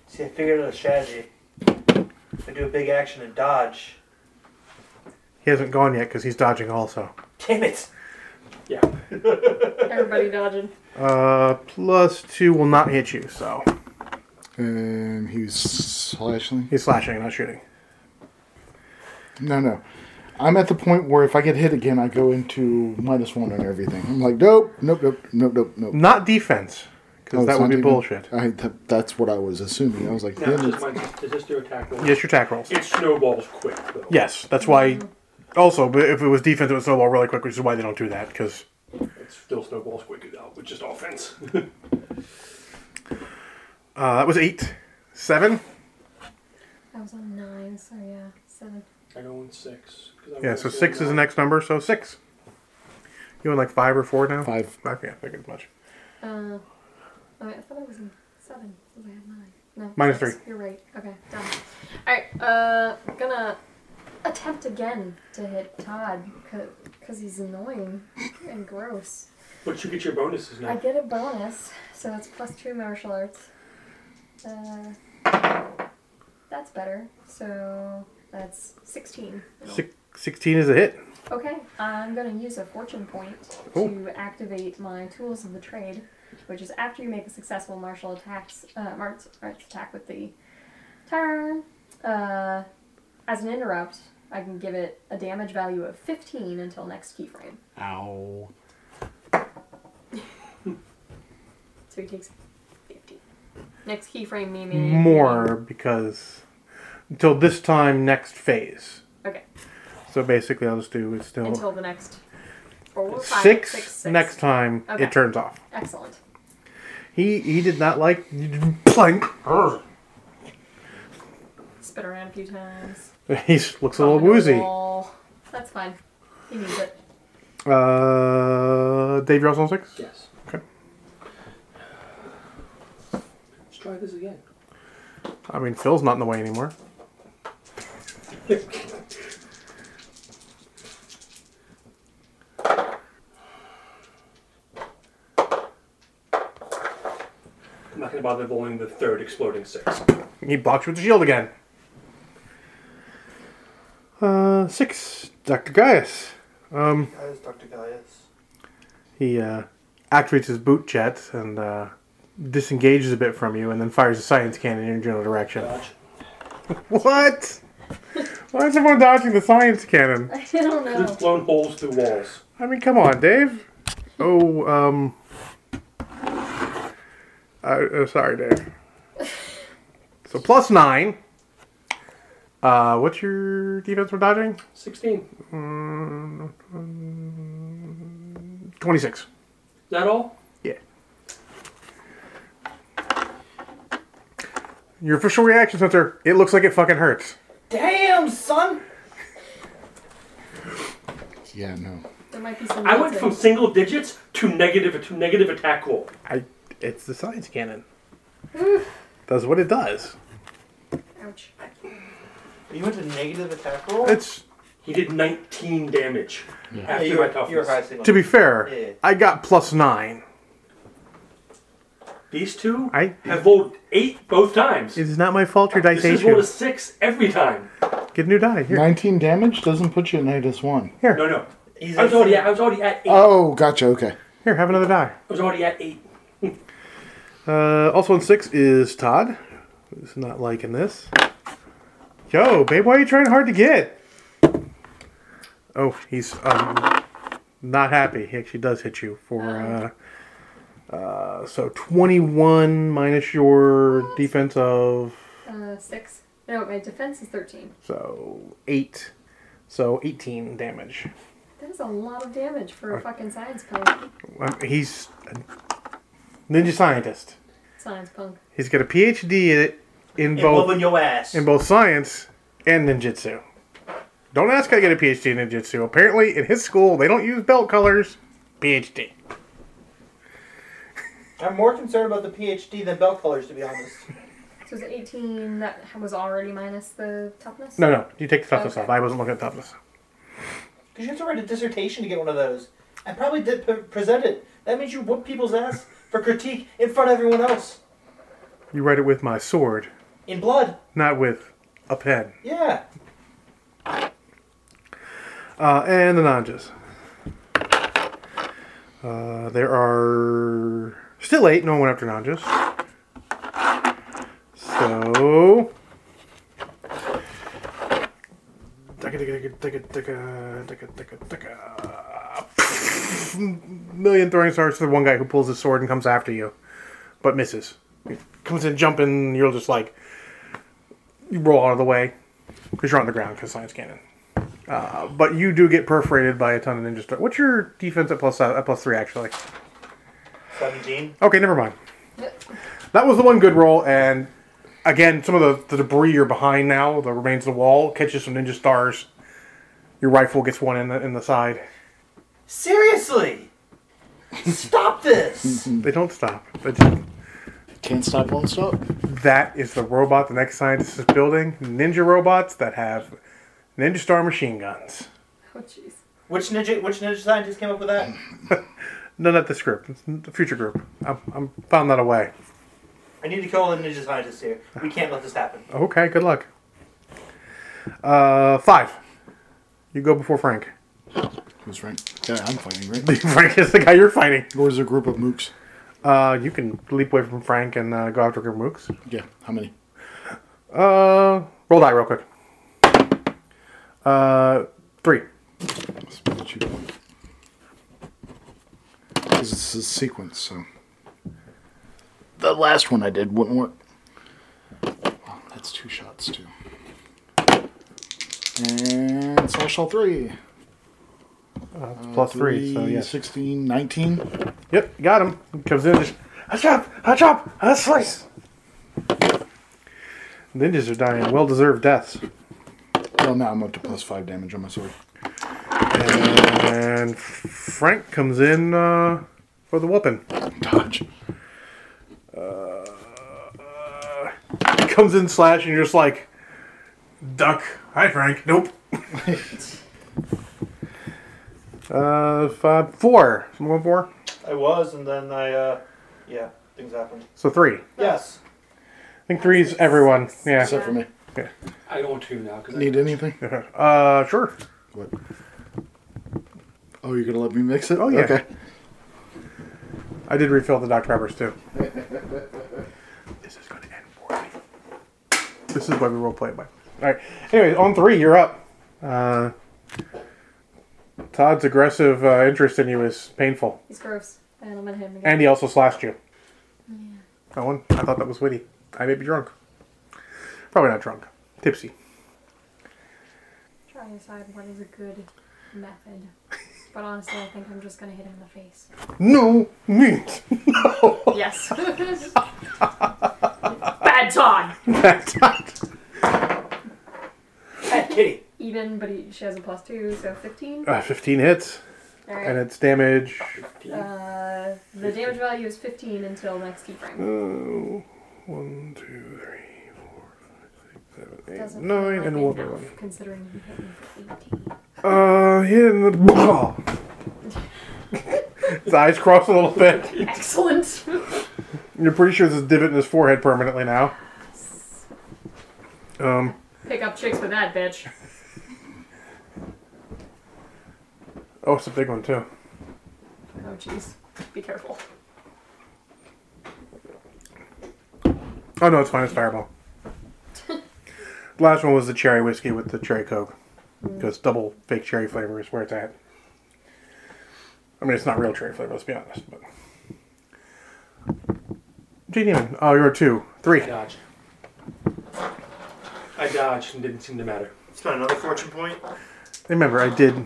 See, I figured out a strategy. If I do a big action and dodge.
He hasn't gone yet because he's dodging also.
Damn it!
Yeah.
Everybody dodging.
Uh, plus two will not hit you, so
Um, he's slashing.
he's slashing, not shooting.
No, no. I'm at the point where if I get hit again, I go into minus one on everything. I'm like, nope, nope, nope, nope, nope, nope.
Not defense, because
Oh,
that
it's
would
not
be
even-
bullshit.
I, that, that's what I was assuming. I was like,
Now,
then
does,
it's-
my, does this do attack roll?
Yes, your attack rolls.
It snowballs quick, though.
Yes, that's why. Also, but if it was defense, it would snowball really quick, which is why they don't do that. Because
It still snowballs quick, though, which is offense.
uh, that was eight, seven.
I was on nine, so yeah, seven.
I go in six. 'cause I
Yeah,
rolled
so
a
six is the
nine.
next number. So six. You in like five or four now?
five.
I can't think as much.
Uh, oh, wait, I thought I was in seven. Since I had nine. No.
Minus
six. You're right. Okay, done. All right. Uh, gonna attempt again to hit Todd because he's annoying and gross.
But you get your bonuses
I
now.
get a bonus, so it's plus two martial arts. Uh, that's better. So that's sixteen.
Six, 16 is a hit.
Okay, I'm going to use a fortune point
Cool.
to activate my tools of the trade, which is after you make a successful martial attacks, uh, marts, arts attack with the turn. Uh, as an interrupt, I can give it a damage value of 15 until next keyframe.
Ow.
[LAUGHS] So he takes 50. Next keyframe, meaning
More because until this time next phase.
Okay,
So basically, I'll just do it's still
until the next four, five,
six,
six,
Next time
Okay.
it turns off.
Excellent.
He he did not like plank.
Spit around a few times.
He looks a little
Bump into
woozy.
wall. That's fine. He needs it. [LAUGHS]
Uh, Dave, you're also on six.
Yes.
Okay.
Let's try this again.
I mean, Phil's not in the way anymore.
I'm not going to bother rolling the third exploding six.
He blocks you with the shield again. Uh, six, Dr. Gaius. Um,
That is Dr. Gaius.
he uh, activates his boot jet and uh, disengages a bit from you, and then fires a science cannon in your general direction.
Dodge.
[LAUGHS] What? Why is everyone dodging the science cannon?
I don't know.
It's blown holes through walls.
I mean, come on, Dave. Oh, um. I, uh, sorry, Dave. So plus nine. Uh, what's your defense for dodging?
16. Is
26.
that all?
Your official reaction, Spencer. It looks like it fucking hurts.
Damn, son!
Yeah, no.
There might be some.
I went
reason.
from single digits to negative to negative attack roll.
I. It's the science cannon. does what it does.
Ouch.
You went to negative attack roll?
It's
He did 19 damage
yeah,
after my
you're,
toughness.
you're high single.
to be fair.
Yeah.
I got plus nine.
These two
I.
have rolled eight both times.
It's not my fault your dice
this
ate
is rolled
you.
a six every time.
Get a new die. Here.
19 damage doesn't put you at minus one.
No, no.
He's
I was
a-
already at, I was already at eight.
Oh, gotcha. Okay.
Here, have another die.
I was already at eight.
Uh, also on six is Todd. Who's not liking this. Yo, babe, why are you trying hard to get? Oh, he's um not happy. He actually does hit you for uh, uh so twenty one minus your defense of
Uh, six. No, my defense is 13.
so eight. So eighteen damage.
That is a lot of damage for a fucking science punk.
Um, He's a ninja scientist.
Science punk.
He's got a PhD in it in
in
both
loving your ass.
in both science and ninjutsu. Don't ask how to get a PhD in ninjutsu. Apparently, in his school, they don't use belt colors. PhD.
I'm more concerned about the PhD than belt colors, to be honest.
So was 18 that was already minus the toughness?
No, no, you take the toughness
Okay.
off. I wasn't looking at toughness.
Because you have to write a dissertation to get one of those. And probably did pre- present it. That means you whoop people's ass for critique in front of everyone else.
You write it with my sword,
In blood.
not with a pen.
Yeah.
Uh, and the nanjas. Uh, there are still eight. No one went after nanjas. So. Dr. Million throwing stars to the one guy who pulls his sword and comes after you, but misses. He comes in jumping, you're just like, you roll out of the way because you're on the ground because science cannon. Uh, but you do get perforated by a ton of ninja stars. What's your defense at plus at plus three actually?
17.
Okay, never mind. That was the one good roll, and again, some of the, the debris you're behind now, the remains of the wall, catches some ninja stars. Your rifle gets one in the in the side.
Seriously! Stop this!
They don't stop. They just-
Can't stop, won't stop.
that is the robot the next scientist is building. Ninja robots that have ninja star machine guns.
Oh, jeez.
which ninja which ninja scientist came up with that?
No, not this group. It's the future group. I'm, I'm found that away.
I need to call the ninja scientist here. We can't let this happen.
Okay, good luck. Uh, five. You go before Frank. [LAUGHS]
Who's right? Yeah, I'm fighting, right?
Frank is the guy you're fighting.
Or is there a group of mooks?
Uh, you can leap away from Frank and uh, go after Mooks.
Yeah, how many?
Uh, roll die real quick. Uh, three.
Let's put you on. This is a sequence, so. The last one I did wouldn't work. Wow, that's two shots, too. And slash all three.
Uh,
Plus three, so
Three,
yes.
16, 19.
Yep, you got him. He comes in, just, a chop, a chop, a slice. Ninjas are dying well deserved deaths.
Well, now I'm up to plus five damage on my sword.
And Frank comes in uh, for the whooping.
Dodge.
He [LAUGHS] comes in slash, and you're just like, duck. Hi, Frank. Nope. [LAUGHS] uh, five, four. Someone want four?
I was and then I uh yeah, things happened.
So three.
Yes.
I think three's everyone. Yeah.
Except for me.
I own two now because
Need anything?
Uh, sure.
What? Oh, you're going to let me mix it?
Oh, yeah.
Okay.
I did refill the Dr. Peppers too. [LAUGHS] this is going to end poorly. This is why we role play it by. All right. Anyway, on three, you're up. Uh, Todd's aggressive uh, interest in you is painful,
He's gross. And I'm gonna hit him again.
and he also slashed you. That one, I thought that was witty. I may be drunk. Probably not drunk. Tipsy.
Trying to decide what is a good method. But honestly, I think I'm just gonna hit him in the
[LAUGHS]
face.
No [LAUGHS] meat.
Yes. [LAUGHS] Bad Todd!
That's not-
Hey, kitty.
Eden, but he, she has a plus two, so 15.
uh, Fifteen hits, and
Alright.
it's damage.
Uh, the damage value is 15 until next keyframe.
Oh, one, two, three, four, five, six, seven, eight,
Doesn't
nine,
feel like
and one
enough,
one.
Considering he hit me for 18.
Uh, hit in the. [LAUGHS] his eyes cross a little bit.
Excellent! [LAUGHS]
You're pretty sure there's a divot in his forehead permanently now. Um,
Pick up chicks with that, bitch.
oh, it's a big one too.
Oh, jeez. Be careful.
Oh no, it's fine. It's fireball. the last one was the cherry whiskey with the cherry coke, because double fake cherry flavor is where it's at. I mean, it's not real cherry flavor. Let's be honest. But Gene, Neiman, oh, you're a two, three.
I dodged. I dodged and didn't seem to matter.
Spent another fortune point.
Remember, I did.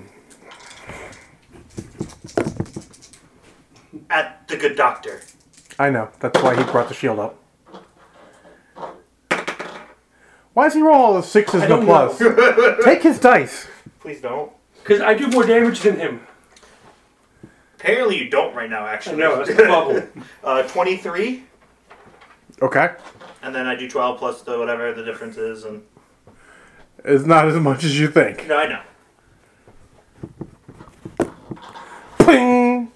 At the good doctor.
I know. That's why he brought the shield up. Why is he rolling all the sixes
I
and the
don't
plus?
[LAUGHS]
Take his dice.
Please don't.
Because I do more damage than him.
Apparently you don't right now
I
actually.
know, that's the problem.
[LAUGHS] Uh twenty three.
Okay.
And then I do twelve plus the whatever the difference is and
It's not as much as you think.
No, I know.
Ping!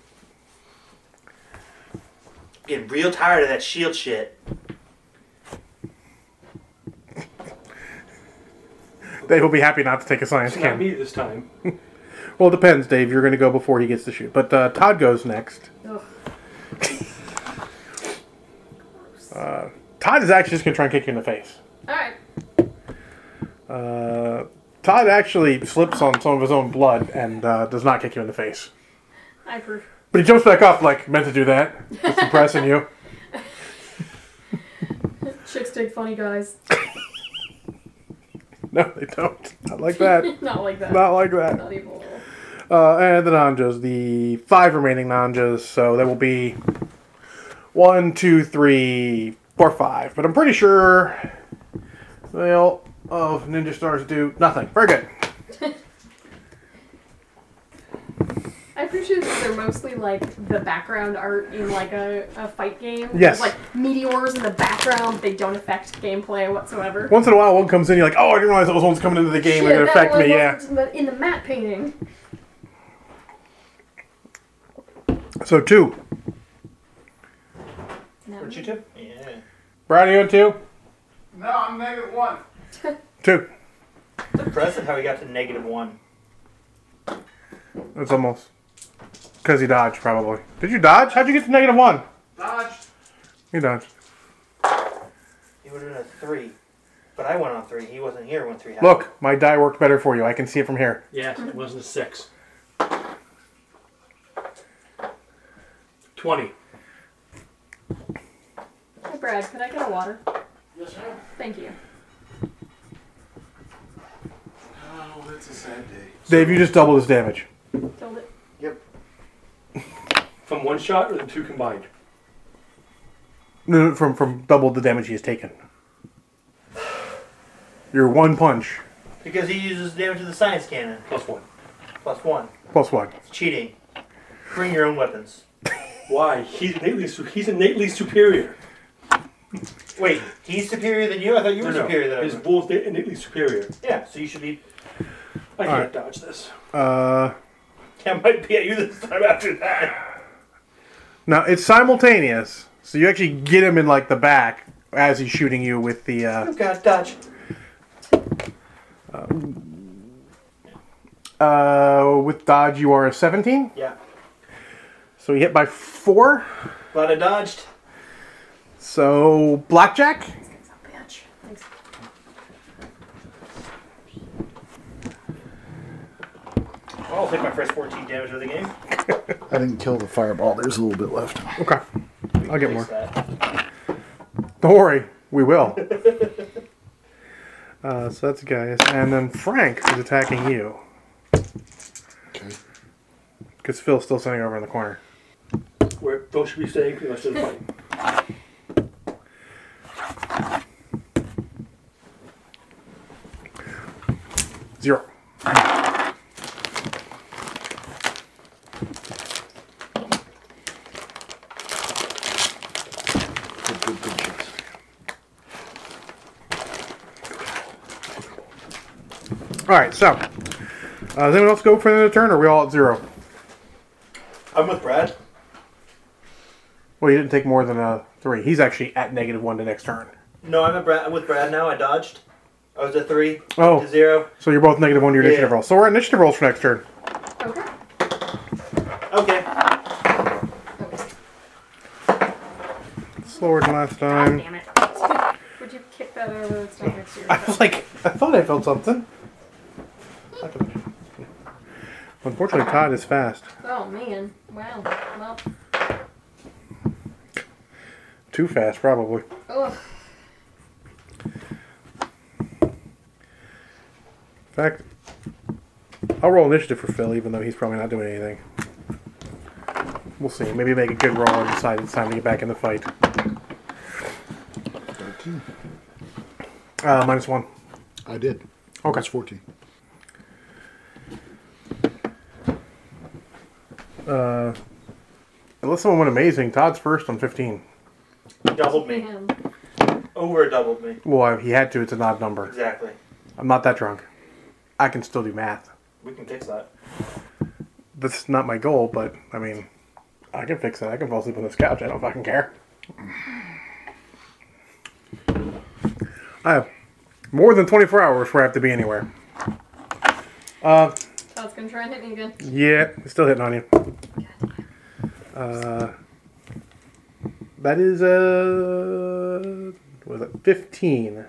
Getting real tired of that shield shit.
They will be happy not to take a science
It's not
can.
me this time.
Well, it depends, Dave. You're going to go before he gets to shoot. But uh, Todd goes next.
Ugh.
Todd is actually just going to try and kick you in the face.
Alright.
Uh, Todd actually slips on some of his own blood and uh, does not kick you in the face.
I approve.
But he jumps back up like, meant to do that. It's [LAUGHS] impressing you.
Chicks dig funny guys.
No, they don't. Not like that.
Not like that.
Not like that.
Not even a little.
Uh, and the Nanjas, the five remaining Nanjas. So that will be one, two, three, four, five. But I'm pretty sure, well, of Ninja Stars do nothing. Very good.
I appreciate that they're mostly like the background art in like a, a fight game.
Yes.
Like meteors in the background, they don't affect gameplay whatsoever.
Once in a while, one comes in, you're like, oh, I didn't realize those ones coming into the game and it affect me. Yeah.
In the, in the map painting.
So two.
No.
What'd you do?
Yeah.
Brad, are you on two?
No, I'm negative one.
[LAUGHS] Two.
It's impressive how he got to negative one.
It's almost because he dodged, probably. Did you dodge? How'd you get to negative one?
Dodge.
You dodged.
He would have been a three. But I went on three. He wasn't here when three happened.
Look, my die worked better for you. I can see it from here.
Yes, it wasn't a six. 20.
Hey, Brad, could I get a water?
Yes, sir.
Thank you.
Oh, that's a sad day.
Dave, you just doubled his damage.
Killed it.
From one shot or the two combined?
No, no, from from double the damage he has taken. Your one punch
Because he uses damage to the science cannon.
Plus one.
Plus one.
plus one.
It's cheating. Bring your own weapons.
Why? He's innately, su- he's innately superior.
Wait, he's superior than you? I thought you were
No, no.
superior than
His
him.
bull's na- innately superior.
Yeah, so you should be.
I can't
Alright.
dodge this.
Uh,
I might be at you this time after that.
now it's simultaneous, so you actually get him in like the back as he's shooting you with the. Uh,
I've got Dutch.
uh, with dodge, you are a seventeen,
Yeah.
so you hit by four.
Glad I dodged.
So blackjack.
Thanks, I'll bitch. Thanks.
Well, I'll take my first 14 damage of the game.
I didn't kill the fireball. There's a little bit left.
Okay, I'll get more.
Fix that.
Don't worry, we will. [LAUGHS] Uh, so that's guys, and then Frank is attacking you
Okay.
because Phil's still sitting over in the corner.
Where Phil should be staying pretty much to the fight.
Zero.
Good, good, good chance.
All right, so uh, does anyone else go for another turn, or are we all at zero?
I'm with Brad.
Well, you didn't take more than a three. He's actually at negative one the next turn.
No, I'm, at Brad, I'm with Brad now. I dodged. I was at three
Oh,
to zero.
so you're both negative one to your initiative
Yeah.
roll. So we're at initiative rolls for next turn.
Okay.
Okay.
Slower than last
God
time.
damn it. [LAUGHS] Would you kick that over? It's not next to your
I was like, I thought I felt something. Unfortunately, Todd is fast.
Oh, man. Wow. Well,
Too fast, probably.
ugh.
In fact, I'll roll initiative for Phil, even though he's probably not doing anything. We'll see. Maybe make a good roll and decide it's time to get back in the fight.
Thirteen.
Uh, minus one.
I did.
Okay.
That's fourteen.
Uh, unless someone went amazing, Todd's first on 15.
Doubled me.
Damn.
Over doubled me.
Well, if he had to, it's an odd number.
Exactly.
I'm not that drunk. I can still do math.
We can fix that.
That's not my goal, but I mean, I can fix it. I can fall asleep on this couch. I don't fucking care. I have more than 24 hours where I have to be anywhere. Uh,
Todd's gonna try and hit me again.
yeah, it's still hitting on you. Uh, that is, uh, what was it 15?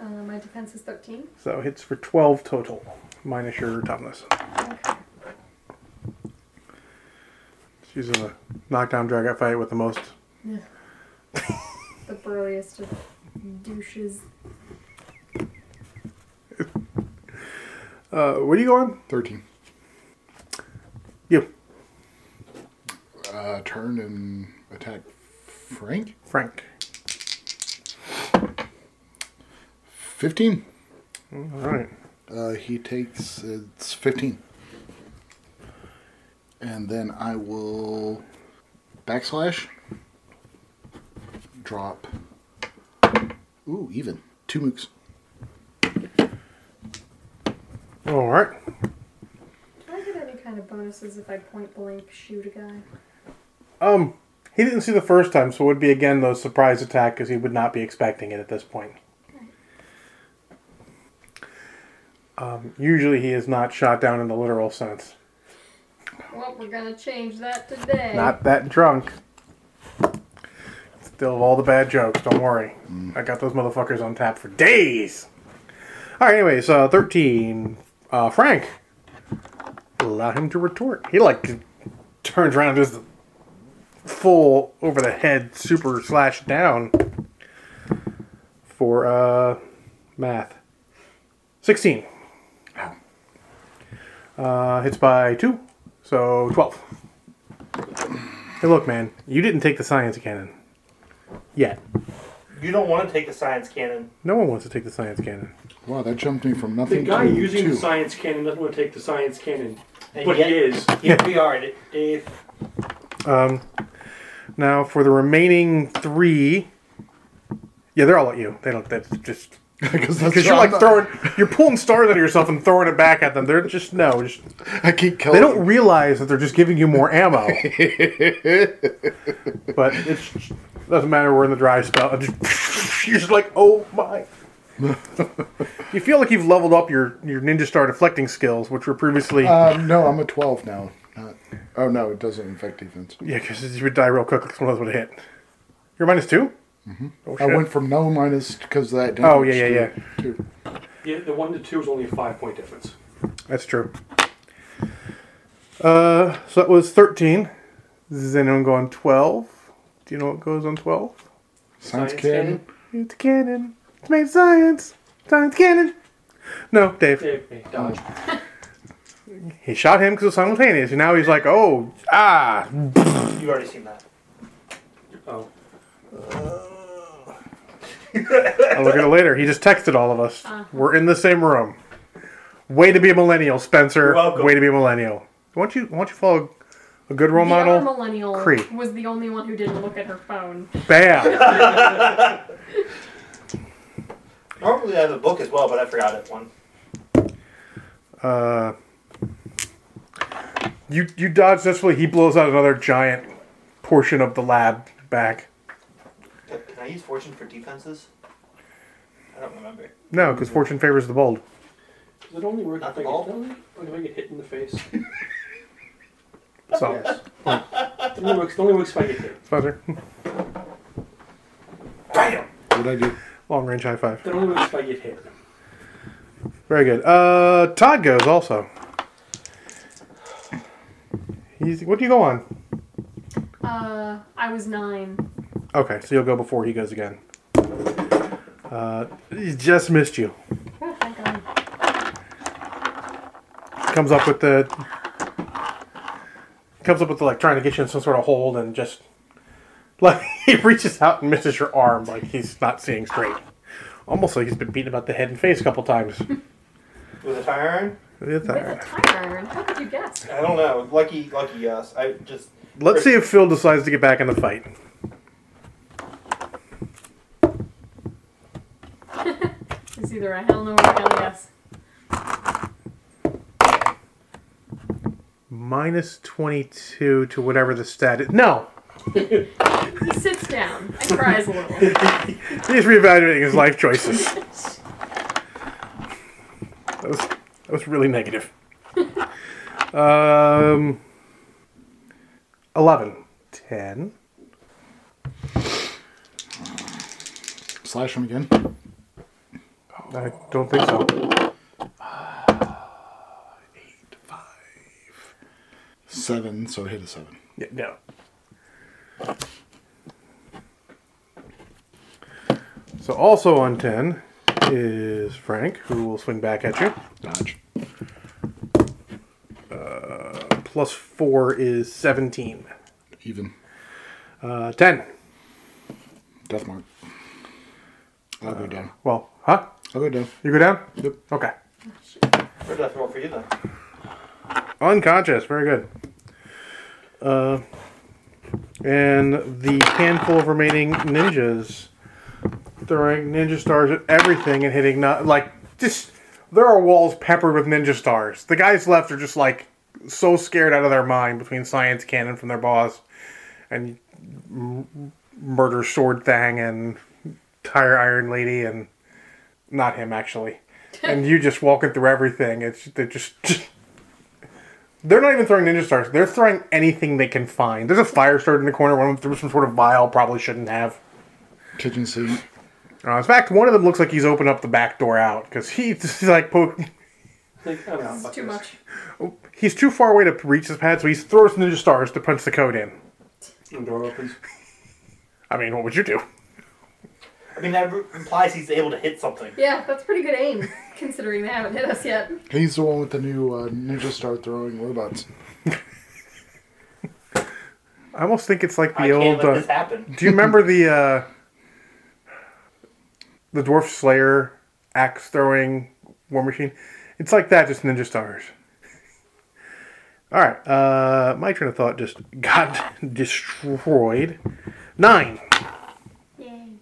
Uh, my defense is 13.
So hits for 12 total, minus your toughness.
Okay.
She's in a knockdown dragout fight with the most.
[LAUGHS] The burliest of douches.
Uh, what are you going?
13.
You,
Uh, turn and attack Frank.
Frank.
15.
All right.
Uh, he takes it's 15. And then I will backslash, drop. Ooh, even. Two mooks.
All right.
Do I get any kind of bonuses if I point blank shoot a guy?
Um, he didn't see the first time, so it would be again the surprise attack because he would not be expecting it at this point. Um, usually he is not shot down in the literal sense.
Well, we're gonna change that today.
Not that drunk. Still have all the bad jokes, don't worry. I got those motherfuckers on tap for days. Alright, anyways, uh, 13. Uh, Frank. Allow him to retort. He, like, turns around and does the full over the head super slash down for, uh, math. 16. Uh, hits by 2, so 12. Hey, look, man, you didn't take the science cannon. Yet.
You don't want to take the science cannon.
No one wants to take the science cannon.
Wow, that jumped me from
The
nothing
guy
to
using
two. [LAUGHS]
the science cannon doesn't want to take the science cannon,
And
but
yet,
he is.
Here we are, D- Dave.
Um, now, for the remaining three. Yeah, they're all at you. They don't, that's just.
Because
Because you're like throwing, you're pulling stars out of yourself and throwing it back at them. They're just, no. Just,
I keep
they
killing.
don't realize that they're just giving you more ammo. but it doesn't matter. We're in the dry spell. and just- [LAUGHS] you're just like, oh my. you feel like you've leveled up your, your ninja star deflecting skills, which were previously
Um, no, I'm a 12 now. Not, oh, no, it doesn't affect defense.
yeah, because you would die real quick. 'cause One of those would hit. You're minus two. Mm-hmm. Oh,
I
shit.
went from no minus because of that. Damage
Oh, yeah, yeah,
to Two.
Yeah, the one to two is only a five point difference.
That's true. Uh, so that was thirteen. Does anyone go on twelve? Do you know what goes on twelve?
Science,
Science
cannon.
It's cannon. It's made of science. Science cannon. No, Dave.
Dave, hey, dodge.
He shot him because it was simultaneous, and now he's like, oh, ah.
You already seen that.
Oh,
Uh,
I'll look at it later. He just texted all of us. We're in the same room. Way to be a millennial, Spencer.
You're welcome.
Way to be a millennial. Won't you? Won't you follow a good role
the other
model?
millennial
Cree.
was the only one who didn't look at her phone.
Bam.
Normally I have a book as well, but I forgot it one.
Uh, you you dodge this way. He blows out another giant portion of the lab back.
Can I use fortune for defenses? I don't remember.
No, because fortune favors the bold.
does it only work
Not
if I
the
get,
ball?
only, only if I get hit in the face?
So,
yes. it only works. It only works if I get hit.
Spencer, [LAUGHS]
Bam!
What I do?
long range high five.
It only works if I get hit.
Very good. Uh, Todd goes also. He's, what do you go on?
Uh, I was nine.
Okay, so you'll go before he goes again. Uh, he just missed you.
Oh, thank God.
Comes up with the. Comes up with the, like trying to get you in some sort of hold and just. Like, [LAUGHS] he reaches out and misses your arm like he's not seeing straight. Almost like he's been beaten about the head and face a couple times.
With a tire iron?
It's all
With a
right.
tire iron. How could you guess?
I don't know. Lucky, lucky yes. I just.
Let's see if Phil decides to get back in the fight.
It's either a hell no or a hell yes.
Minus 22 to whatever the stat is. No!
He sits down and cries a little.
He's reevaluating his life [LAUGHS] choices. that, was, that was really negative. um, 11. 10.
Slash him again.
I don't think so.
Seven, so I hit a seven.
Yeah, no. So also on ten is Frank, who will swing back at you.
Dodge.
Plus four is seventeen.
Even.
Uh, ten.
Death mark. I'll go down.
Well, huh?
I'll go down.
You go down.
Yep.
Okay.
Or death roll for you then.
Unconscious. Very good. Uh, and the handful of remaining ninjas throwing ninja stars at everything and hitting not like just there are walls peppered with ninja stars. The guys left are just like so scared out of their mind between science cannon from their boss and m- murder sword thing and tire iron lady and not him actually. and you just walking through everything. It's they're just They're not even throwing ninja stars. They're throwing anything they can find. There's a fire started in the corner. One of them threw some sort of vial, probably shouldn't have.
Kitchen sink.
Uh, in fact, one of them looks like he's opened up the back door out because [LAUGHS] he's like poke.
Like, I don't know,
It's
fuck
[LAUGHS]
too
this.
much.
He's too far away to reach his pad, so he throws ninja stars to punch the code in.
And door opens.
I mean, what would you do?
I mean, that implies he's able to hit something.
Yeah, that's pretty good aim, considering they haven't hit us yet.
He's the one with the new uh, ninja star throwing robots.
I almost think it's like the
I can't
old.
let
Uh,
this happen.
do you remember the uh, the dwarf slayer axe throwing war machine? It's like that, just ninja stars. All right, uh, my train of thought just got [LAUGHS] destroyed. Nine,
Yay.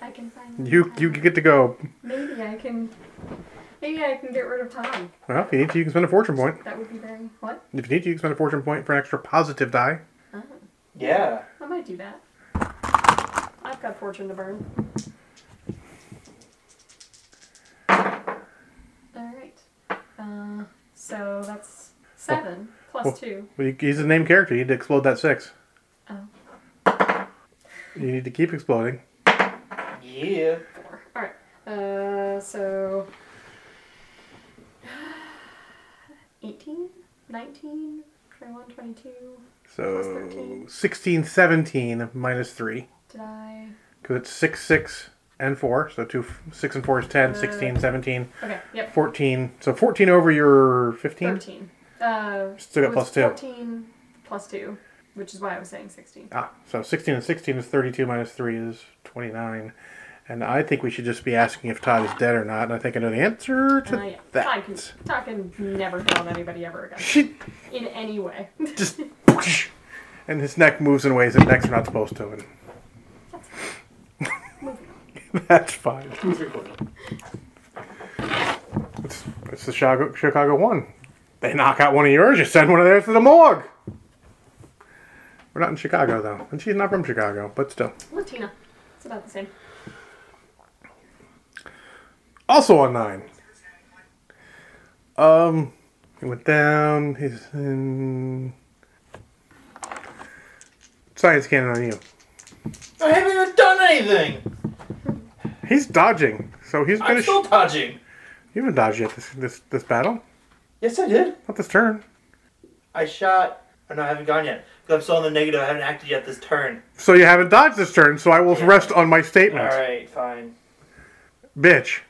I can find
you you get to go.
Maybe I can. Maybe I can get rid of Tom.
Well, if you need to, you can spend a fortune point.
That would be very. What?
If you need to, you can spend a fortune point for an extra positive die.
Yeah.
I might do that. I've got fortune to burn. Alright. Uh, so that's seven plus
Well-
two.
Well, you, he's a named character. You need to explode that six.
Oh.
You need to keep exploding.
Yeah.
four. All right. Uh, so [SIGHS] 18, 19, 21, 22. Plus
So
thirteen.
16, 17 minus three.
Did I?
Because it's 6, 6, and 4. So two, 6 and 4 is 10, 16, 17,
Okay. Yep.
14. So 14 over your 15?
13. Uh,
Still got
it was
plus two.
14 plus 2, which is why I was saying 16.
Ah, so 16 and 16 is 32 minus 3 is 29. And I think we should just be asking if Todd is dead or not. And I think I know the answer
Uh,
to [LAUGHS]
yeah.
that.
Todd can, Todd can never hit on anybody ever again.
She
In any way. [LAUGHS]
just. whoosh, and his neck moves in ways that necks are not supposed to. And [LAUGHS] that's fine.
Moving on.
It's, it's the Chicago, Chicago one. They knock out one of yours, you send one of theirs to the morgue. We're not in Chicago though, and she's not from Chicago, but still.
Latina. It's about the same.
Also on nine. Um, he went down. He's in science cannon on you.
I haven't even done anything.
He's dodging, so he's
I'm
gonna. Sh-
still dodging.
you haven't dodged yet this this this battle.
Yes, I did.
Not this turn.
I shot. Oh, no, I haven't gone yet. 'Cause I'm still in the negative. I haven't acted yet this turn.
So you haven't dodged this turn. So I will rest on my
All
statement,
right, fine.
bitch.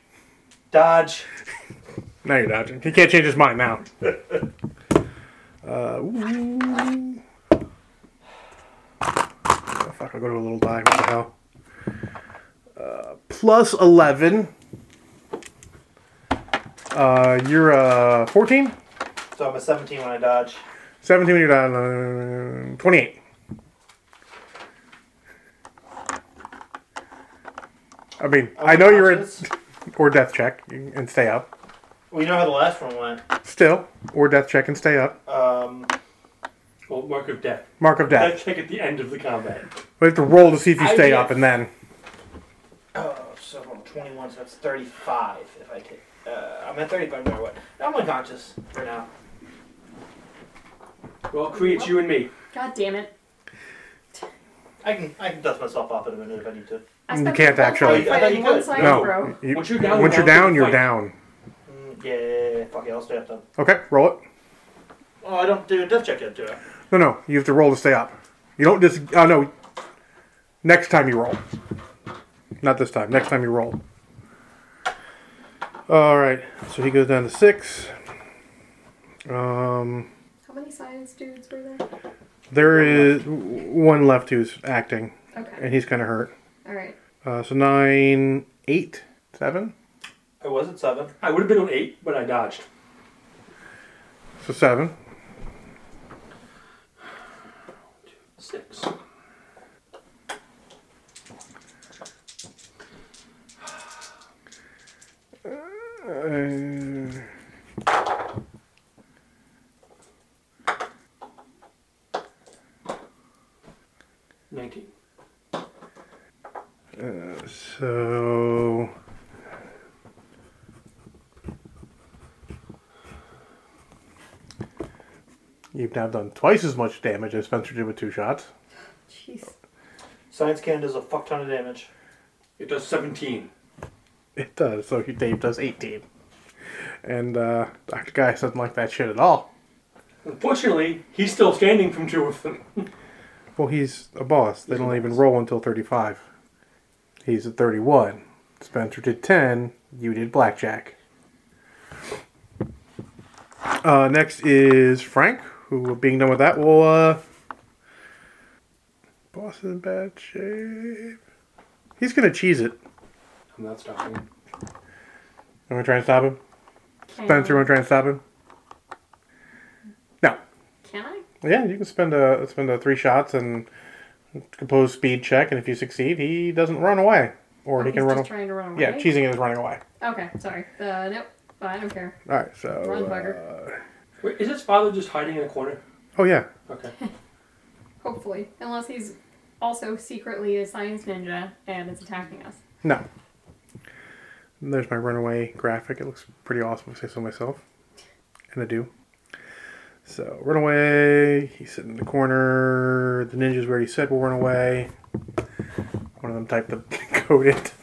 Dodge.
Now you're dodging. He can't change his mind now. uh, ooh. Oh, fuck, I'll go to a little die. What the hell? Uh, plus 11. Uh, you're uh, 14?
So I'm a 17 when I dodge.
17 when you're down. uh, 28. I mean, I know you're in.
Unconscious.
Or death check and stay up.
We know how the last one went.
Still. Or death check and stay up.
Um,
Well, mark of death.
Mark of death.
That check at the end of the combat.
We have to roll to see if you
I
stay
did.
up, and then
oh, so I'm 21, so that's 35 if I take. Uh, I'm at 35 no matter what. I'm unconscious for now.
Well, creates you and me.
God damn it.
I can I can dust myself off in a minute if I need to.
I
You
spent
can't
the whole
actually.
night
I thought you
Fighting one
could.
side
No.
bro.
You-
Once you're down,
once you're
down,
down, you're
fight.
down.
Mm, yeah, fuck it, I'll stay up then.
Okay, roll it.
Oh, I don't do a death check yet, do I?
No, no, you have to roll to stay up. You don't just. Oh no. Next time you roll. Not this time. Next time you roll. All right. So he goes down to six. Um,
How many science dudes were there?
there is w- one left who's acting,
Okay.
and he's kind of hurt.
Alright.
Uh, so nine, eight, seven.
I was at seven.
I would have been on eight, but I dodged.
So seven.
Six.
Uh,
Nineteen.
so you've now done twice as much damage as Spencer did with two shots.
Jeez.
Science cannon does a fuck ton of damage.
It does seventeen.
It does. So Dave does 18. And uh, Dr. Guy doesn't like that shit at all.
Unfortunately, he's still standing from two of them.
Well, he's a boss. They don't even roll until 35. He's at 31. Spencer did 10. You did blackjack. Uh, next is Frank, who, being done with that, will. Uh, boss is in bad shape. He's going to cheese it.
I'm not stopping.
I'm going to try and stop him. Spencer, want to try and stop him? No.
Can I?
Yeah, you can spend a spend a three shots and compose speed check, and if you succeed, he doesn't run away, or he
He's
can run.
just
away.
trying to run away.
Yeah, cheesing it is running away.
Okay, sorry. Uh, nope. Well, I don't care.
All right, so.
Oh,
Run,
uh,
bugger.
Wait, is his father just hiding in a corner?
oh yeah,
[LAUGHS]
Okay.
Hopefully. Unless he's also secretly a science ninja and is attacking us.
no. There's my runaway graphic. It looks pretty awesome. If I say so myself, and I do. So run away. He's sitting in the corner. The ninjas we already said will run away. One of them typed the [LAUGHS] code in. It's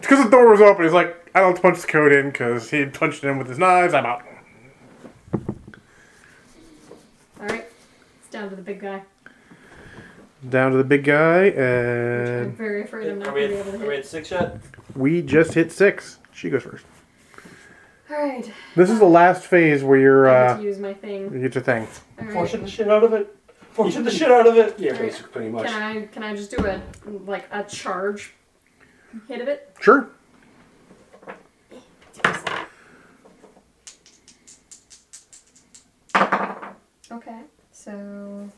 because the door was open. He's like, I don't punch the code in because he punched it in with his knives. I'm out.
Alright. It's down to the big guy.
Down to the big guy,
Which I'm
and
very afraid I'm not
Are
going
we
to be
at,
able to
are we
hit.
at six yet?
we just hit six. She goes first.
Alright.
This is the last phase where you're.
I need
Uh,
to use my thing.
you get your thing.
Alright.
Fortune the shit out of it. Fortune the shit out of it.
Yeah, basically, pretty much.
Can I can I just do a like a charge hit of it?
Sure.
Okay. So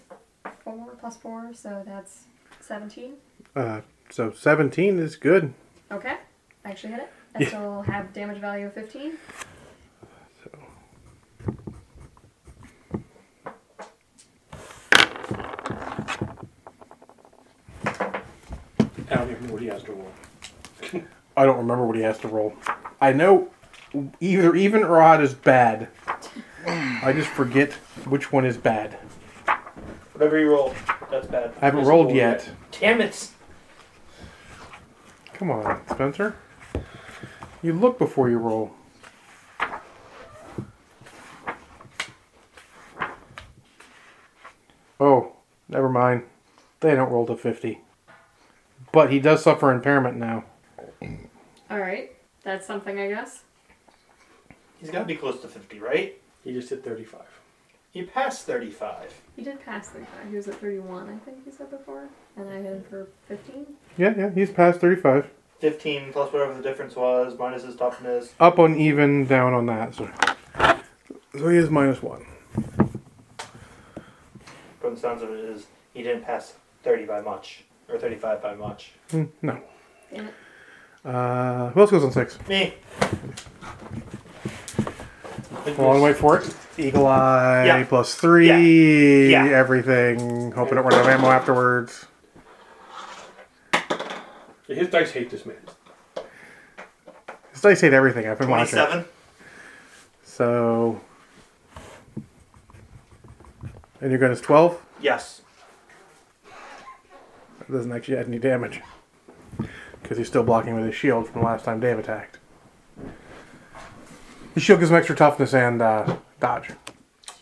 four plus four, so that's seventeen.
Uh, so seventeen is good.
Okay. I actually hit it. I
Yeah.
still have damage value of fifteen.
I don't even know what he has to roll.
I don't remember what he has to roll. I know either even or odd is bad. I just forget which one is bad.
Whatever you roll, that's bad.
I haven't
Hasn't
rolled
rolled
yet.
Damn it!
Come on, Spencer. You look before you roll. Oh, never mind. They don't roll to 50. But he does suffer impairment now.
Alright. That's something I guess.
He's got to be close to 50, right?
He just hit 35.
He passed 35.
He did pass the guy. He was at thirty-one, I think he said before, and I hit him for fifteen.
Yeah, yeah, he's past 35.
15 plus whatever the difference was, minus his toughness.
Up on even, down on that. So, so he is minus one.
From the sounds of it, is he didn't pass 30 by much. Or 35 by much.
Hmm, no.
Damn it.
Uh, who else goes on six?
Me!
Hold on, wait for it. Eagle Eye
Yeah.
plus three.
Yeah. Yeah.
Everything. Hope I don't run out of ammo afterwards.
Yeah, His dice hate this man.
His dice hate everything. I've been watching.
27.
So. And your gun is 12?
Yes.
It doesn't actually add any damage. because he's still blocking with his shield from the last time Dave attacked. His shield gives him extra toughness and uh, dodge.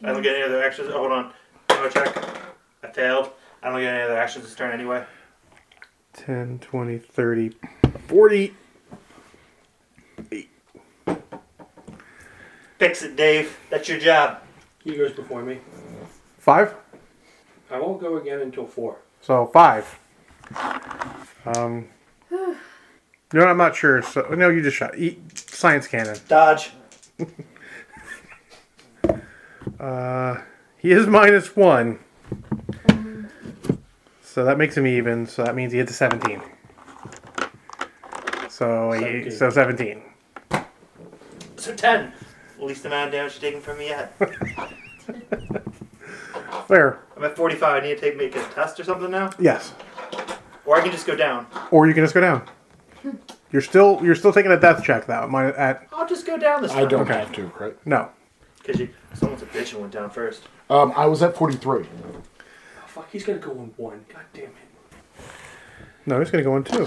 I don't get any other actions. Oh, hold on. Another check. I failed. I don't get any other actions this turn anyway.
10, 20, 30, 40.
Fix it, Dave. That's your job.
He goes before me.
Five?
I won't go again until four.
So five. Um, you know, I'm not sure. So no, you just shot. E- science cannon.
Dodge.
Uh, he is [LAUGHS] minus one. So that makes him even. So that means he hits a 17. So He,
17.
so 17.
So 10. Least amount of damage taken from
[LAUGHS]
me yet.
Fair.
I'm at 45. I need to take make a test or something now?
Yes.
Or I can just go down.
Or you can just go down. You're still you're still taking a death check though. Mine at
I'll just go down this
I
time.
don't have to, right?
no.
Because you, someone's a bitch and went down first.
Um, I was at 43.
Oh, fuck, he's gonna go on one. God damn it.
No, he's gonna go in two.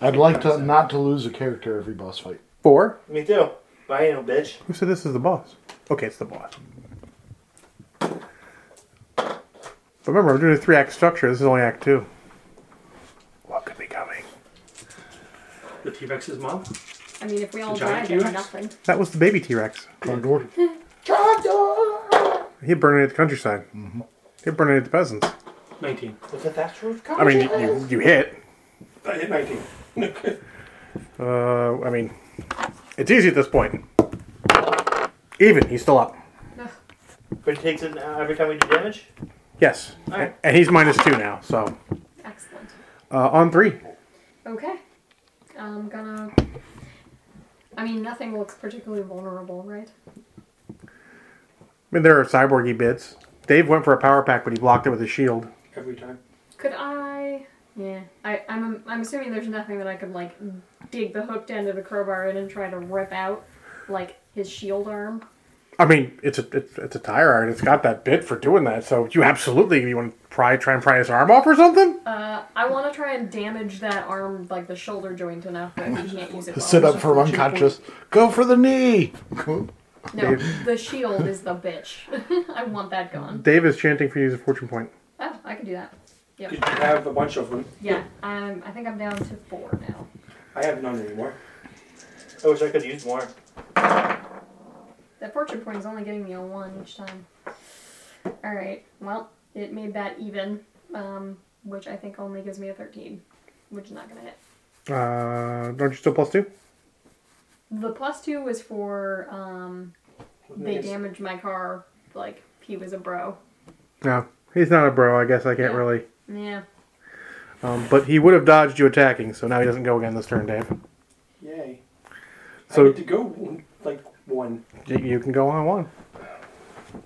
I'd like to not to lose a character every boss fight.
Four.
Me too. But I ain't no bitch.
Who said this is the boss? Okay, it's the boss. But remember, I'm doing a three act structure. This is only act two. What could be coming?
The T Rex's mom?
I mean, if we all
The giant
died, it'd be
T-Rex?
nothing.
That was the baby T Rex.
Condor.
He burned it at the countryside. He burned it at the peasants.
19.
Was that that true?
I
[LAUGHS]
mean, you, you, you hit.
I hit 19.
Uh, I mean, it's easy at this point. Even he's still up.
But it takes it uh, every time we do damage?
Yes,
Alright.
and he's minus two now. So
Excellent.
uh, on three.
Okay. I'm gonna. I mean, nothing looks particularly vulnerable, right?
I mean, there are cyborgy bits. Dave went for a power pack, but he blocked it with his shield.
Every time.
Could I? Yeah, I, I'm I'm assuming there's nothing that I could like dig the hooked end of the crowbar in and try to rip out like his shield arm.
I mean, it's a it's, it's a tire iron. It's got that bit for doing that. So you absolutely you want to pry try and pry his arm off or something.
Uh, I want to try and damage that arm, like the shoulder joint, enough that he can't use it.
[LAUGHS] Sit
well.
up from unconscious. Go for the knee.
No, the shield is the bitch. [LAUGHS] I want that gone.
Dave is chanting for you to use a fortune point.
Oh, I can do that. Yep.
Did you have a bunch of them?
Yeah, um, I think I'm down to four now.
I have none anymore.
I wish I could use more.
That fortune point is only giving me a one each time. Alright, well, it made that even, um, which I think only gives me a 13, which is not gonna hit.
Uh, don't you still plus two?
The plus two was for, um, they
Nice.
damaged my car, like, he was a bro.
No, he's not a bro. I guess I can't
Yeah.
really.
Yeah.
Um, but he would have dodged you attacking, so now he doesn't go again this turn, Dave.
Yay. I
So
get to go like one.
y- you can go on one.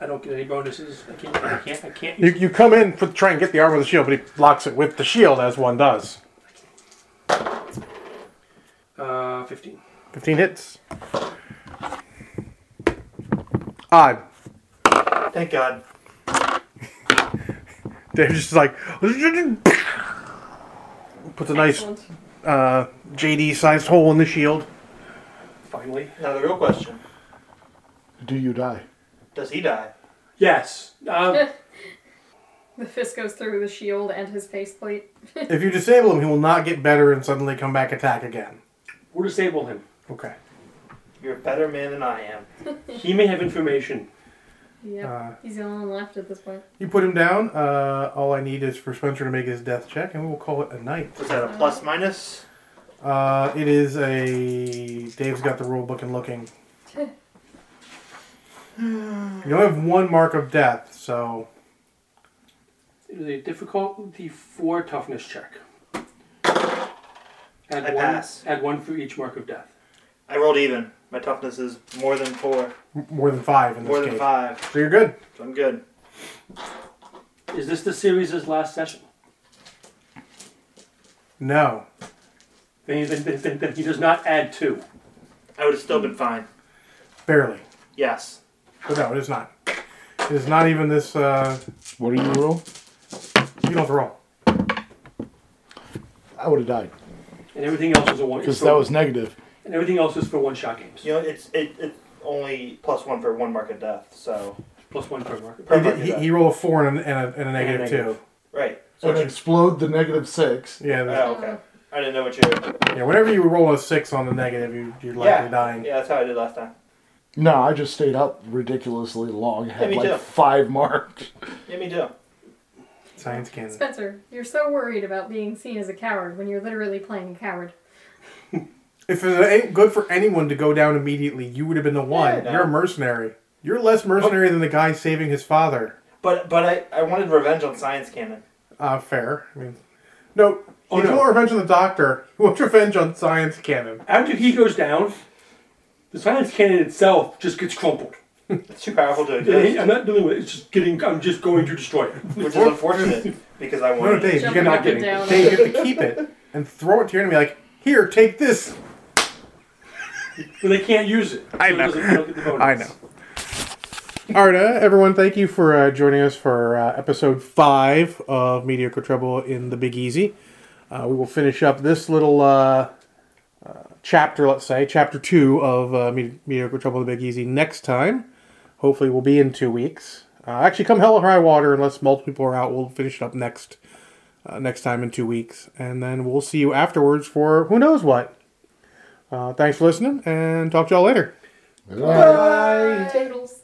I don't get any bonuses. I can't. I can't. I can't.
You, you come in for, try and get the arm with the shield, but he blocks it with the shield as one does.
Uh, 15.
15 hits. Odd.
Thank God.
Dave's just like. Puts a nice
Excellent.
uh, JD sized hole in the
[LAUGHS]
shield.
Finally.
Now the real question.
Do you die?
Does he die?
Yes. Um,
The fist goes through the shield and his faceplate.
If you disable him, he will not get better and suddenly come back attack again.
we'll disable him.
Okay.
You're a better man than I am.
He may have information.
Yeah.
Uh,
He's the only one left at this point.
you put him down. Uh, all I need is for Spencer to make his death check, and we will call it a night.
Was that a plus minus?
Uh, it is a. Dave's got the rule book and
[SIGHS]
looking. You only have one mark of death, so
It was a difficulty four toughness check. Add
I
one,
pass.
Add one for each mark of death.
I rolled even. My toughness is more than four.
m- more than five in this
More
case.
than five.
So you're good.
So I'm good.
Is this the series' last session?
No.
Then he, then, then, then, then he does not add two.
I would have still been fine.
Barely.
Yes.
But no, it is not. It is not even this. Uh,
What do you roll?
you don't have to roll.
I would have died.
Yeah. and everything else is a one.
Because
for-
that was negative.
and everything else is for one shot games.
You know, it's it, it only plus one for one mark of death. So
Plus one per market.
per
He,
mark of
he-
death.
he rolled a four and a, and a, and a negative
negative.
right. So
And
it's,
explode the negative six.
two. Yeah, that-
oh, okay. I didn't know what you.
yeah. Whenever you roll a six on the negative, you, you're likely
Yeah.
dying.
Yeah, that's how I did last time.
No, I just stayed up ridiculously long. Had
me
like
too.
five marks.
Yeah, me too.
Science can.
Spencer, you're so worried about being seen as a coward when you're literally playing a coward.
If it ain't good for anyone to go down immediately, you would have been the one.
Yeah, no.
You're a mercenary. You're less mercenary than the guy saving his father.
But but I, I wanted revenge on Science Cannon.
Uh, fair. I mean, no.
Oh,
you
no.
don't want revenge on the doctor. [LAUGHS] You want revenge on science cannon.
After he goes down, the science cannon itself just gets crumpled.
It's too powerful to exist,
I'm not dealing with it. It's just getting. I'm just going to destroy it.
which is unfortunate because I
No, no,
wanted.
Dave, you
Jumping
cannot
up
get
and
it.
down.
Dave, you have to keep it and throw it to your enemy. Like, here, take this.
But they can't use it.
I
So it
know.
doesn't count at the bonus.
I know. Arda, everyone, thank you for uh, joining us for uh, episode five of Mediocre Trouble in the Big Easy. Uh, we will finish up this little uh, uh, chapter, let's say, chapter two of uh, Medi- Mediocre Trouble in the Big Easy next time. Hopefully, we'll be in two weeks. Uh, actually, come hell or high water, unless multiple people are out, we'll finish it up next uh, next time in two weeks, and then we'll see you afterwards for who knows what. Uh, thanks for listening, and talk to y'all later.
Toodles.